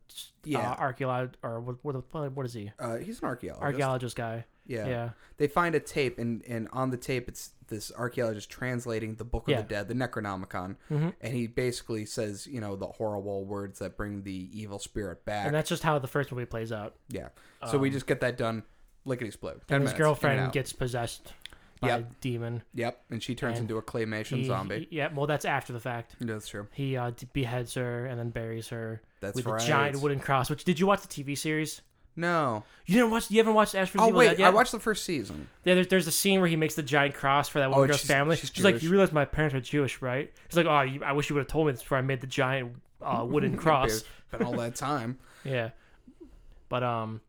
Speaker 7: Yeah.
Speaker 8: uh, archaeologist or what what, the- what is he
Speaker 7: Uh, he's an archaeologist.
Speaker 8: archaeologist guy?
Speaker 7: Yeah.
Speaker 8: yeah.
Speaker 7: They find a tape, and, and on the tape, it's this archaeologist translating the Book of
Speaker 8: Yeah. Mm-hmm.
Speaker 7: the Dead, the Necronomicon, and he basically says, you know, the horrible words that bring the evil spirit back.
Speaker 8: And that's just how the first movie plays out.
Speaker 7: yeah. So we just get that done, lickety split.
Speaker 8: And his girlfriend
Speaker 7: out.
Speaker 8: gets possessed by a
Speaker 7: Yep.
Speaker 8: demon.
Speaker 7: Yep, and she turns
Speaker 8: and
Speaker 7: into a claymation
Speaker 8: He-
Speaker 7: zombie.
Speaker 8: he- yeah, well, that's after the fact.
Speaker 7: that's true.
Speaker 8: He uh, d- beheads her and then buries her
Speaker 7: That's
Speaker 8: with
Speaker 7: right.
Speaker 8: a giant wooden cross. Which did you watch the TV series?
Speaker 7: No.
Speaker 8: You didn't watch. You haven't watched Ash vs.
Speaker 7: Oh
Speaker 8: Evil Dead
Speaker 7: wait,
Speaker 8: yet?
Speaker 7: I watched the first season.
Speaker 8: Yeah, there's, there's a scene where he makes the giant cross for that one
Speaker 7: Oh,
Speaker 8: girl's
Speaker 7: she's-
Speaker 8: family.
Speaker 7: she's
Speaker 8: She's, like,
Speaker 7: Jewish.
Speaker 8: you realize my parents are Jewish, right? He's like, oh, you, I wish you would have told me this before I made the giant uh, wooden cross.
Speaker 7: It's been all that time.
Speaker 8: yeah, but um,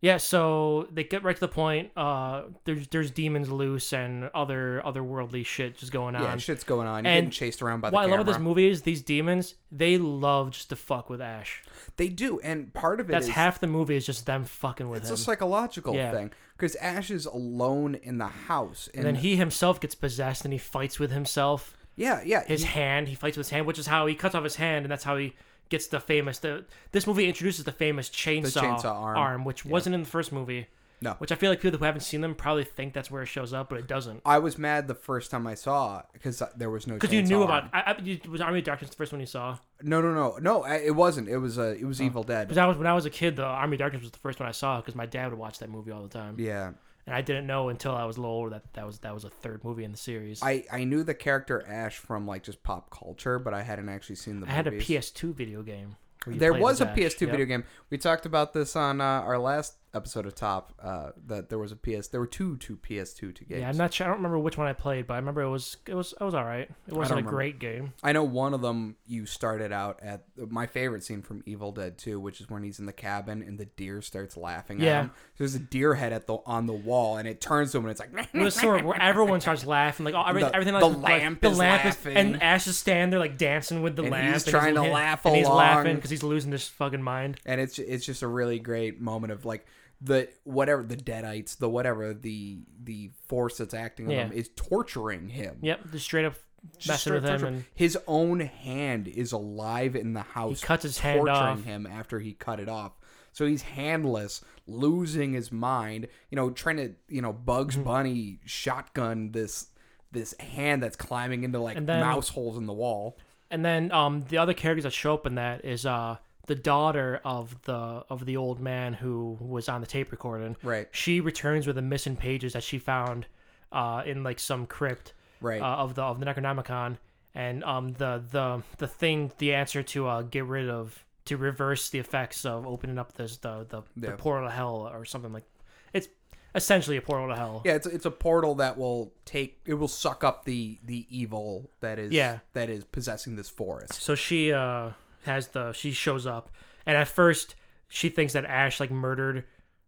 Speaker 8: yeah. So they get right to the point. Uh, there's there's demons loose and other otherworldly shit just going on.
Speaker 7: Yeah, shit's going on. You're
Speaker 8: And
Speaker 7: getting chased around by the
Speaker 8: what I
Speaker 7: camera.
Speaker 8: love about this movie is these demons. They love just to fuck with Ash.
Speaker 7: They do, and part of it
Speaker 8: That's
Speaker 7: is-
Speaker 8: half the movie is just them fucking with
Speaker 7: It's
Speaker 8: him.
Speaker 7: a psychological
Speaker 8: Yeah.
Speaker 7: thing because Ash is alone in the house, and,
Speaker 8: and then he himself gets possessed and he fights with himself.
Speaker 7: yeah, yeah,
Speaker 8: his
Speaker 7: he-
Speaker 8: hand. He fights with his hand, which is how he cuts off his hand, and that's how he gets the famous. The this movie introduces the famous chainsaw,
Speaker 7: chainsaw arm.
Speaker 8: which wasn't in the first movie.
Speaker 7: No.
Speaker 8: which I feel like people who haven't seen them probably think that's where it shows up, but it doesn't.
Speaker 7: I was mad the first time I saw because there was no
Speaker 8: Because you
Speaker 7: Oh, chainsaw
Speaker 8: knew
Speaker 7: arm.
Speaker 8: about I, I, you, was Army of Darkness the first one you saw.
Speaker 7: no, no, no, no. I- It wasn't. It was uh, it was Evil Dead.
Speaker 8: Because I Oh. was when I was a kid, the Army of Darkness was the first one I saw because my dad would watch that movie all the time,
Speaker 7: yeah,
Speaker 8: and I didn't know until I was a little older that that was that was a third movie in the series.
Speaker 7: I I knew the character Ash from like just pop culture, but I hadn't actually seen the.
Speaker 8: I had a
Speaker 7: movies.
Speaker 8: PS2 video game. where you
Speaker 7: There
Speaker 8: played
Speaker 7: was a
Speaker 8: as Ash.
Speaker 7: PS2
Speaker 8: Yep.
Speaker 7: video game. We talked about this on uh, our last episode of Top. Uh, that there was a PS. There were two two PS2 two games.
Speaker 8: Yeah, I'm not sure. I don't remember which one I played, but I remember it was it was it was all right. It wasn't a
Speaker 7: remember.
Speaker 8: great game.
Speaker 7: I know one of them you started out at my favorite scene from Evil Dead 2, which is when he's in the cabin and the deer starts laughing at
Speaker 8: Yeah.
Speaker 7: him. There's a deer head at the on the wall and it turns to him and it's like
Speaker 8: It was sort of where everyone starts laughing, like oh, every,
Speaker 7: The-
Speaker 8: everything.
Speaker 7: the
Speaker 8: Like, like,
Speaker 7: lamp
Speaker 8: the
Speaker 7: is
Speaker 8: lamp is-
Speaker 7: laughing.
Speaker 8: and Ash is standing there like dancing with the
Speaker 7: And
Speaker 8: lamp.
Speaker 7: he's trying to
Speaker 8: and
Speaker 7: laugh
Speaker 8: and he's laughing
Speaker 7: along.
Speaker 8: because he's losing his fucking mind.
Speaker 7: and it's it's just a really great moment of like the whatever the deadites, the whatever the the force that's acting on
Speaker 8: Yeah.
Speaker 7: him is torturing him.
Speaker 8: Yep, just straight up
Speaker 7: Just
Speaker 8: messing with
Speaker 7: straight
Speaker 8: him,
Speaker 7: torture.
Speaker 8: and
Speaker 7: his own hand is alive in the house.
Speaker 8: cuts his hand
Speaker 7: torturing
Speaker 8: off.
Speaker 7: him after he cut it off. So he's handless, losing his mind. You know, trying to you know Bugs
Speaker 8: Mm-hmm.
Speaker 7: Bunny shotgun this this hand that's climbing into like
Speaker 8: And then-
Speaker 7: mouse holes in the wall.
Speaker 8: and then um the other characters that show up in that is uh the daughter of the of the old man who was on the tape recording.
Speaker 7: Right.
Speaker 8: She returns with the missing pages that she found uh, in like some crypt
Speaker 7: Right.
Speaker 8: uh, of the of the Necronomicon, and um the the the thing the answer to uh, get rid of to reverse the effects of opening up this the the,
Speaker 7: Yeah.
Speaker 8: the portal to hell or something like it's essentially a portal to hell.
Speaker 7: Yeah, it's it's a portal that will take it will suck up the the evil that is
Speaker 8: Yeah.
Speaker 7: that is possessing this forest.
Speaker 8: So she uh has the she shows up, and at first she thinks that Ash like murdered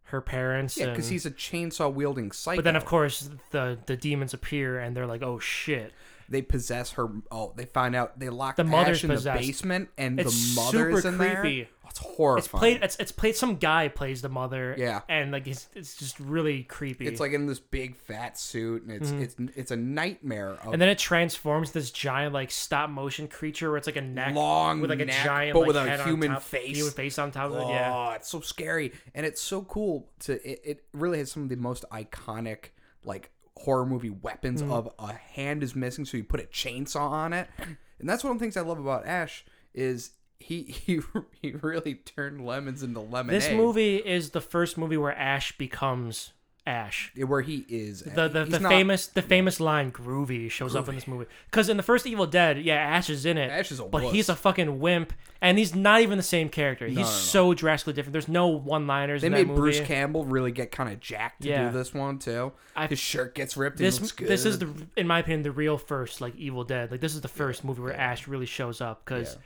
Speaker 8: her parents.
Speaker 7: Yeah,
Speaker 8: and-
Speaker 7: because he's a chainsaw wielding psycho.
Speaker 8: But then, of course, the the demons appear and they're like, "Oh shit!"
Speaker 7: they possess her. Oh, they find out they lock
Speaker 8: The
Speaker 7: the
Speaker 8: mother's
Speaker 7: Ash in
Speaker 8: possessed.
Speaker 7: the basement, and
Speaker 8: It's
Speaker 7: the mother
Speaker 8: super
Speaker 7: is in
Speaker 8: creepy.
Speaker 7: there. Oh, it's horrifying.
Speaker 8: It's played. It's, it's played. Some guy plays the mother.
Speaker 7: Yeah.
Speaker 8: and like it's, it's just really creepy.
Speaker 7: It's like in this big fat suit, and it's it's it's a nightmare. Of
Speaker 8: Mm-hmm. and then it transforms this giant like stop motion creature where it's like a neck
Speaker 7: Long
Speaker 8: with like a
Speaker 7: neck,
Speaker 8: giant
Speaker 7: but
Speaker 8: like,
Speaker 7: with a
Speaker 8: head on
Speaker 7: human
Speaker 8: top-
Speaker 7: face.
Speaker 8: human face on top of
Speaker 7: oh,
Speaker 8: it. uh, Yeah,
Speaker 7: it's so scary, and it's so cool. To it, it really has some of the most iconic like horror movie weapons
Speaker 8: Mm.
Speaker 7: of a hand is missing, so you put a chainsaw on it, and that's one of the things I love about Ash is. He, he he really turned lemons into lemonade.
Speaker 8: this movie is the first movie where Ash becomes Ash.
Speaker 7: where he is
Speaker 8: the the,
Speaker 7: he's
Speaker 8: the
Speaker 7: not-
Speaker 8: famous the famous line "groovy" shows up in this movie because in the first Evil Dead, yeah, Ash is in it.
Speaker 7: Ash is a
Speaker 8: but
Speaker 7: wuss.
Speaker 8: he's a fucking wimp, and he's not even the same character. he's so drastically different. There's no one-liners.
Speaker 7: They
Speaker 8: in
Speaker 7: made
Speaker 8: that movie.
Speaker 7: Bruce Campbell really get kind of jacked to
Speaker 8: Yeah.
Speaker 7: do this one too.
Speaker 8: I-
Speaker 7: His shirt gets ripped.
Speaker 8: This
Speaker 7: and he looks good.
Speaker 8: this is the in my opinion the real first like Evil Dead. Like this is the first movie where Ash really shows up because.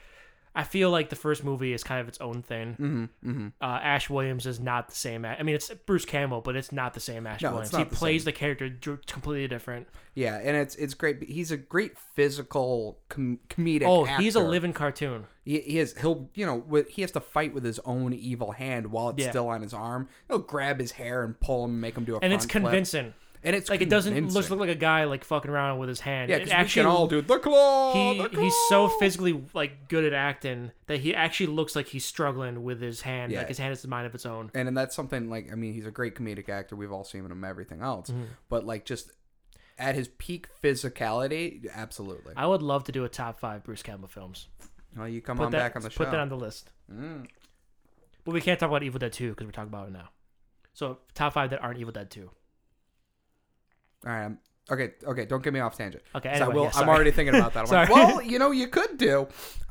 Speaker 8: I feel like the first movie is kind of its own thing. Mm-hmm, Uh, Ash Williams is not the same. A- I mean, it's Bruce Campbell, but it's not the same Ash
Speaker 7: No, it's
Speaker 8: Williams.
Speaker 7: not
Speaker 8: He
Speaker 7: the
Speaker 8: plays the character dr- completely different.
Speaker 7: yeah, and it's it's great. He's a great physical com- comedic.
Speaker 8: Oh, he's a
Speaker 7: actor.
Speaker 8: living cartoon.
Speaker 7: He, he is. He'll you know with, he has to fight with his own evil hand while it's
Speaker 8: Yeah.
Speaker 7: still on his arm. He'll grab his hair and pull him, and make him do a.
Speaker 8: and it's
Speaker 7: front flip.
Speaker 8: convincing.
Speaker 7: And it's
Speaker 8: Like it doesn't look,
Speaker 7: convincing.
Speaker 8: look like a guy like fucking around with his hand.
Speaker 7: Yeah,
Speaker 8: it
Speaker 7: because we can all do "Oh, the claw.
Speaker 8: he
Speaker 7: the claw.
Speaker 8: he's so physically like good at acting that he actually looks like he's struggling with his hand.
Speaker 7: Yeah.
Speaker 8: Like his hand is a mind of its own.
Speaker 7: And, and that's something like I mean he's a great comedic actor. We've all seen him in everything else,
Speaker 8: Mm-hmm.
Speaker 7: but like just at his peak physicality, absolutely.
Speaker 8: I would love to do a top five Bruce Campbell films.
Speaker 7: Well, you come
Speaker 8: Put
Speaker 7: on
Speaker 8: that
Speaker 7: back on the show. Mm.
Speaker 8: put that on the list. But we can't talk about Evil Dead Two because we're talking about it now. So top five that aren't Evil Dead Two.
Speaker 7: All right. I'm- okay. Okay. Don't get me off tangent.
Speaker 8: Okay,
Speaker 7: 'Cause I
Speaker 8: anyway,
Speaker 7: will,
Speaker 8: yeah,
Speaker 7: I'm
Speaker 8: sorry.
Speaker 7: already thinking about that. I'm like,
Speaker 8: Sorry.
Speaker 7: well, you know, you could do.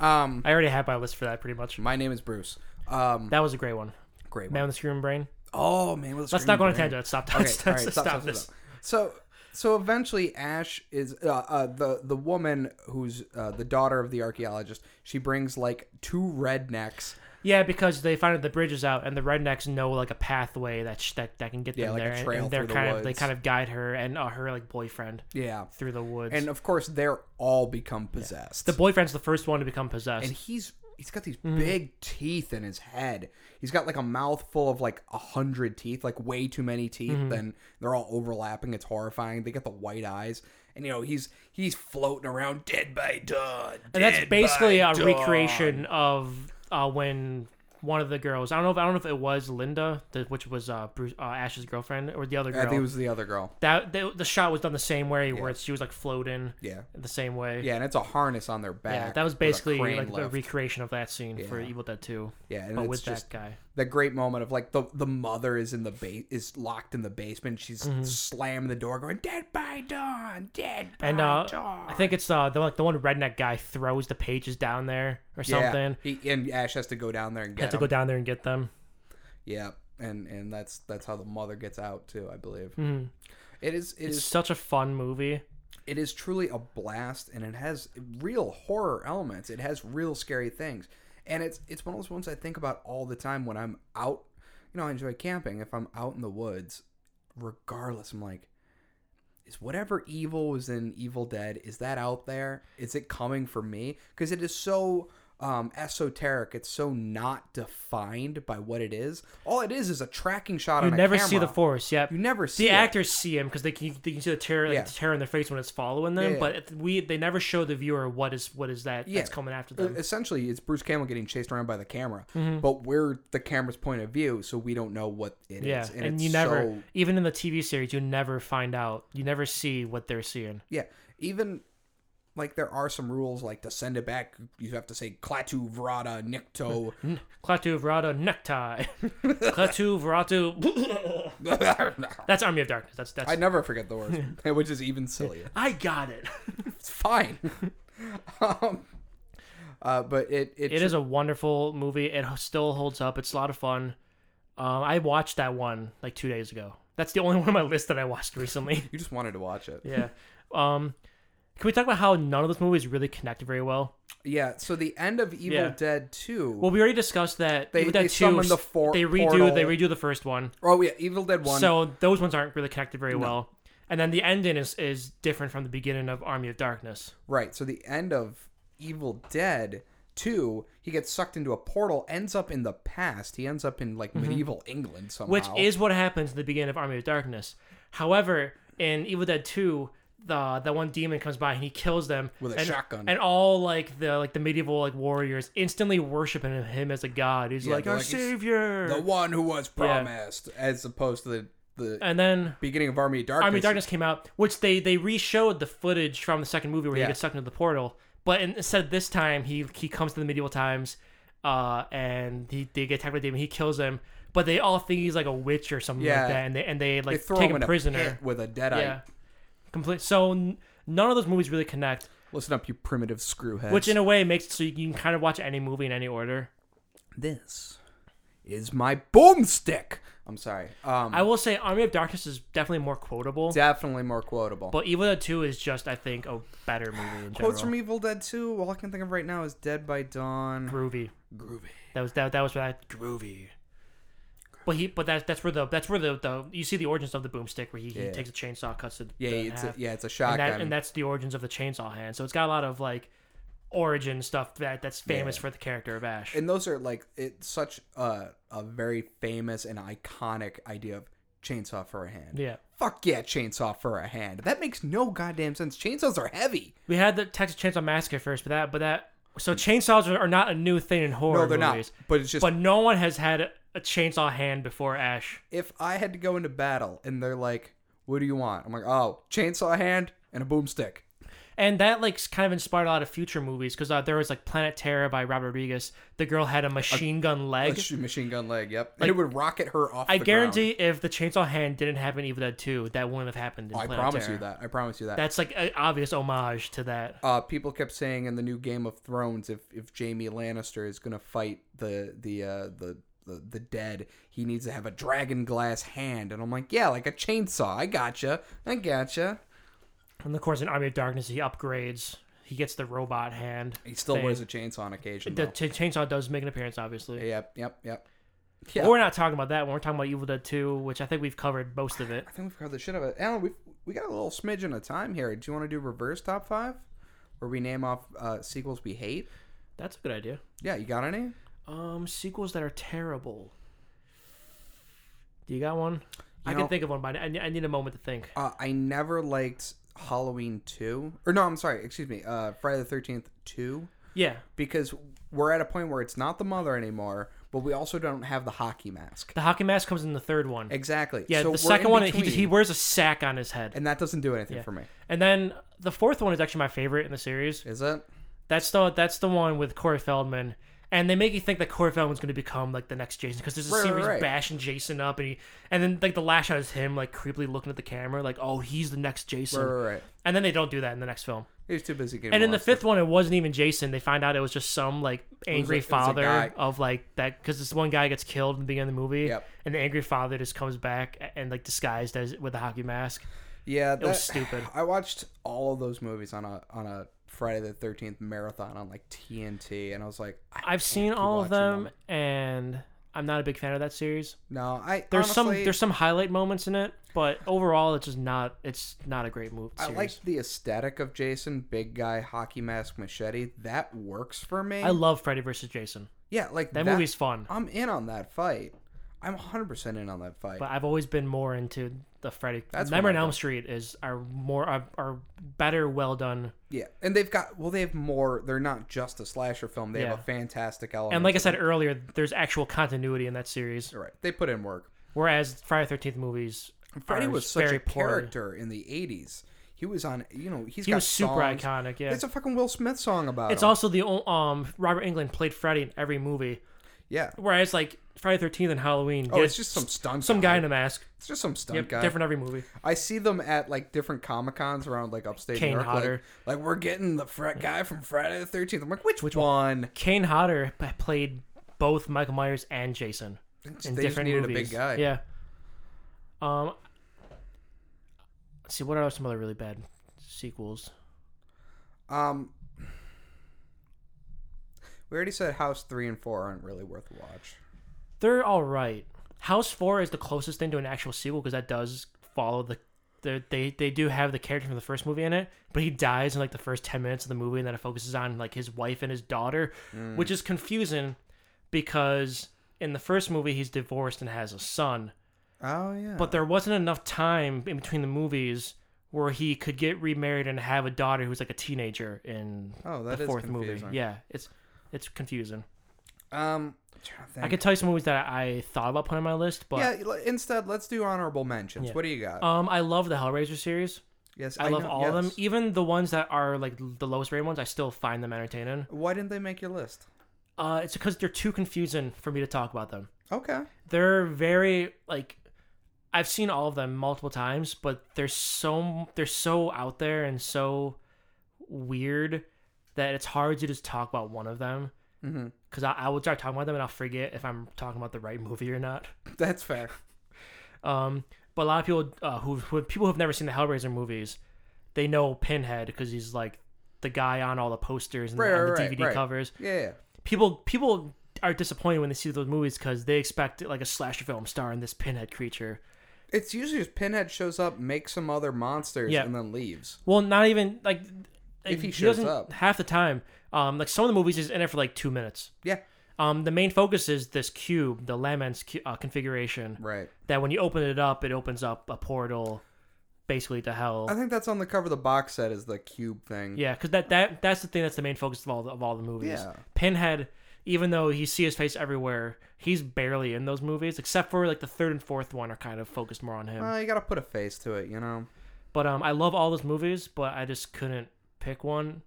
Speaker 7: Um,
Speaker 8: I already have my list for that pretty much.
Speaker 7: my name is Bruce. Um,
Speaker 8: That was a great one.
Speaker 7: great.
Speaker 8: Man
Speaker 7: One.
Speaker 8: with the Screaming Brain.
Speaker 7: Oh man.
Speaker 8: Let's not go on a
Speaker 7: screaming
Speaker 8: tangent. Let's stop.
Speaker 7: brain.
Speaker 8: Let's,
Speaker 7: Okay. All right.
Speaker 8: let's
Speaker 7: Stop,
Speaker 8: stop
Speaker 7: stop,
Speaker 8: this.
Speaker 7: stop. So, so eventually, Ash is uh, uh, the the woman who's uh, the daughter of the archaeologist. She brings like two rednecks.
Speaker 8: Yeah, because they find that the bridge is out, and the rednecks know like a pathway that sh- that, that can get
Speaker 7: Yeah,
Speaker 8: them
Speaker 7: like a
Speaker 8: there, and-
Speaker 7: trail
Speaker 8: and they're
Speaker 7: through the
Speaker 8: kind of they
Speaker 7: woods.
Speaker 8: kind of guide her and uh, her like boyfriend
Speaker 7: Yeah.
Speaker 8: through the woods.
Speaker 7: And of course, they're all become possessed.
Speaker 8: the Mm-hmm. boyfriend's the first one to become possessed.
Speaker 7: and he's he's got these big teeth in his head. He's got like a mouthful of like a hundred teeth, like way too many teeth,
Speaker 8: Mm-hmm.
Speaker 7: and they're all overlapping. It's horrifying. They got the white eyes, and you know he's he's floating around dead by dawn.
Speaker 8: And that's
Speaker 7: dead
Speaker 8: basically
Speaker 7: by
Speaker 8: a
Speaker 7: dawn.
Speaker 8: recreation of uh, when one of the girls. I don't know. If, I don't know if it was Linda, the, which was uh, Bruce, uh, Ash's girlfriend, or the other
Speaker 7: I
Speaker 8: girl.
Speaker 7: think it was the other girl.
Speaker 8: that the, the shot was done the same way, where it's, she was like floating.
Speaker 7: Yeah.
Speaker 8: The same way.
Speaker 7: Yeah, and it's a harness on their back.
Speaker 8: Yeah, that was
Speaker 7: with a
Speaker 8: basically
Speaker 7: crane
Speaker 8: like the
Speaker 7: lift.
Speaker 8: recreation of that scene for Evil Dead Two.
Speaker 7: Yeah, and
Speaker 8: but
Speaker 7: it's
Speaker 8: Oh, with
Speaker 7: just-
Speaker 8: that guy.
Speaker 7: the great moment of like the the mother is in the ba- is locked in the basement. She's
Speaker 8: Mm-hmm.
Speaker 7: slamming the door, going dead by dawn, dead by
Speaker 8: And uh,
Speaker 7: dawn.
Speaker 8: I think it's uh, the like the one redneck guy throws the pages down there or something.
Speaker 7: Yeah, he, and Ash has to go down there and get
Speaker 8: Have to
Speaker 7: him.
Speaker 8: go down there and get them.
Speaker 7: Yeah, and and that's that's how the mother gets out too, I believe. It is it
Speaker 8: Mm-hmm. It's
Speaker 7: is
Speaker 8: such a fun movie.
Speaker 7: it is truly a blast, and it has real horror elements. It has real scary things, and it's it's one of those ones I think about all the time when I'm out. You know, I enjoy camping. If I'm out in the woods, regardless, I'm like. Is whatever evil was in Evil Dead, is that out there? Is it coming for me? Because it is so um, esoteric. It's so not defined by what it is. All it is is a tracking shot
Speaker 8: You
Speaker 7: on a
Speaker 8: never see the
Speaker 7: camera.
Speaker 8: force. Yep.
Speaker 7: You never see
Speaker 8: the
Speaker 7: it.
Speaker 8: actors see him because they can they can see the terror like,
Speaker 7: Yeah.
Speaker 8: the terror in their face when it's following them.
Speaker 7: Yeah, yeah.
Speaker 8: But it, we they never show the viewer what is what is that that's coming after them. Mm-hmm.
Speaker 7: Uh, Essentially, it's Bruce Campbell getting chased around by the camera, but we're the camera's point of view, so we don't know what it is.
Speaker 8: yeah, and, you
Speaker 7: it's
Speaker 8: never
Speaker 7: so-
Speaker 8: even in the TV series you never find out. You never see what they're seeing.
Speaker 7: yeah, even like there are some rules like to send it back you have to say Klaatu Vrata Nikto
Speaker 8: Klaatu Vrata necktie. Klaatu Vratu. that's Army of Darkness. That's that's.
Speaker 7: I never forget the words which is even sillier
Speaker 8: I got it.
Speaker 7: it's fine um, uh, but it it,
Speaker 8: It is a wonderful movie. It h- still holds up. It's a lot of fun. Um, I watched that one like two days ago. That's the only one on my list that I watched recently.
Speaker 7: you just wanted to watch it
Speaker 8: yeah. Um, can we talk about how none of those movies really connect very well?
Speaker 7: yeah so the end of Evil
Speaker 8: Yeah.
Speaker 7: Dead 2
Speaker 8: Well, we already discussed that.
Speaker 7: They-
Speaker 8: Evil Dead
Speaker 7: they
Speaker 8: 2,
Speaker 7: summoned the for-
Speaker 8: They redo.
Speaker 7: portal.
Speaker 8: They redo the first one.
Speaker 7: oh yeah Evil Dead 1
Speaker 8: So those ones aren't really connected very well. And then the ending is, is different from the beginning of Army of Darkness.
Speaker 7: Right. So the end of Evil Dead 2, he gets sucked into a portal, ends up in the past. He ends up in like medieval England somehow.
Speaker 8: Mm-hmm. which is what happens in the beginning of Army of Darkness. However, in Evil Dead Two, the that one demon comes by and he kills them
Speaker 7: With a
Speaker 8: and-
Speaker 7: shotgun.
Speaker 8: and all like the like the medieval like warriors instantly worshiping him as a god. He's
Speaker 7: Yeah,
Speaker 8: like
Speaker 7: they're
Speaker 8: our
Speaker 7: like, "He's
Speaker 8: savior,
Speaker 7: the one who was promised, as opposed to the the
Speaker 8: and then.
Speaker 7: beginning of Army of Darkness.
Speaker 8: Uh, Army of Darkness came out, which they they re-showed the footage from the second movie where
Speaker 7: Yeah.
Speaker 8: he gets sucked into the portal. But in- instead, this time he he comes to the medieval times, uh, and he they get attacked by a demon. He kills him, but they all think he's like a witch or something
Speaker 7: Yeah.
Speaker 8: like that, and they and they
Speaker 7: They
Speaker 8: like
Speaker 7: throw
Speaker 8: take
Speaker 7: him
Speaker 8: him,
Speaker 7: in a
Speaker 8: prisoner.
Speaker 7: pit with a deadite.
Speaker 8: Yeah, complete. So n- none of those movies really connect,
Speaker 7: Listen up, you primitive screwheads.
Speaker 8: which in a way makes it so you can kind of watch any movie in any order.
Speaker 7: this is my boomstick. I'm sorry. Um,
Speaker 8: I will say Army of Darkness is definitely more quotable,
Speaker 7: definitely more quotable.
Speaker 8: but Evil Dead Two is just I think a better movie in general.
Speaker 7: Quotes from Evil Dead 2. All I can think of right now is Dead by Dawn.
Speaker 8: groovy.
Speaker 7: E- Groovy.
Speaker 8: That was that. That was that groovy. But he, but that's that's where the that's where the, the you see the origins of the boomstick where he, he
Speaker 7: Yeah.
Speaker 8: takes a chainsaw, cuts it.
Speaker 7: Yeah,
Speaker 8: in
Speaker 7: it's a,
Speaker 8: half.
Speaker 7: yeah, it's a
Speaker 8: and,
Speaker 7: shotgun.
Speaker 8: that, and that's the origins of the chainsaw hand. So it's got a lot of like origin stuff that that's famous
Speaker 7: Yeah.
Speaker 8: for the character of Ash.
Speaker 7: and those are like it's such a, a very famous and iconic idea of chainsaw for a hand
Speaker 8: yeah,
Speaker 7: fuck yeah chainsaw for a hand that makes no goddamn sense chainsaws are heavy
Speaker 8: we had the Texas Chainsaw Massacre first, but that but that so chainsaws are, are not a new thing in horror.
Speaker 7: no they're
Speaker 8: movies,
Speaker 7: not but it's just
Speaker 8: But no one has had a chainsaw hand before Ash.
Speaker 7: if i had to go into battle and they're like what do you want i'm like oh chainsaw hand and a boomstick
Speaker 8: and that like s- kind of inspired a lot of future movies because uh, there was like Planet Terror by Robert Rodriguez. The girl had a machine gun
Speaker 7: a
Speaker 8: leg.
Speaker 7: sh- machine gun leg yep and it would rocket her off
Speaker 8: I
Speaker 7: the
Speaker 8: guarantee if the chainsaw hand didn't happen in Evil Dead 2, that wouldn't have happened. In
Speaker 7: ground. Oh, i
Speaker 8: Planet
Speaker 7: promise
Speaker 8: Terror.
Speaker 7: you that i promise you that
Speaker 8: That's like an obvious homage to that.
Speaker 7: uh, people kept saying in the new Game of Thrones, if if Jamie Lannister is gonna fight the the uh, the, the the dead, he needs to have a dragon glass hand, and I'm like, yeah, like a chainsaw. I gotcha, I gotcha.
Speaker 8: And of course, in Army of Darkness, he upgrades. He gets the robot hand.
Speaker 7: He still
Speaker 8: thing.
Speaker 7: wears a chainsaw on occasion.
Speaker 8: The
Speaker 7: Though.
Speaker 8: ch- chainsaw does make an appearance, obviously.
Speaker 7: Yep, yep, yep.
Speaker 8: But
Speaker 7: Yeah,
Speaker 8: We're not talking about that one. We're talking about Evil Dead 2, which I think we've covered most of it.
Speaker 7: I think we've covered the shit out of it. Alan, we we got a little smidgen of time here. Do you want to do reverse top five, where we name off uh, sequels we hate?
Speaker 8: That's a good idea.
Speaker 7: Yeah, you got any?
Speaker 8: Um, sequels that are terrible. Do you got one? I
Speaker 7: know-
Speaker 8: can think of one, but I, I need a moment to think.
Speaker 7: Uh, I never liked Halloween two, or no, I'm sorry, excuse me, uh, Friday the Thirteenth two.
Speaker 8: Yeah,
Speaker 7: because we're at a point where it's not the mother anymore, but we also don't have the hockey mask.
Speaker 8: the hockey mask comes in the third one.
Speaker 7: Exactly.
Speaker 8: Yeah,
Speaker 7: So we're
Speaker 8: the second
Speaker 7: in
Speaker 8: one he, he
Speaker 7: between,
Speaker 8: wears a sack on his head.
Speaker 7: and that doesn't do anything
Speaker 8: Yeah.
Speaker 7: for me.
Speaker 8: And then the fourth one is actually my favorite in the series.
Speaker 7: Is it?
Speaker 8: That's the that's the one with Corey Feldman, and they make you think that Corey Feldman's going to become like the next Jason because there's a
Speaker 7: Right,
Speaker 8: scene where
Speaker 7: right, right.
Speaker 8: he's bashing Jason up, and he and then like the last shot is him like creepily looking at the camera like oh he's the next Jason,
Speaker 7: Right, right, right.
Speaker 8: and then they don't do that in the next film.
Speaker 7: He was too busy getting.
Speaker 8: And in the
Speaker 7: molested.
Speaker 8: fifth one, it wasn't even Jason. They find out it was just some like angry
Speaker 7: it was a guy.
Speaker 8: father of like that because this one guy gets killed in the beginning of the movie,
Speaker 7: Yep.
Speaker 8: and the angry father just comes back a- and like disguised as with a hockey mask.
Speaker 7: yeah, that,
Speaker 8: was stupid.
Speaker 7: I watched all of those movies on a on a Friday the Thirteenth marathon on like TNT, and I was like, I,
Speaker 8: I've seen
Speaker 7: keep
Speaker 8: all
Speaker 7: watching
Speaker 8: of them,
Speaker 7: them.
Speaker 8: and I'm not a big fan of that series.
Speaker 7: no, I
Speaker 8: There's some
Speaker 7: honestly,
Speaker 8: there's some highlight moments in it, but overall, it's just not it's not a great movie.
Speaker 7: I
Speaker 8: series.
Speaker 7: like the aesthetic of Jason, big guy, hockey mask, machete. That works for me.
Speaker 8: I love Freddy versus Jason.
Speaker 7: yeah, like
Speaker 8: That, movie's fun,
Speaker 7: I'm in on that fight. I'm 100 percent in on that fight.
Speaker 8: but I've always been more into the Freddy.
Speaker 7: That's
Speaker 8: Nightmare
Speaker 7: what
Speaker 8: on
Speaker 7: I
Speaker 8: Elm
Speaker 7: thought.
Speaker 8: Street is are more are, are better, well done
Speaker 7: Yeah, and they've got well, they have more. They're not just a slasher film. They have
Speaker 8: Yeah.
Speaker 7: a fantastic element.
Speaker 8: And like I
Speaker 7: to
Speaker 8: said
Speaker 7: them.
Speaker 8: earlier, there's actual continuity in that series,
Speaker 7: You're right, they put in work.
Speaker 8: whereas Friday Thirteenth movies,
Speaker 7: Freddy
Speaker 8: are
Speaker 7: was such
Speaker 8: very
Speaker 7: a
Speaker 8: poorly-
Speaker 7: character in the '80s. He was on. You know, he's
Speaker 8: He
Speaker 7: got
Speaker 8: was super
Speaker 7: songs.
Speaker 8: iconic, yeah.
Speaker 7: it's a fucking Will Smith song about.
Speaker 8: It's
Speaker 7: him.
Speaker 8: also the o- um Robert England played Freddy in every movie,
Speaker 7: yeah.
Speaker 8: whereas like Friday Thirteenth and Halloween.
Speaker 7: Oh,
Speaker 8: yeah,
Speaker 7: it's just some stunt.
Speaker 8: some guy in a mask.
Speaker 7: It's just some stunt
Speaker 8: Yep,
Speaker 7: guy.
Speaker 8: different every movie.
Speaker 7: I see them at like different comic cons around like upstate
Speaker 8: Kane
Speaker 7: New York. like-
Speaker 8: Hodder.
Speaker 7: Like, we're getting the fret guy from Friday the Thirteenth. I'm like, which which one?
Speaker 8: Kane Hodder p- played both Michael Myers and Jason in
Speaker 7: they just
Speaker 8: different
Speaker 7: needed a
Speaker 8: movies.
Speaker 7: big guy.
Speaker 8: Yeah. Um. let's see, what are some other really bad sequels?
Speaker 7: Um, we already said House three and four aren't really worth a watch.
Speaker 8: They're all right. House Four is the closest thing to an actual sequel because that does follow the. the- They, they do have the character from the first movie in it, but he dies in like the first ten minutes of the movie, and then it focuses on like his wife and his daughter,
Speaker 7: Mm.
Speaker 8: which is confusing because in the first movie he's divorced and has a son,
Speaker 7: Oh yeah.
Speaker 8: but there wasn't enough time in between the movies where he could get remarried and have a daughter who's like a teenager in
Speaker 7: Oh, that
Speaker 8: the
Speaker 7: is
Speaker 8: fourth
Speaker 7: confusing.
Speaker 8: movie. Yeah, it's it's confusing.
Speaker 7: um,
Speaker 8: I could tell you some movies that I thought about putting on my list, but
Speaker 7: yeah. l- Instead, let's do honorable mentions.
Speaker 8: Yeah.
Speaker 7: What do you got?
Speaker 8: um, I love the Hellraiser series.
Speaker 7: yes,
Speaker 8: I, love
Speaker 7: know-
Speaker 8: all of them,
Speaker 7: yes.
Speaker 8: even the ones that are like the lowest rated ones. I still find them entertaining.
Speaker 7: Why didn't they make your list?
Speaker 8: Uh, it's because they're too confusing for me to talk about them.
Speaker 7: Okay.
Speaker 8: they're very like I've seen all of them multiple times, but they're so they're so out there and so weird that it's hard to just talk about one of them.
Speaker 7: Mm-hmm.
Speaker 8: Because I, I will start talking about them and I'll forget if I'm talking about the right movie or not.
Speaker 7: That's fair.
Speaker 8: Um, but a lot of people uh, who, who people who've never seen the Hellraiser movies, they know Pinhead because he's like the guy on all the posters and
Speaker 7: Right,
Speaker 8: on the
Speaker 7: right, right,
Speaker 8: DVD
Speaker 7: right.
Speaker 8: covers
Speaker 7: Yeah. yeah.
Speaker 8: people people are disappointed when they see those movies because they expect like a slasher film starring this pinhead creature.
Speaker 7: It's usually just Pinhead shows up, makes some other monsters,
Speaker 8: Yeah.
Speaker 7: and then leaves.
Speaker 8: Well, not even like
Speaker 7: If he shows
Speaker 8: doesn't
Speaker 7: up.
Speaker 8: half the time. Um, like some of the movies is in it for like two minutes.
Speaker 7: Yeah.
Speaker 8: Um, the main focus is this cube, the Lamens cu- uh, configuration.
Speaker 7: Right.
Speaker 8: That when you open it up, it opens up a portal, basically to hell.
Speaker 7: I think that's on the cover of the box set is the cube thing.
Speaker 8: Yeah, because that, that that's the thing that's the main focus of all the, of all the movies.
Speaker 7: Yeah.
Speaker 8: Pinhead, even though you see his face everywhere, he's barely in those movies, except for like the third and fourth one are kind of focused more on him.
Speaker 7: Well, Uh, you gotta put a face to it, you know.
Speaker 8: but um, I love all those movies, but I just couldn't pick one,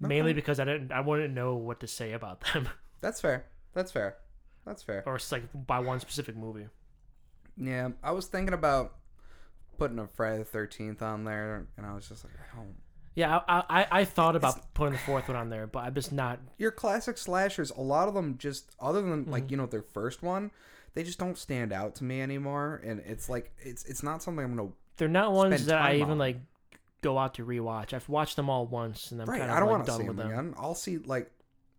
Speaker 8: mainly
Speaker 7: Okay.
Speaker 8: because I didn't I wouldn't know what to say about them
Speaker 7: That's fair. That's fair. That's fair.
Speaker 8: or it's like by one specific movie.
Speaker 7: Yeah, I was thinking about putting a Friday the Thirteenth on there, and I was just like, I don't.
Speaker 8: Yeah, I I, I- I thought about putting the fourth one on there, but I'm just not.
Speaker 7: Your classic slashers, a lot of them just, other than
Speaker 8: Mm-hmm.
Speaker 7: like you know their first one, they just don't stand out to me anymore, and it's like it's it's not something I'm gonna.
Speaker 8: They're not ones
Speaker 7: Spend
Speaker 8: that I
Speaker 7: time
Speaker 8: even
Speaker 7: on.
Speaker 8: like go out to rewatch. I've watched them all once, and I'm
Speaker 7: Right,
Speaker 8: kind of
Speaker 7: I don't
Speaker 8: like,
Speaker 7: want to
Speaker 8: done
Speaker 7: see
Speaker 8: with
Speaker 7: them
Speaker 8: them.
Speaker 7: again. I'll see like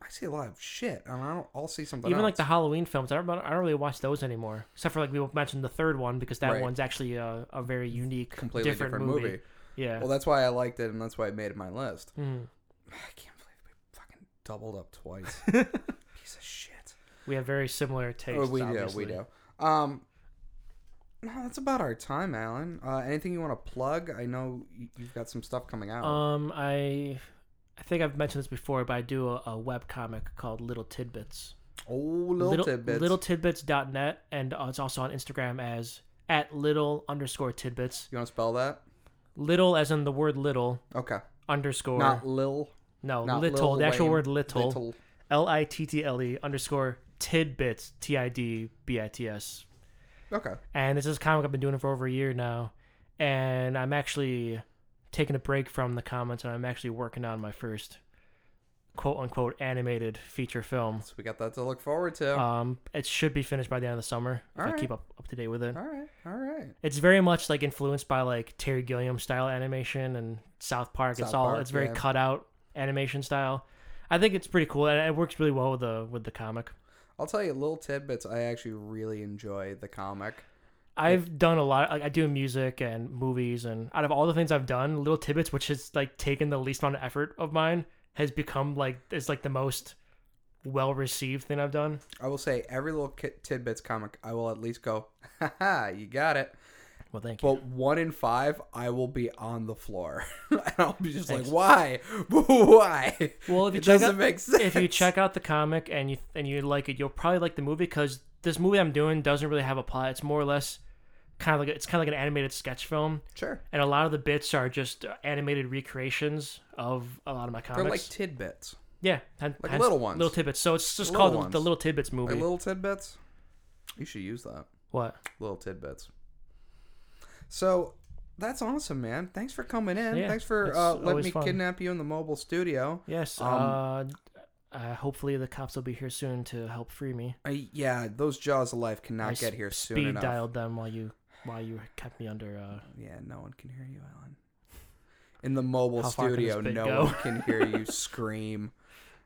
Speaker 7: I see a lot of shit, and I don't. I'll see something.
Speaker 8: Even like
Speaker 7: else.
Speaker 8: the Halloween films, I don't, I don't really watch those anymore. Except for like we mentioned the third one because that
Speaker 7: Right.
Speaker 8: one's actually a, a very unique,
Speaker 7: completely
Speaker 8: different,
Speaker 7: different,
Speaker 8: movie.
Speaker 7: movie.
Speaker 8: Yeah.
Speaker 7: Well, that's why I liked it, and that's why I made it my list.
Speaker 8: Mhm.
Speaker 7: I can't believe we fucking doubled up twice. Piece of shit.
Speaker 8: We have very similar tastes.
Speaker 7: Oh, we
Speaker 8: obviously.
Speaker 7: do. We do. Um, no, that's about our time, Alan. Uh, anything you want to plug? I know you, you've got some stuff coming out.
Speaker 8: Um, I, I think I've mentioned this before, but I do a, a web comic called Little Tidbits.
Speaker 7: oh, little, tidbits.
Speaker 8: Little tidbits.net, and uh, it's also on Instagram as at little underscore tidbits.
Speaker 7: you want to spell that?
Speaker 8: Little as in the word little
Speaker 7: Okay.
Speaker 8: underscore.
Speaker 7: not lil.
Speaker 8: no,
Speaker 7: Not
Speaker 8: little.
Speaker 7: Lil
Speaker 8: The actual
Speaker 7: Wayne.
Speaker 8: word little. L I T T L E underscore tidbits T I D B I T S.
Speaker 7: Okay.
Speaker 8: And this is a comic I've been doing it for over a year now, and I'm actually taking a break from the comments, and I'm actually working on my first quote unquote animated feature film.
Speaker 7: So we got that to look forward to.
Speaker 8: Um, it should be finished by the end of the summer if I
Speaker 7: Alright.
Speaker 8: keep up, up to date with it.
Speaker 7: all right. All right.
Speaker 8: It's very much like influenced by like Terry Gilliam style animation and South Park. it's
Speaker 7: South
Speaker 8: all
Speaker 7: Park,
Speaker 8: it's very
Speaker 7: yeah.
Speaker 8: cut out animation style. I think it's pretty cool, and it works really well with the with the comic.
Speaker 7: I'll tell you, little tidbits. I actually really enjoy the comic.
Speaker 8: I've done a lot. Like I do music and movies, and out of all the things I've done, Little Tidbits, which has like taken the least amount of effort of mine, has become like is like the most well received thing I've done.
Speaker 7: I will say every little ki- tidbits comic, I will at least go, ha ha, you got it.
Speaker 8: Well, thank you.
Speaker 7: But one in five, I will be on the floor. and I'll be just like, why? why?
Speaker 8: Well, if you
Speaker 7: it
Speaker 8: check
Speaker 7: doesn't
Speaker 8: out,
Speaker 7: make sense.
Speaker 8: if you check out the comic and you and you like it, you'll probably like the movie because this movie I'm doing doesn't really have a plot. It's more or less kind of like it's kind of like an animated sketch film,
Speaker 7: Sure.
Speaker 8: and a lot of the bits are just uh, animated recreations of a lot of my
Speaker 7: They're
Speaker 8: comics.
Speaker 7: like tidbits.
Speaker 8: yeah, hen-
Speaker 7: like
Speaker 8: hence-
Speaker 7: little ones.
Speaker 8: little tidbits. So it's just
Speaker 7: Little
Speaker 8: called
Speaker 7: ones.
Speaker 8: the, the Little Tidbits movie.
Speaker 7: Like little tidbits. You should use that.
Speaker 8: What?
Speaker 7: Little tidbits. So that's awesome, man. Thanks for coming in.
Speaker 8: Yeah,
Speaker 7: Thanks for
Speaker 8: it's
Speaker 7: uh, letting
Speaker 8: always
Speaker 7: me
Speaker 8: fun.
Speaker 7: kidnap you in the mobile studio.
Speaker 8: Yes.
Speaker 7: Um,
Speaker 8: uh, uh, hopefully the cops will be here soon to help free me.
Speaker 7: I, yeah, those jaws of life cannot
Speaker 8: I
Speaker 7: get
Speaker 8: sp-
Speaker 7: here soon
Speaker 8: speed
Speaker 7: enough.
Speaker 8: dialed them while you while you kept me under. Uh,
Speaker 7: Yeah, no one can hear you, Alan. In the mobile
Speaker 8: How far can
Speaker 7: studio,
Speaker 8: this bit
Speaker 7: no
Speaker 8: go?
Speaker 7: one can hear you scream.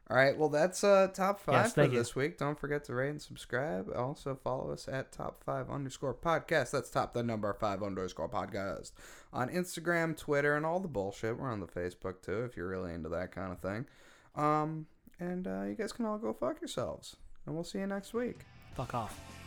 Speaker 7: All right, well that's uh top five
Speaker 8: Yes,
Speaker 7: for
Speaker 8: thank you.
Speaker 7: this week. Don't forget to rate and subscribe. Also follow us at top five underscore podcast. That's top the number five underscore podcast on Instagram, Twitter, and all the bullshit. We're on the Facebook too, if you're really into that kind of thing. Um, and uh, you guys can all go fuck yourselves, and we'll see you next week.
Speaker 8: fuck off.